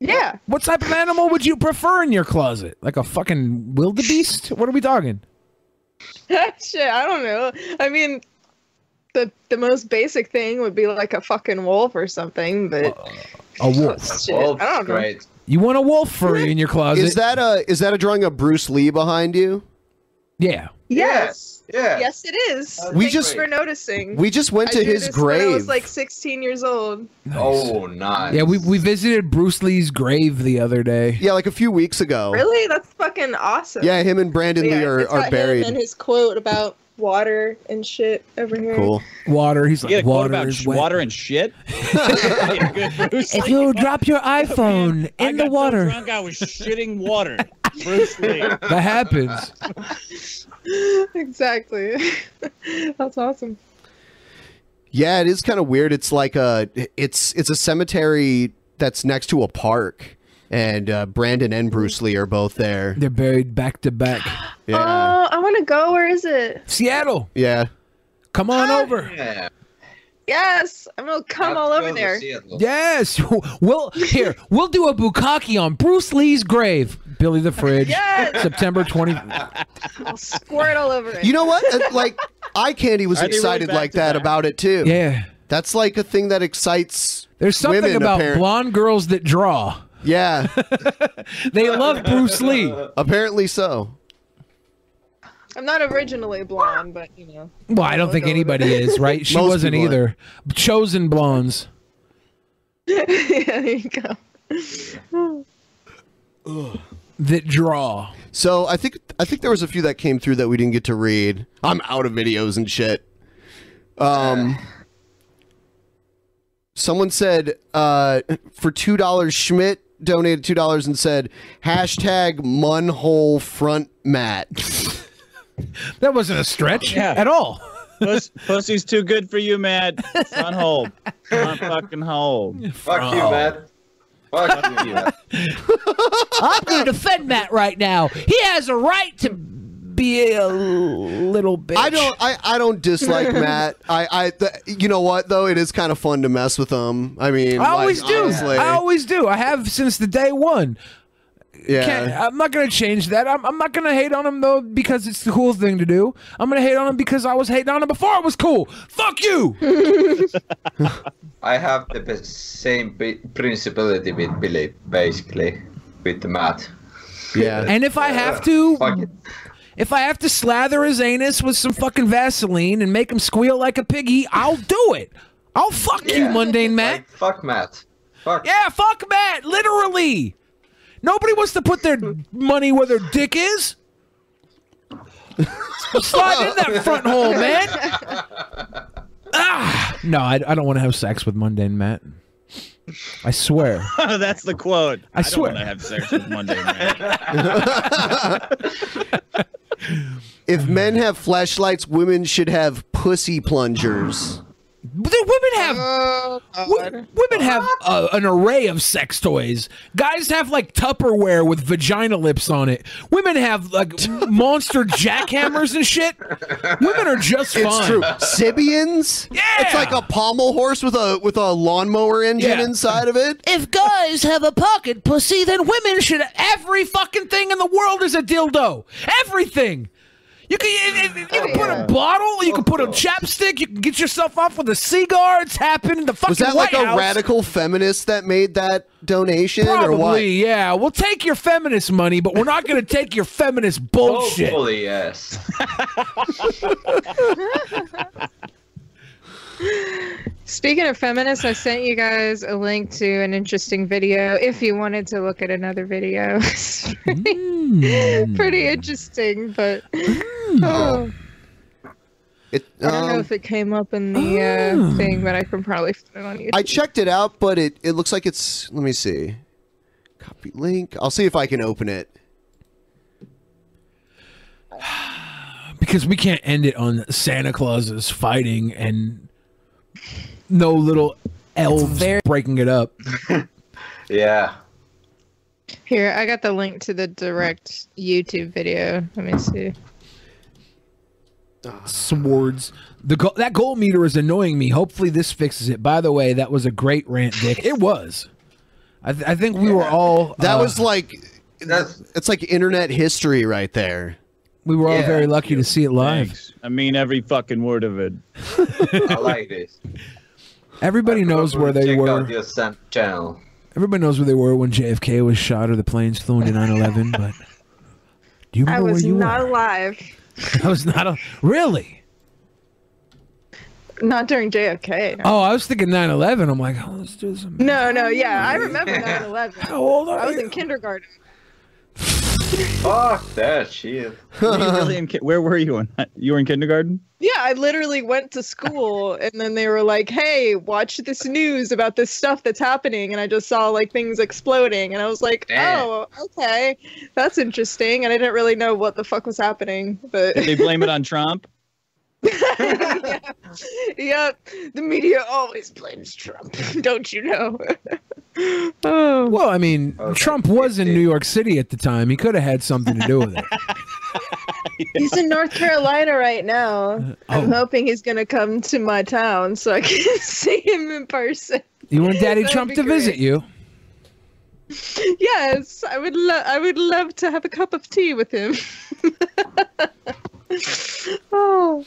Yeah.
What type of animal would you prefer in your closet? Like a fucking wildebeest? What are we talking?
Shit, I don't know. I mean, the the most basic thing would be like a fucking wolf or something, but
A wolf.
shit, I
Oh.
don't know.
You want a wolf furry in your closet?
Is that a is that a drawing of Bruce Lee behind you?
Yeah.
Yes.
Yeah.
Yes, it is.
We
Thanks
just-
for noticing.
we just went
I
to
did
his
this when I was
grave.
like 16 years old.
Oh, nice.
Yeah, we we visited Bruce Lee's grave the other day.
Yeah, like a few weeks ago.
Really? That's fucking awesome.
Oh. Yeah, him and Brandon
But
Lee are-
it's
are
got him
buried.
And his quote about water and shit over here.
Water. He's like
You get a quote
water
about
is
sh-
wet.
water and shit.
If you drop your iPhone in the water,
Drunk, I was shitting water. Bruce Lee.
that happens.
exactly. That's awesome.
Yeah, it is kind of weird. It's like a it's it's a cemetery that's next to a park, and uh, Brandon and Bruce Lee are both there.
They're buried back to back.
Yeah,
Oh, I want to go. Where is it?
Seattle.
yeah.
Come on
Ah,
over.
Yes, I'm gonna come all over there.
Yes. We'll here. We'll do a bukkake on Bruce Lee's grave. Billy the Fridge.
Yes.
September twenty.
I'll squirt all over it.
You know what? Uh, like eye candy was
Are they really
excited
back
like
to
that about it too.
Yeah,
that's like a thing that excites.
There's something
women,
about
apparent-
blonde girls that draw.
Yeah,
they love Bruce Lee.
Apparently so.
I'm not originally blonde, but you know.
Well, I don't think anybody is, right? She
Most
wasn't
people
either. Chosen blondes.
yeah, there you go.
that draw.
So I think I think there was a few that came through that we didn't get to read. I'm out of videos and shit. Um, someone said uh, for two dollars, Schmidt donated two dollars and said hashtag munhole front mat.
that wasn't a stretch at all.
Puss, pussy's too good for you, Matt. It's on hold. It's on fucking hold.
Fuck you, Matt. Fuck you, Matt.
I'm going to defend Matt right now. He has a right to be a little bitch.
I don't. I, I don't dislike Matt. I. I. Th- you know what though? It is kind of fun to mess with him. I mean,
I always
like,
do.
honestly.
I always do. I have since the day one.
Yeah.
Can't- I'm not gonna change that. I'm, I'm not gonna hate on him though because it's the cool thing to do. I'm gonna hate on him because I was hating on him before it was cool. Fuck you.
I have the bes- same bi- principality with Billy, basically, with Matt.
Yeah.
and if I have to, if I have to slather his anus with some fucking Vaseline and make him squeal like a piggy, I'll do it. I'll fuck you, mundane Matt.
fuck Matt. Fuck.
Yeah, fuck Matt. Literally. Nobody wants to put their money where their dick is. Slide in
Oh.
that front hole, man. ah, no, I, I don't want to have sex with mundane Matt. I swear.
That's the quote.
I
don't
swear.
want to have sex with Monday
If men have flashlights, women should have pussy plungers.
But then women have
Oh,
wo- women have uh, an array of sex toys. Guys have like Tupperware with vagina lips on it. Women have like monster jackhammers and shit. Women are just
It's
fine.
true. Sibians? Yeah. It's like a pommel horse with a with a lawnmower engine
Yeah.
inside of it.
If guys have a pocket pussy, then women should.
Every fucking thing in the world is a dildo. Everything. You can you, you- you can put a bottle. You can put a chapstick. You can get yourself off with a cigar. It's happened. in The fucking
Was that
White
like a
House.
radical feminist that made that donation
Probably,
or what?
yeah. We'll take your feminist money, but we're not going to take your feminist bullshit.
Hopefully, yes.
Speaking of feminists, I sent you guys a link to an interesting video if you wanted to look at another video. It's pretty,
Hmm.
pretty
Hmm.
interesting, but oh, I don't know
Um, hmm.
if it came up in the uh, thing, but I can probably put it on YouTube.
I checked it out, but it, it looks like it's let me see. Copy link. I'll see if I can open it.
because we can't end it on Santa Claus is fighting and no little elves breaking it up.
yeah.
Here, I got the link to the direct YouTube video. Let me see.
Swords. The go- that goal meter is annoying me. Hopefully this fixes it. By the way, that was a great rant, Dick. It was. I, th- I think we were all.
That
uh,
was like it's like internet history right there.
We were all
Yeah.
very lucky to see it live.
I mean every fucking word of it.
I like this.
Everybody knows where they
Check
were.
out your Sam channel.
Everybody knows where they were when JFK was shot or the planes flew into 9/11. But do you
I
remember where
was
you
not
were?
alive.
I was not. A- really?
Not during JFK.
Oh, I was thinking 9/11. I'm like, oh, let's do some.
No, no, yeah, I remember 9 11.
How old
I was in kindergarten.
Fuck that shit.
Were you really in ki- where were you? In, you were in kindergarten?
Yeah, I literally went to school and then they were like, hey, watch this news about this stuff that's happening. And I just saw like things exploding. And I was like,
Damn.
oh, okay, that's interesting. And I didn't really know what the fuck was happening. But
Did they blame it on Trump?
yep, the media always blames Trump. Don't you know? Oh.
Well, I mean, Trump was in New York City at the time. He could have had something to do with it.
He's in North Carolina right now.
oh.
I'm hoping he's going to come to my town so I can see him in person.
You want Daddy
That'd
Trump
be
to visit
great.
you?
Yes, I would love. I would love to have a cup of tea with him. oh,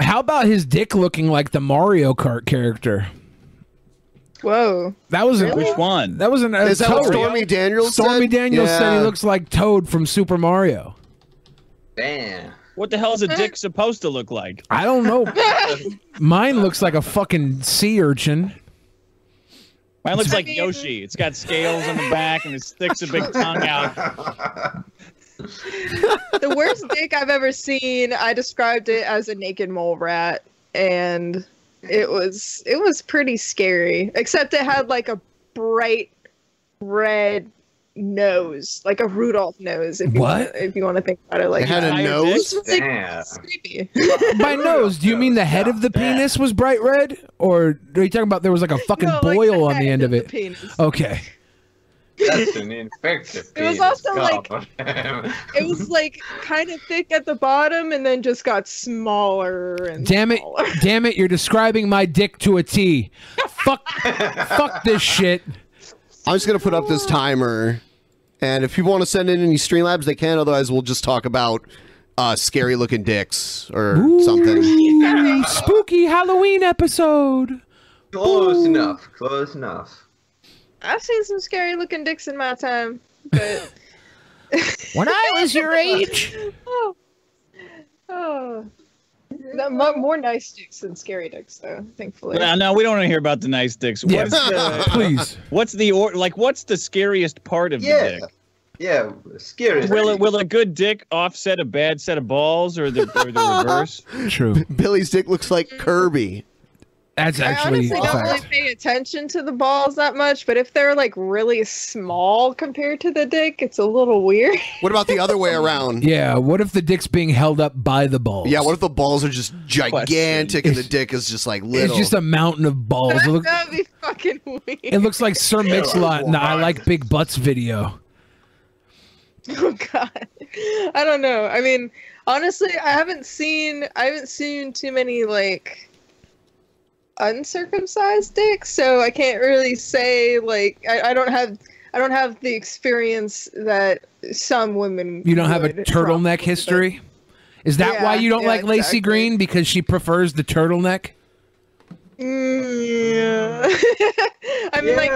How about his dick looking like the Mario Kart character?
whoa!
That was
Really? Which
one?
That was an.
Is that what
Toad.
Stormy Daniels
Stormy
said?
Daniels said
Yeah.
he looks like Toad from Super Mario.
Damn.
What the hell is a dick supposed to look like?
I don't know. Mine looks like a fucking sea urchin.
Mine looks like Yoshi. It's got scales on the back and it sticks a big tongue out.
the worst dick I've ever seen. I described it as a naked mole rat, and it was it was pretty scary. Except it had like a bright red nose, like a Rudolph nose. If You,
What?
wanna- if you want to think about it, like
It had a
Entire
nose?
dick. It
Damn.
was like, creepy.
By nose, do you mean the head of the penis was bright red, or are you talking about there was like a fucking
No, like the
boil on the end of it?
penis.
Okay.
That's an infective.
It was
penis.
also, like-
God.
It was like kind of thick at the bottom, and then just got smaller and
Damn it! Damn it! You're describing my dick to a T. Fuck! fuck this shit.
I'm just gonna put up this timer, and if people want to send in any Streamlabs, they can. Otherwise, we'll just talk about uh, scary looking dicks or something.
Ooh, spooky Halloween episode.
Close enough. Close enough.
I've seen some scary looking dicks in my time, but
When I was your age.
oh, oh. No, mo- more nice dicks than scary dicks, though. Thankfully.
No, no, we don't want to hear about the nice dicks.
Yeah,
What's the,
please.
What's the or like? What's the scariest part of
Yeah,
the dick?
Yeah, scary.
Will it, will a good dick offset a bad set of balls, or the, or the reverse?
True.
Billy's dick looks like Kirby.
That's
I honestly don't really pay attention to the balls that much, but if they're like really small compared to the dick, it's a little weird.
What about the other way around?
Yeah. What if the dick's being held up by the balls?
Yeah, what if the balls are just gigantic and the
It's-
dick is just like
It's
little?
just a mountain of balls. Oh, It, look,
That'd be fucking weird.
it looks like Sir Mix-a-Lot in the I Like Big Butts video.
Oh god. I don't know. I mean, honestly, I haven't seen I haven't seen too many like uncircumcised dicks, so I can't really say like I, I don't have I don't have the experience that some women
You don't have a
would.
turtleneck history? Is that why
Yeah,
you don't
yeah,
like Lacey Green? Because she prefers the turtleneck?
Mm, yeah. I mean, like,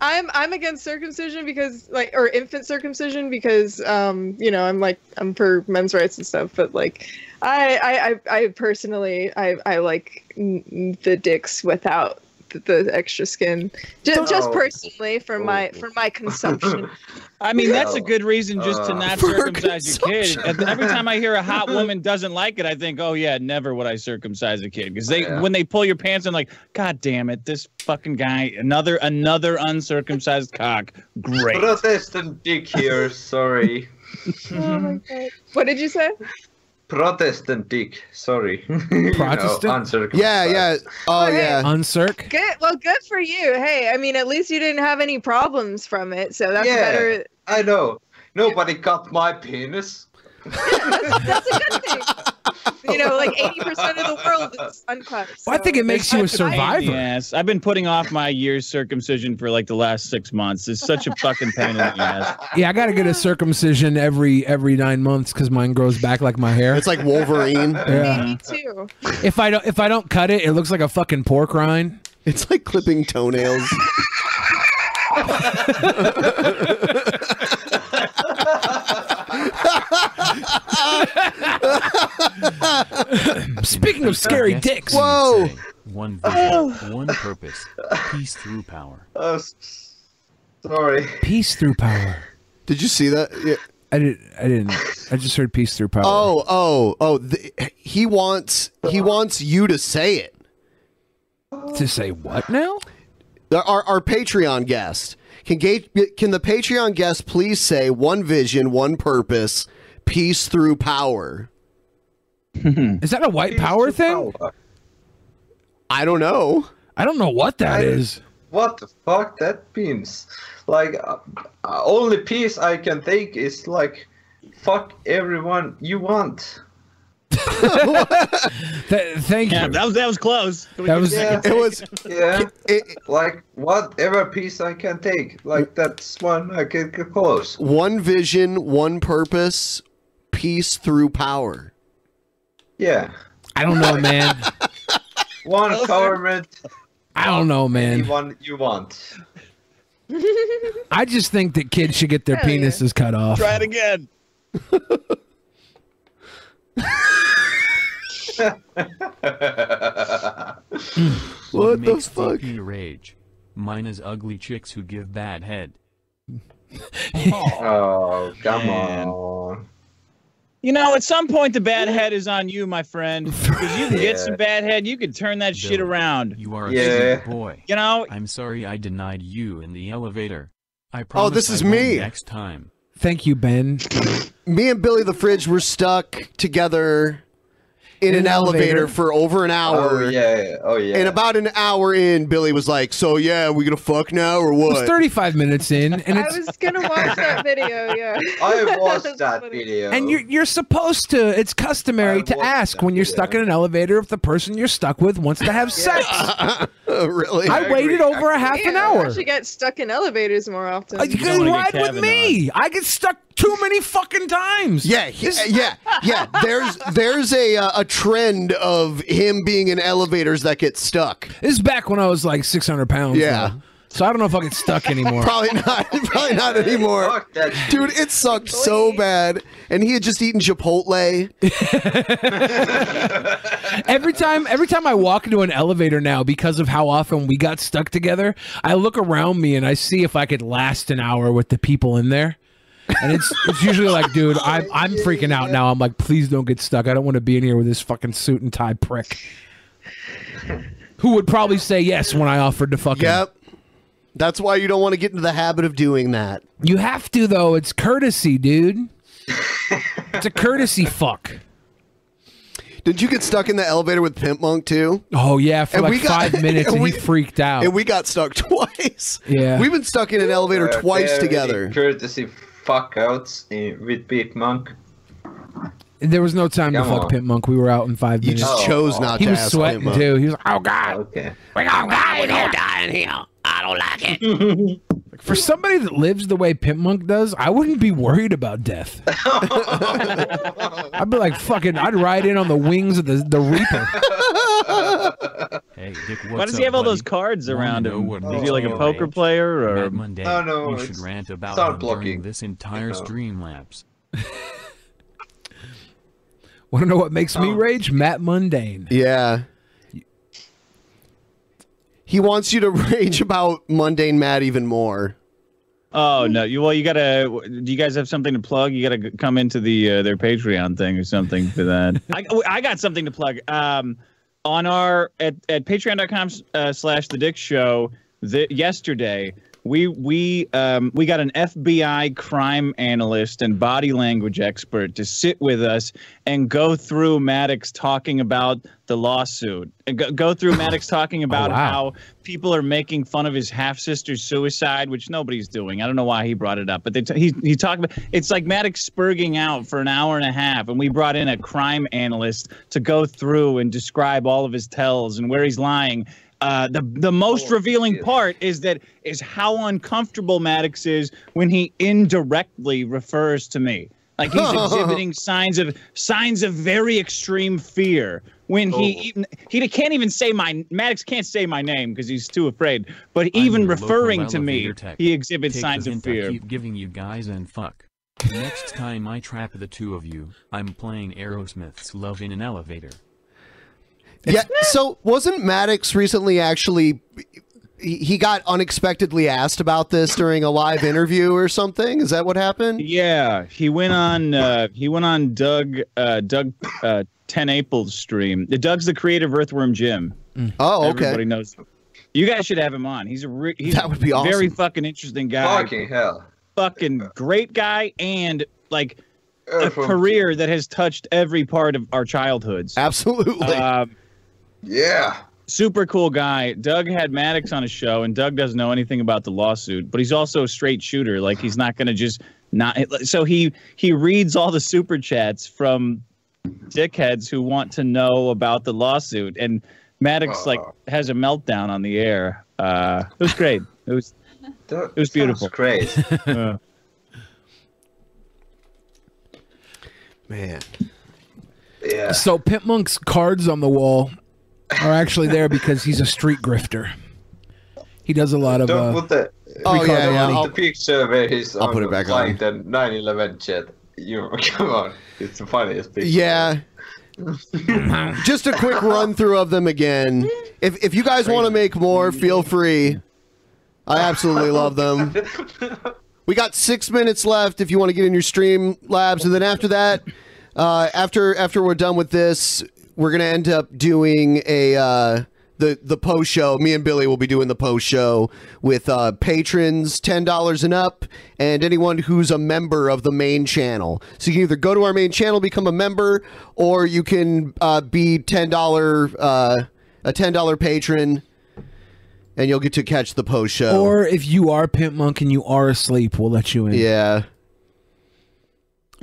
I'm I'm against circumcision because like or infant circumcision because um you know I'm like I'm for men's rights and stuff, but like I I I, I personally I I like n- n- the dicks without the, the extra skin just, just
Oh.
personally for my for my consumption.
I mean, that's a good reason just to
Uh,
not
For
circumcise your kid.
consumption.
Every time I hear a hot woman doesn't like it, I think, oh yeah, never would I circumcise a kid because they
Yeah.
when they pull your pants, I'm like, god damn it, this fucking guy, another another uncircumcised cock. Great.
Protestant dick here. Sorry.
Oh my God. What did you say?
Protestant dick. Sorry. You know,
Protestant?
uncircumcised.
Yeah, yeah. Oh, yeah.
Uncirc?
Good. Well, good for you. Hey, I mean, at least you didn't have any problems from it, so that's
Yeah,
better.
I know. Nobody cut my penis.
You know, like eighty percent of the world is uncut.
I think it makes you a survivor.
Yes, I've been putting off my year's circumcision for like the last six months. It's such a fucking pain in the ass.
Yeah, I gotta get a circumcision every every nine months because mine grows back like my hair.
It's like Wolverine.
Yeah.
too.
If I don't if I don't cut it, it looks like a fucking pork rind.
It's like clipping toenails.
Speaking of scary
Yes,
dicks.
we
Whoa.
say, One vision, one purpose, peace through power.
Oh, s- sorry.
Peace through power.
Did you see that? Yeah.
I did. I didn't. I just heard peace through power.
Oh, oh, oh! th he wants he wants you to say it.
To say what now?
our our Patreon guest can ga- can the Patreon guest please say one vision, one purpose, peace through power.
Is that a white power thing?
I don't know.
I don't know what that is.
What the fuck that means? Like, uh, uh, only peace I can think is like, fuck everyone you want.
thank
Yeah, that was that was close. Can we get a
it
second take?
was.
Yeah. like whatever piece I can take, like that's one I can get close.
One vision, one purpose, peace through power.
Yeah.
I don't know, man.
One government
I don't know,
you
man.
want you want.
I just think that kids should get their
Hell yeah.
penises cut off.
Try it again.
What, the fuck? rage. Mine is ugly chicks who give bad head.
oh, come on.
You know, at some point, the bad head is on you, my friend. 'Cause you can
Yeah.
get some bad head. You can turn that shit around.
You are a
yeah.
yeah. boy.
You know,
I'm sorry I denied you in the elevator. I
Oh,
promise
this is
I won't
me.
next time.
Thank you, Ben.
Me and Billy the Fridge were stuck together in, an, elevator. for over an hour.
Oh yeah. Oh yeah.
And about an hour in, Billy was like, "So yeah, we gonna fuck now or
It
what?"
was 35 minutes in, and
I
it's
was gonna watch that video. Yeah.
I watched that video.
and you're you're supposed to. It's customary to ask when you're stuck in an elevator if the person you're stuck with wants to have sex.
really?
I, waited over a half an
Yeah,
hour. Uh,
I should get stuck in elevators more often.
You can ride with me. I get stuck too many fucking times.
Yeah, he- yeah, yeah. There's there's a uh, a trend of him being in elevators that get stuck.
This is back when I was like 600 pounds.
Yeah.
though. So I don't know if I get stuck anymore.
Probably not. Probably not anymore. Dude, it sucked so bad. And he had just eaten Chipotle.
every time every time I walk into an elevator now because of how often we got stuck together, I look around me and I see if I could last an hour with the people in there. And it's it's usually like, dude, I'm I'm freaking out now. I'm like, please don't get stuck. I don't want to be in here with this fucking suit and tie prick. Who would probably say yes when I offered to fuck him.
Yep. That's why you don't want to get into the habit of doing that.
You have to though. It's courtesy, dude. it's a courtesy fuck.
Did you get stuck in the elevator with Pimp Monk too?
Oh yeah, for like five minutes, and he freaked out.
And we got stuck twice.
Yeah.
We've been stuck in an elevator
Were
twice
there any
together.
Courtesy fuckouts in, with Big Monk.
There was no time to
Come
fuck
on.
Pimp Monk. We were out in five
You
minutes.
just chose not
He
to
was
ask
sweating
Pimp Monk.
too. He was like, "Oh God,
Okay.
we're gonna die. We're gonna die in here. I don't like it." Like, For somebody that lives the way Pimp Monk does, I wouldn't be worried about death. I'd be like, "Fucking," I'd ride in on the wings of the the Reaper.
Hey, Dick, what's
why does he
up,
have all
buddy?
those cards
Wanna
around
know
him?
what
Is
makes
he like
me
a poker
rage?
player or?
That Monday,
Oh, no,
you should
it's-
rant about
start
him
blocking.
during this entire stream lapse.
Want to know what makes me rage? Matt Mundane.
Yeah. He wants you to rage about mundane Matt even more.
Oh no! You well, you gotta. Do you guys have something to plug? You gotta g- come into the uh, their Patreon thing or something for that. I, I got something to plug. Um, on our at at Patreon.com uh, slash The Dick Show. The, yesterday we we um we got an FBI crime analyst and body language expert to sit with us and go through Maddox talking about the lawsuit. And Go, go through Maddox talking about
wow.
how people are making fun of his half sister's suicide, which nobody's doing. I don't know why he brought it up, but they t- he he talked about it's like Maddox spurging out for an hour and a half, and we brought in a crime analyst to go through and describe all of his tells and where he's lying. Uh, the the most revealing part is that is how uncomfortable Maddox is when he indirectly refers to me. Like he's exhibiting signs of signs of very extreme fear when he
Oh.
even he can't even say my Maddox can't say my name because he's too afraid. But even
your
referring
local
to me,
elevator tech.
he exhibits
Take
signs
the
of
hint I
fear.
keep giving you guys and fuck. Next time I trap the two of you, I'm playing Aerosmith's Love in an Elevator.
Yeah. So wasn't Maddox recently actually? He he got unexpectedly asked about this during a live interview or something. Is that what happened?
Yeah, he went on. Uh, he went on Doug uh, Doug uh, Ten April's stream. Doug's the creator of Earthworm Jim.
Oh, okay.
Everybody knows. You guys should have him on. He's a re- he's that would
be awesome.
very fucking interesting guy.
Fucking hell.
Fucking great guy and like a
Earthworm
career that has touched every part of our childhoods. Um,
Absolutely.
yeah.
Super cool guy. Doug had Maddox on his show, and Doug doesn't know anything about the lawsuit, but he's also a straight shooter. Like he's not gonna just not. So he he reads all the super chats from dickheads who want to know about the lawsuit, and Maddox like has a meltdown on the air. Uh, it was great. It was
it
was beautiful.
great.
Yeah.
Man.
Yeah.
So Pimp Monk's cards on the wall are actually there because he's a street grifter. He does a lot of.
Don't
uh,
put the.
Oh, yeah,
Don't
yeah,
put
I'll-
the picture where he's
I'll
on
put it back
flying the 9/11 jet. You come on, it's the funniest picture.
Yeah. Just a quick run through of them again. If if you guys want to make more, feel free. I absolutely love them. We got six minutes left if you want to get in your stream labs, and then after that, uh, after after we're done with this, we're gonna end up doing a uh, the the post show. Me and Billy will be doing the post show with uh, patrons ten dollars and up, and anyone who's a member of the main channel. So you can either go to our main channel, become a member, or you can uh, be ten dollar uh, a ten dollar patron, and you'll get to catch the post show.
Or if you are Pimp Monk and you are asleep, we'll let you in.
Yeah.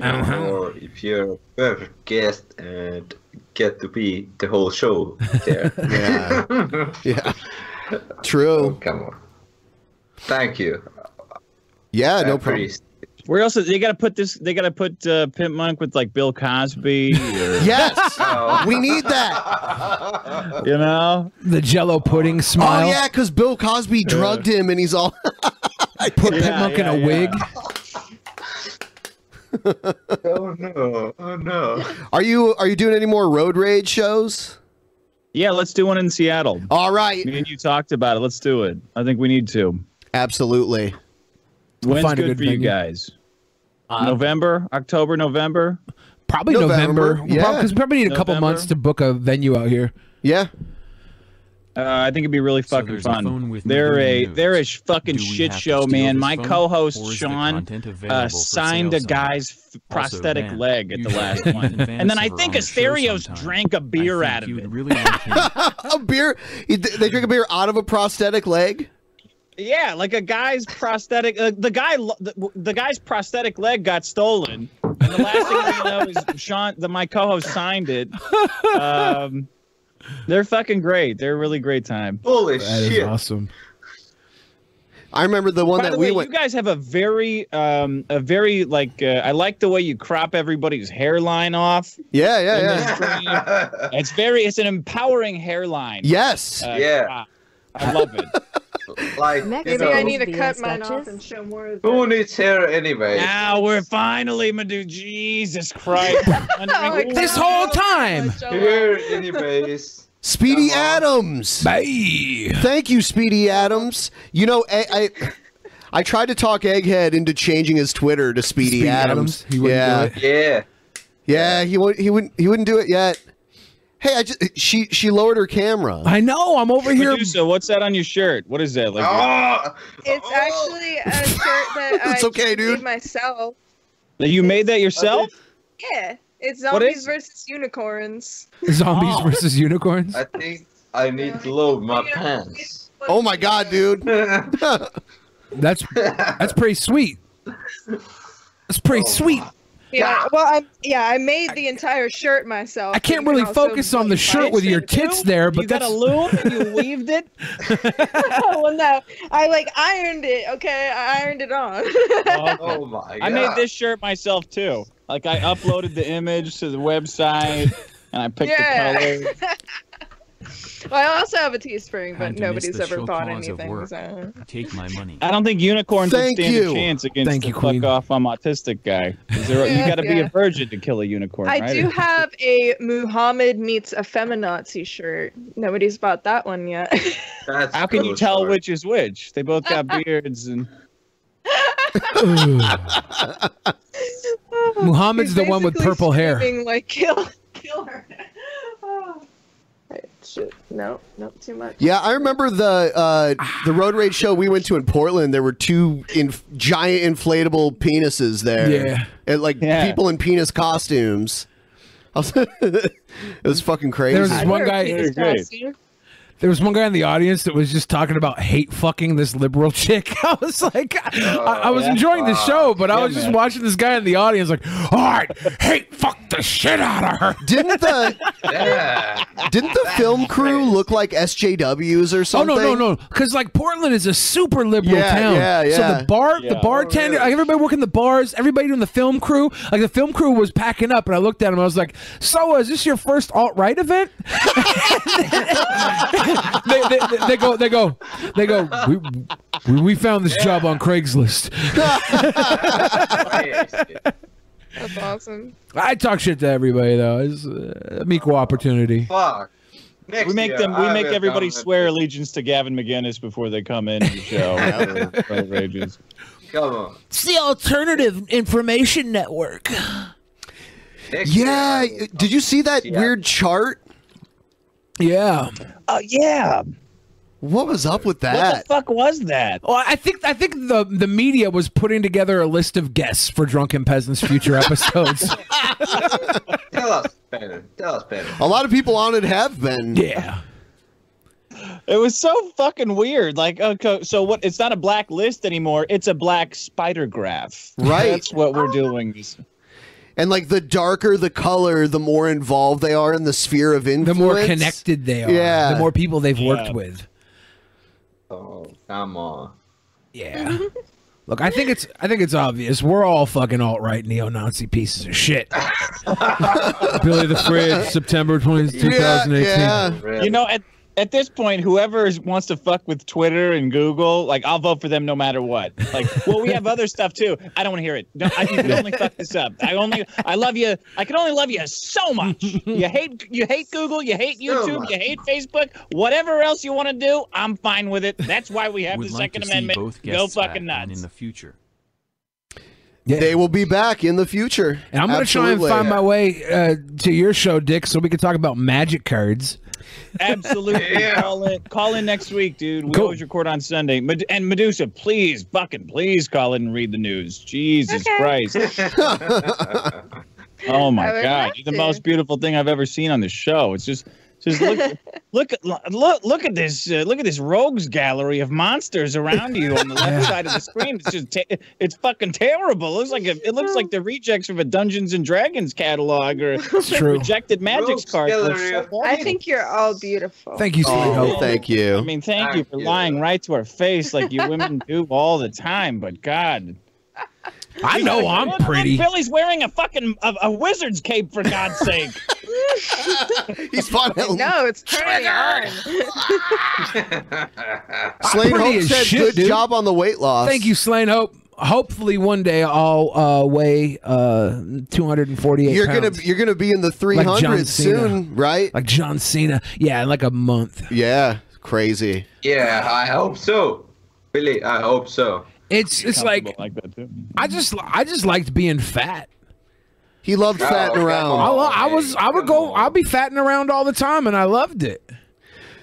Uh-huh.
Or if you're a perfect guest and get to be the whole show there.
yeah. yeah. True.
Oh, come on. Thank you.
Yeah,
I
no problem.
appreciate-
Where else? They gotta put this. They gotta put uh, Pimp Monk with like Bill Cosby. Or,
Yes, we need that.
You know
the Jello pudding smile.
Oh yeah, because Bill Cosby drugged him, and he's all
put Pimp Monk in a wig.
oh no! Oh no!
Are you are you doing any more road rage shows?
Yeah, let's do one in Seattle.
All right.
Me and you talked about it. Let's do it. I think we need to.
Absolutely.
When's
Find a
good,
good
for you
venue.
guys? November, October, November.
Probably November. Because we probably need a couple
November.
months to book a venue out here.
Yeah.
Uh, I think it'd be really fucking
a
fun.
phone with
they're
no
a
news.
they're a sh- fucking
Do we
shit
have to
show,
steal
man.
this
My
phone,
co-host
or is the
Sean
content available
uh,
for
signed
sale
a guy's f-
Also,
prosthetic
Dan,
leg at
you
the
should
last
thank
one,
Ethan
and then I
Vancever
think
on a show
Asterios
sometime.
drank a beer out of it.
Really
a beer. They drink a beer out of a prosthetic leg.
Yeah, like a guy's prosthetic. Uh, the guy, lo- the, the guy's prosthetic leg got stolen. And the last thing we know is Sean, the, my co-host, signed it. Um, they're fucking great. They're a really great time.
Holy
That is awesome.
I remember the one
By
that
the
we
way,
went.
you guys have a very, um, a very like. Uh, I like the way you crop everybody's hairline off.
Yeah, yeah,
in the
yeah.
stream. it's very. It's an empowering hairline. Uh,
Yes.
Yeah.
crop. I love it.
Like you
Maybe
know,
I need to cut mine off and show more of
who needs hair anyway?
Now we're finally, Madu. Jesus Christ!
this whole time.
Hair anyways.
Speedy Adams.
Bye.
Thank you, Speedy Adams. You know, I, I I tried to talk Egghead into changing his Twitter to Speedy,
Speedy
Adams.
Adams. He wouldn't
yeah.
do
Yeah.
Yeah, he wouldn't he wouldn't he wouldn't do it yet. Hey, I just she she lowered her camera.
I know. I'm over here.
So what's that on your shirt? What is that? Like
Ah!
It's actually a shirt that
Oh. It's
I
okay,
just
dude.
made myself.
That you made that yourself?
Yeah, it's
What
zombies
is
versus unicorns.
Zombies versus unicorns.
Oh. I think I need to load my pants.
Oh my god, dude.
That's that's pretty sweet. That's pretty sweet.
Yeah, well, I yeah, I made the entire shirt myself.
I can't really focus on the shirt with your tits there, but that's
and you weaved it.
Oh, well, no, I like ironed it. Okay, I ironed it on.
Oh my god.
I made this shirt myself too. Like I uploaded the image to the website and I picked
Yeah.
the color.
well, I also have a Teespring, but
Had to miss
nobody's
the
ever
show
bought
cause of
anything.
work.
So.
Take my money.
I don't think unicorns
Thank
would stand
you.
a chance against
Thank
the
you,
fuck off I'm autistic guy. 'Cause they're-
Yeah,
you got to be
yeah.
a virgin to kill a unicorn,
I
right?
do have a Muhammad meets a feminazi shirt. Nobody's bought that one yet.
How can you tell which is which? They both got beards and.
Muhammad's the one with
Basically
purple hair.
screaming, like kill, kill her. Oh. Right, shit. No, no, too much.
Yeah, I remember the uh, the road rage show we went to in Portland. There were two inf- giant inflatable penises there.
Yeah.
and like people in penis costumes. I was- it was fucking crazy.
There's this one guy. There was one guy in the audience that was just talking about hate fucking this liberal chick. I was like, I, I was
yeah.
enjoying the show, but I
Oh, Yeah,
was just
man.
watching this guy in the audience, like, all right, hate fuck the shit out of her.
Didn't the Didn't the film crew look like SJWs or
Oh
something?
no no no! Because like Portland is a super liberal
Yeah,
town.
yeah,
So
yeah. Oh,
the bar,
Yeah.
the bartender, like, everybody working the bars, everybody doing the film crew. Like the film crew was packing up, and I looked at him. I was like, "So is this your first alt right event?" they, they, they- they go, they go, they go. We, we- we found this job on Craigslist.
That's awesome.
I talk shit to everybody though. It's uh, an equal opportunity.
Fuck.
we make
year,
them. We
I
make
will
everybody
come and-
swear allegiance to Gavin McGinnis before they come in the show.
Yeah.
for outrageous.
Come on.
It's the alternative information network.
Yeah, did you see that weird chart?
Yeah.
Oh yeah.
What was up with that?
What the fuck was that?
Well, I think I think the the media was putting together a list of guests for Drunken Peasants future episodes.
Tell us better. Tell us better.
A lot of people on it have been.
Yeah.
It was so fucking weird. Like, okay, so what? It's not a black list anymore. It's a black spider graph.
Right.
That's what we're doing.
And like the darker the color, the more involved they are in the sphere of influence. The
more connected they are.
Yeah.
The more people they've worked with.
Oh, come on.
Yeah. Look, I think it's I think it's obvious. We're all fucking alt right neo Nazi pieces of shit. Billy the Fridge, September 20, 2018.
You know, at at this point, whoever is, wants to fuck with Twitter and Google, like I'll vote for them no matter what. Like, well, we have other stuff too. I don't want to hear it. No, I can only fuck this up. I only, I love you. I can only love you so much. You hate, you hate Google. You hate YouTube.
much.
you hate Facebook. Whatever else you want to do, I'm fine with it. That's why we have
Would
the
like
Second
to see
Amendment.
both
Go
guests
fucking
back
nuts.
in the future.
They will be back in the future.
And I'm gonna try and
Absolutely.
find my way uh, to your show, Dick, so we can talk about magic cards.
Absolutely. Call in, call in next week, dude. We always record on Sunday. Med- and Medusa, please, fucking please call in and read the news. Jesus
Okay.
Christ. oh
I
my
would
God.
love
You're the
to.
most beautiful thing I've ever seen on the show. It's just just look look look look at this uh, look at this rogues gallery of monsters around you on the left side of the screen. It's just te- it's fucking terrible. It looks like a, it looks like the rejects of a Dungeons and Dragons catalog or
true.
rejected magic
Rogues
cards.
gallery of I think you're all beautiful.
Thank you, sweetheart.
Oh,
thank you.
I mean, thank you for lying right to our face like you women do all the time. But God,
I know I'm
Look, look,
pretty.
Billy's wearing a fucking a, a wizard's cape for God's sake.
He's fucking
No, it's turning on.
Slane
pretty
Hope
as
said,
shit,
"Good
dude."
job on the weight loss."
Thank you, Slane Hope. Hopefully, one day I'll uh, weigh uh, 248.
You're gonna
pounds.
you're gonna be in the
Like John
300s soon.
Cena.
right?
Like John Cena. Yeah, in like a month.
Yeah, crazy.
Yeah, I hope so. Billy, I hope so.
It's it's like
that too.
I just I just liked being fat.
He loved
Oh, fatting around.
I, lo- I was I would go I'll be fatting around all the time, and I loved it.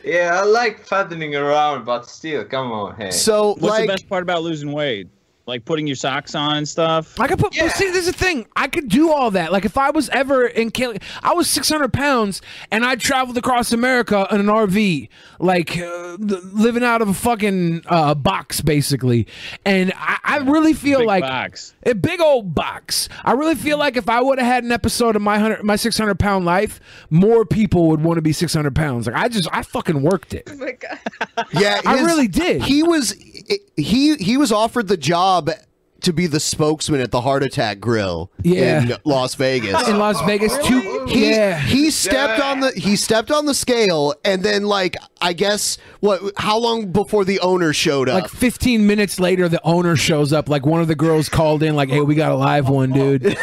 Yeah, I like fattening around, but still, come on, hey.
what's the best part about losing weight? Like putting your socks on and stuff.
I could put. well, See, this is the thing. I could do all that. Like if I was ever in Cali, I was 600 pounds, and I traveled across America in an RV, like uh, th- living out of a fucking uh, box, basically. And I, I really feel like a big old box. I really feel like if I would have had an episode of my hundred, my 600 pound life, more people would want to be 600 pounds. Like I just, I fucking worked
Oh
it.
Yeah,
I really did.
He was he he was offered the job to be the spokesman at the Heart Attack Grill
Yeah.
in Las Vegas.
In Las Vegas, two.
He,
yeah.
he stepped on the he stepped on the scale and then like I guess what how long before the owner showed up?
Like 15 minutes later, the owner shows up. Like one of the girls called in, like, "Hey, we got a live one, dude."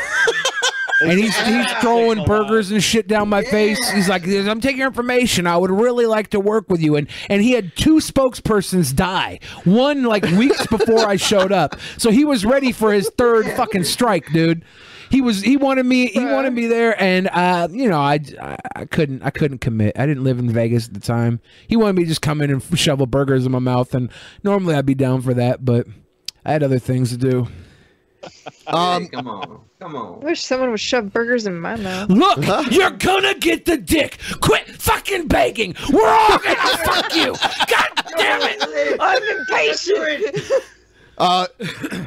And he's, he's throwing burgers and shit down my face. He's like, "I'm taking your information. I would really like to work with you." And and he had two spokespersons die. One like weeks before I showed up, so he was ready for his third fucking strike, dude. He was he wanted me he wanted me there, and uh, you know I, I I couldn't I couldn't commit. I didn't live in Vegas at the time. He wanted me to just come in and shovel burgers in my mouth, and normally I'd be down for that, but I had other things to do.
Um,
come on, come on.
I wish someone would shove burgers in my mouth.
Look, you're gonna get the dick. Quit fucking begging. We're all gonna fuck you. God damn
it! I'm impatient.
Uh,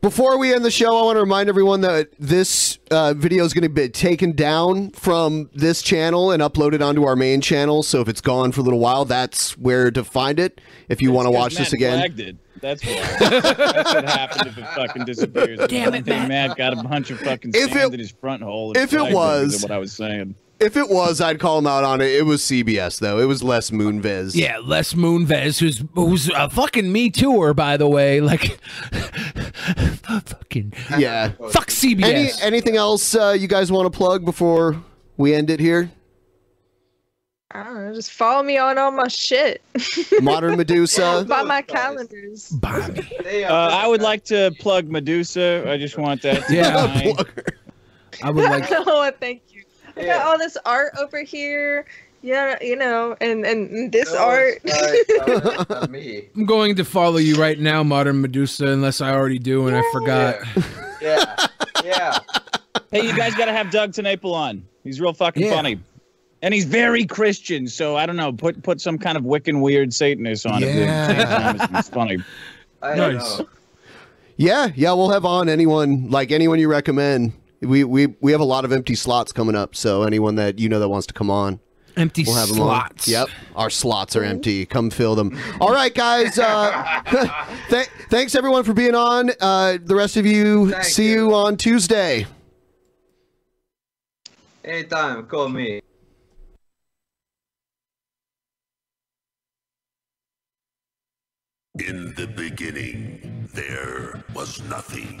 before we end the show, I want to remind everyone that this uh, video is going to be taken down from this channel and uploaded onto our main channel. So if it's gone for a little while, that's where to find it. If you want to watch this
Matt
again,
flagged it. That's why. That's what happened if it fucking disappears.
Damn it,
Matt. Matt got a bunch of fucking
If
sand in his front hole. and
if it
flagged
was-
what I was saying.
If it was, I'd call him out on it. It was CBS though. It was Les Moonves.
Yeah, Les Moonves, who's who's a fucking me tooer, by the way. Like, fucking
Yeah.
Fuck CBS.
Any, anything else uh, you guys want to plug before we end it here?
I don't know. Just follow me on all my shit.
Modern Medusa.
By my calendars.
Uh, I would like to plug Medusa. I just want that. to
Yeah,
be mine.
I would like.
no, well, Oh, thank you. I got all this art over here. Yeah, you know, and and this art.
me.
I'm going to follow you right now, Modern Medusa, unless I already do and I forgot.
Yeah. Yeah.
Hey, you guys got to have Doug Tenaple on. He's real fucking
Yeah.
funny. And he's very Christian, so I don't know. Put put some kind of Wiccan weird Satanist on it.
Yeah.
It's- It's funny.
Nice. Yeah, yeah, we'll have on anyone like anyone you recommend. We we we have a lot of empty slots coming up, so anyone that you know that wants to come on.
Empty
we'll have 'em on.
slots.
Yep, our slots are empty. Come fill them. All right, guys. Uh, th- thanks everyone for being on. Uh, the rest of you, see you on Tuesday.
Anytime, call me.
In the beginning, there was nothing.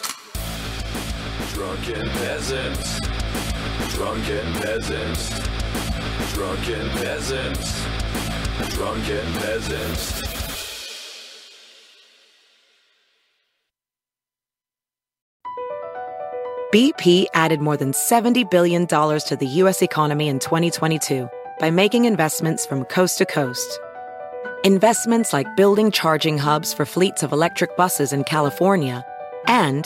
Drunken peasants. Drunken peasants. Drunken peasants. Drunken peasants.
BP added more than $70 billion to the U.S. economy in 2022 by making investments from coast to coast. Investments like building charging hubs for fleets of electric buses in California and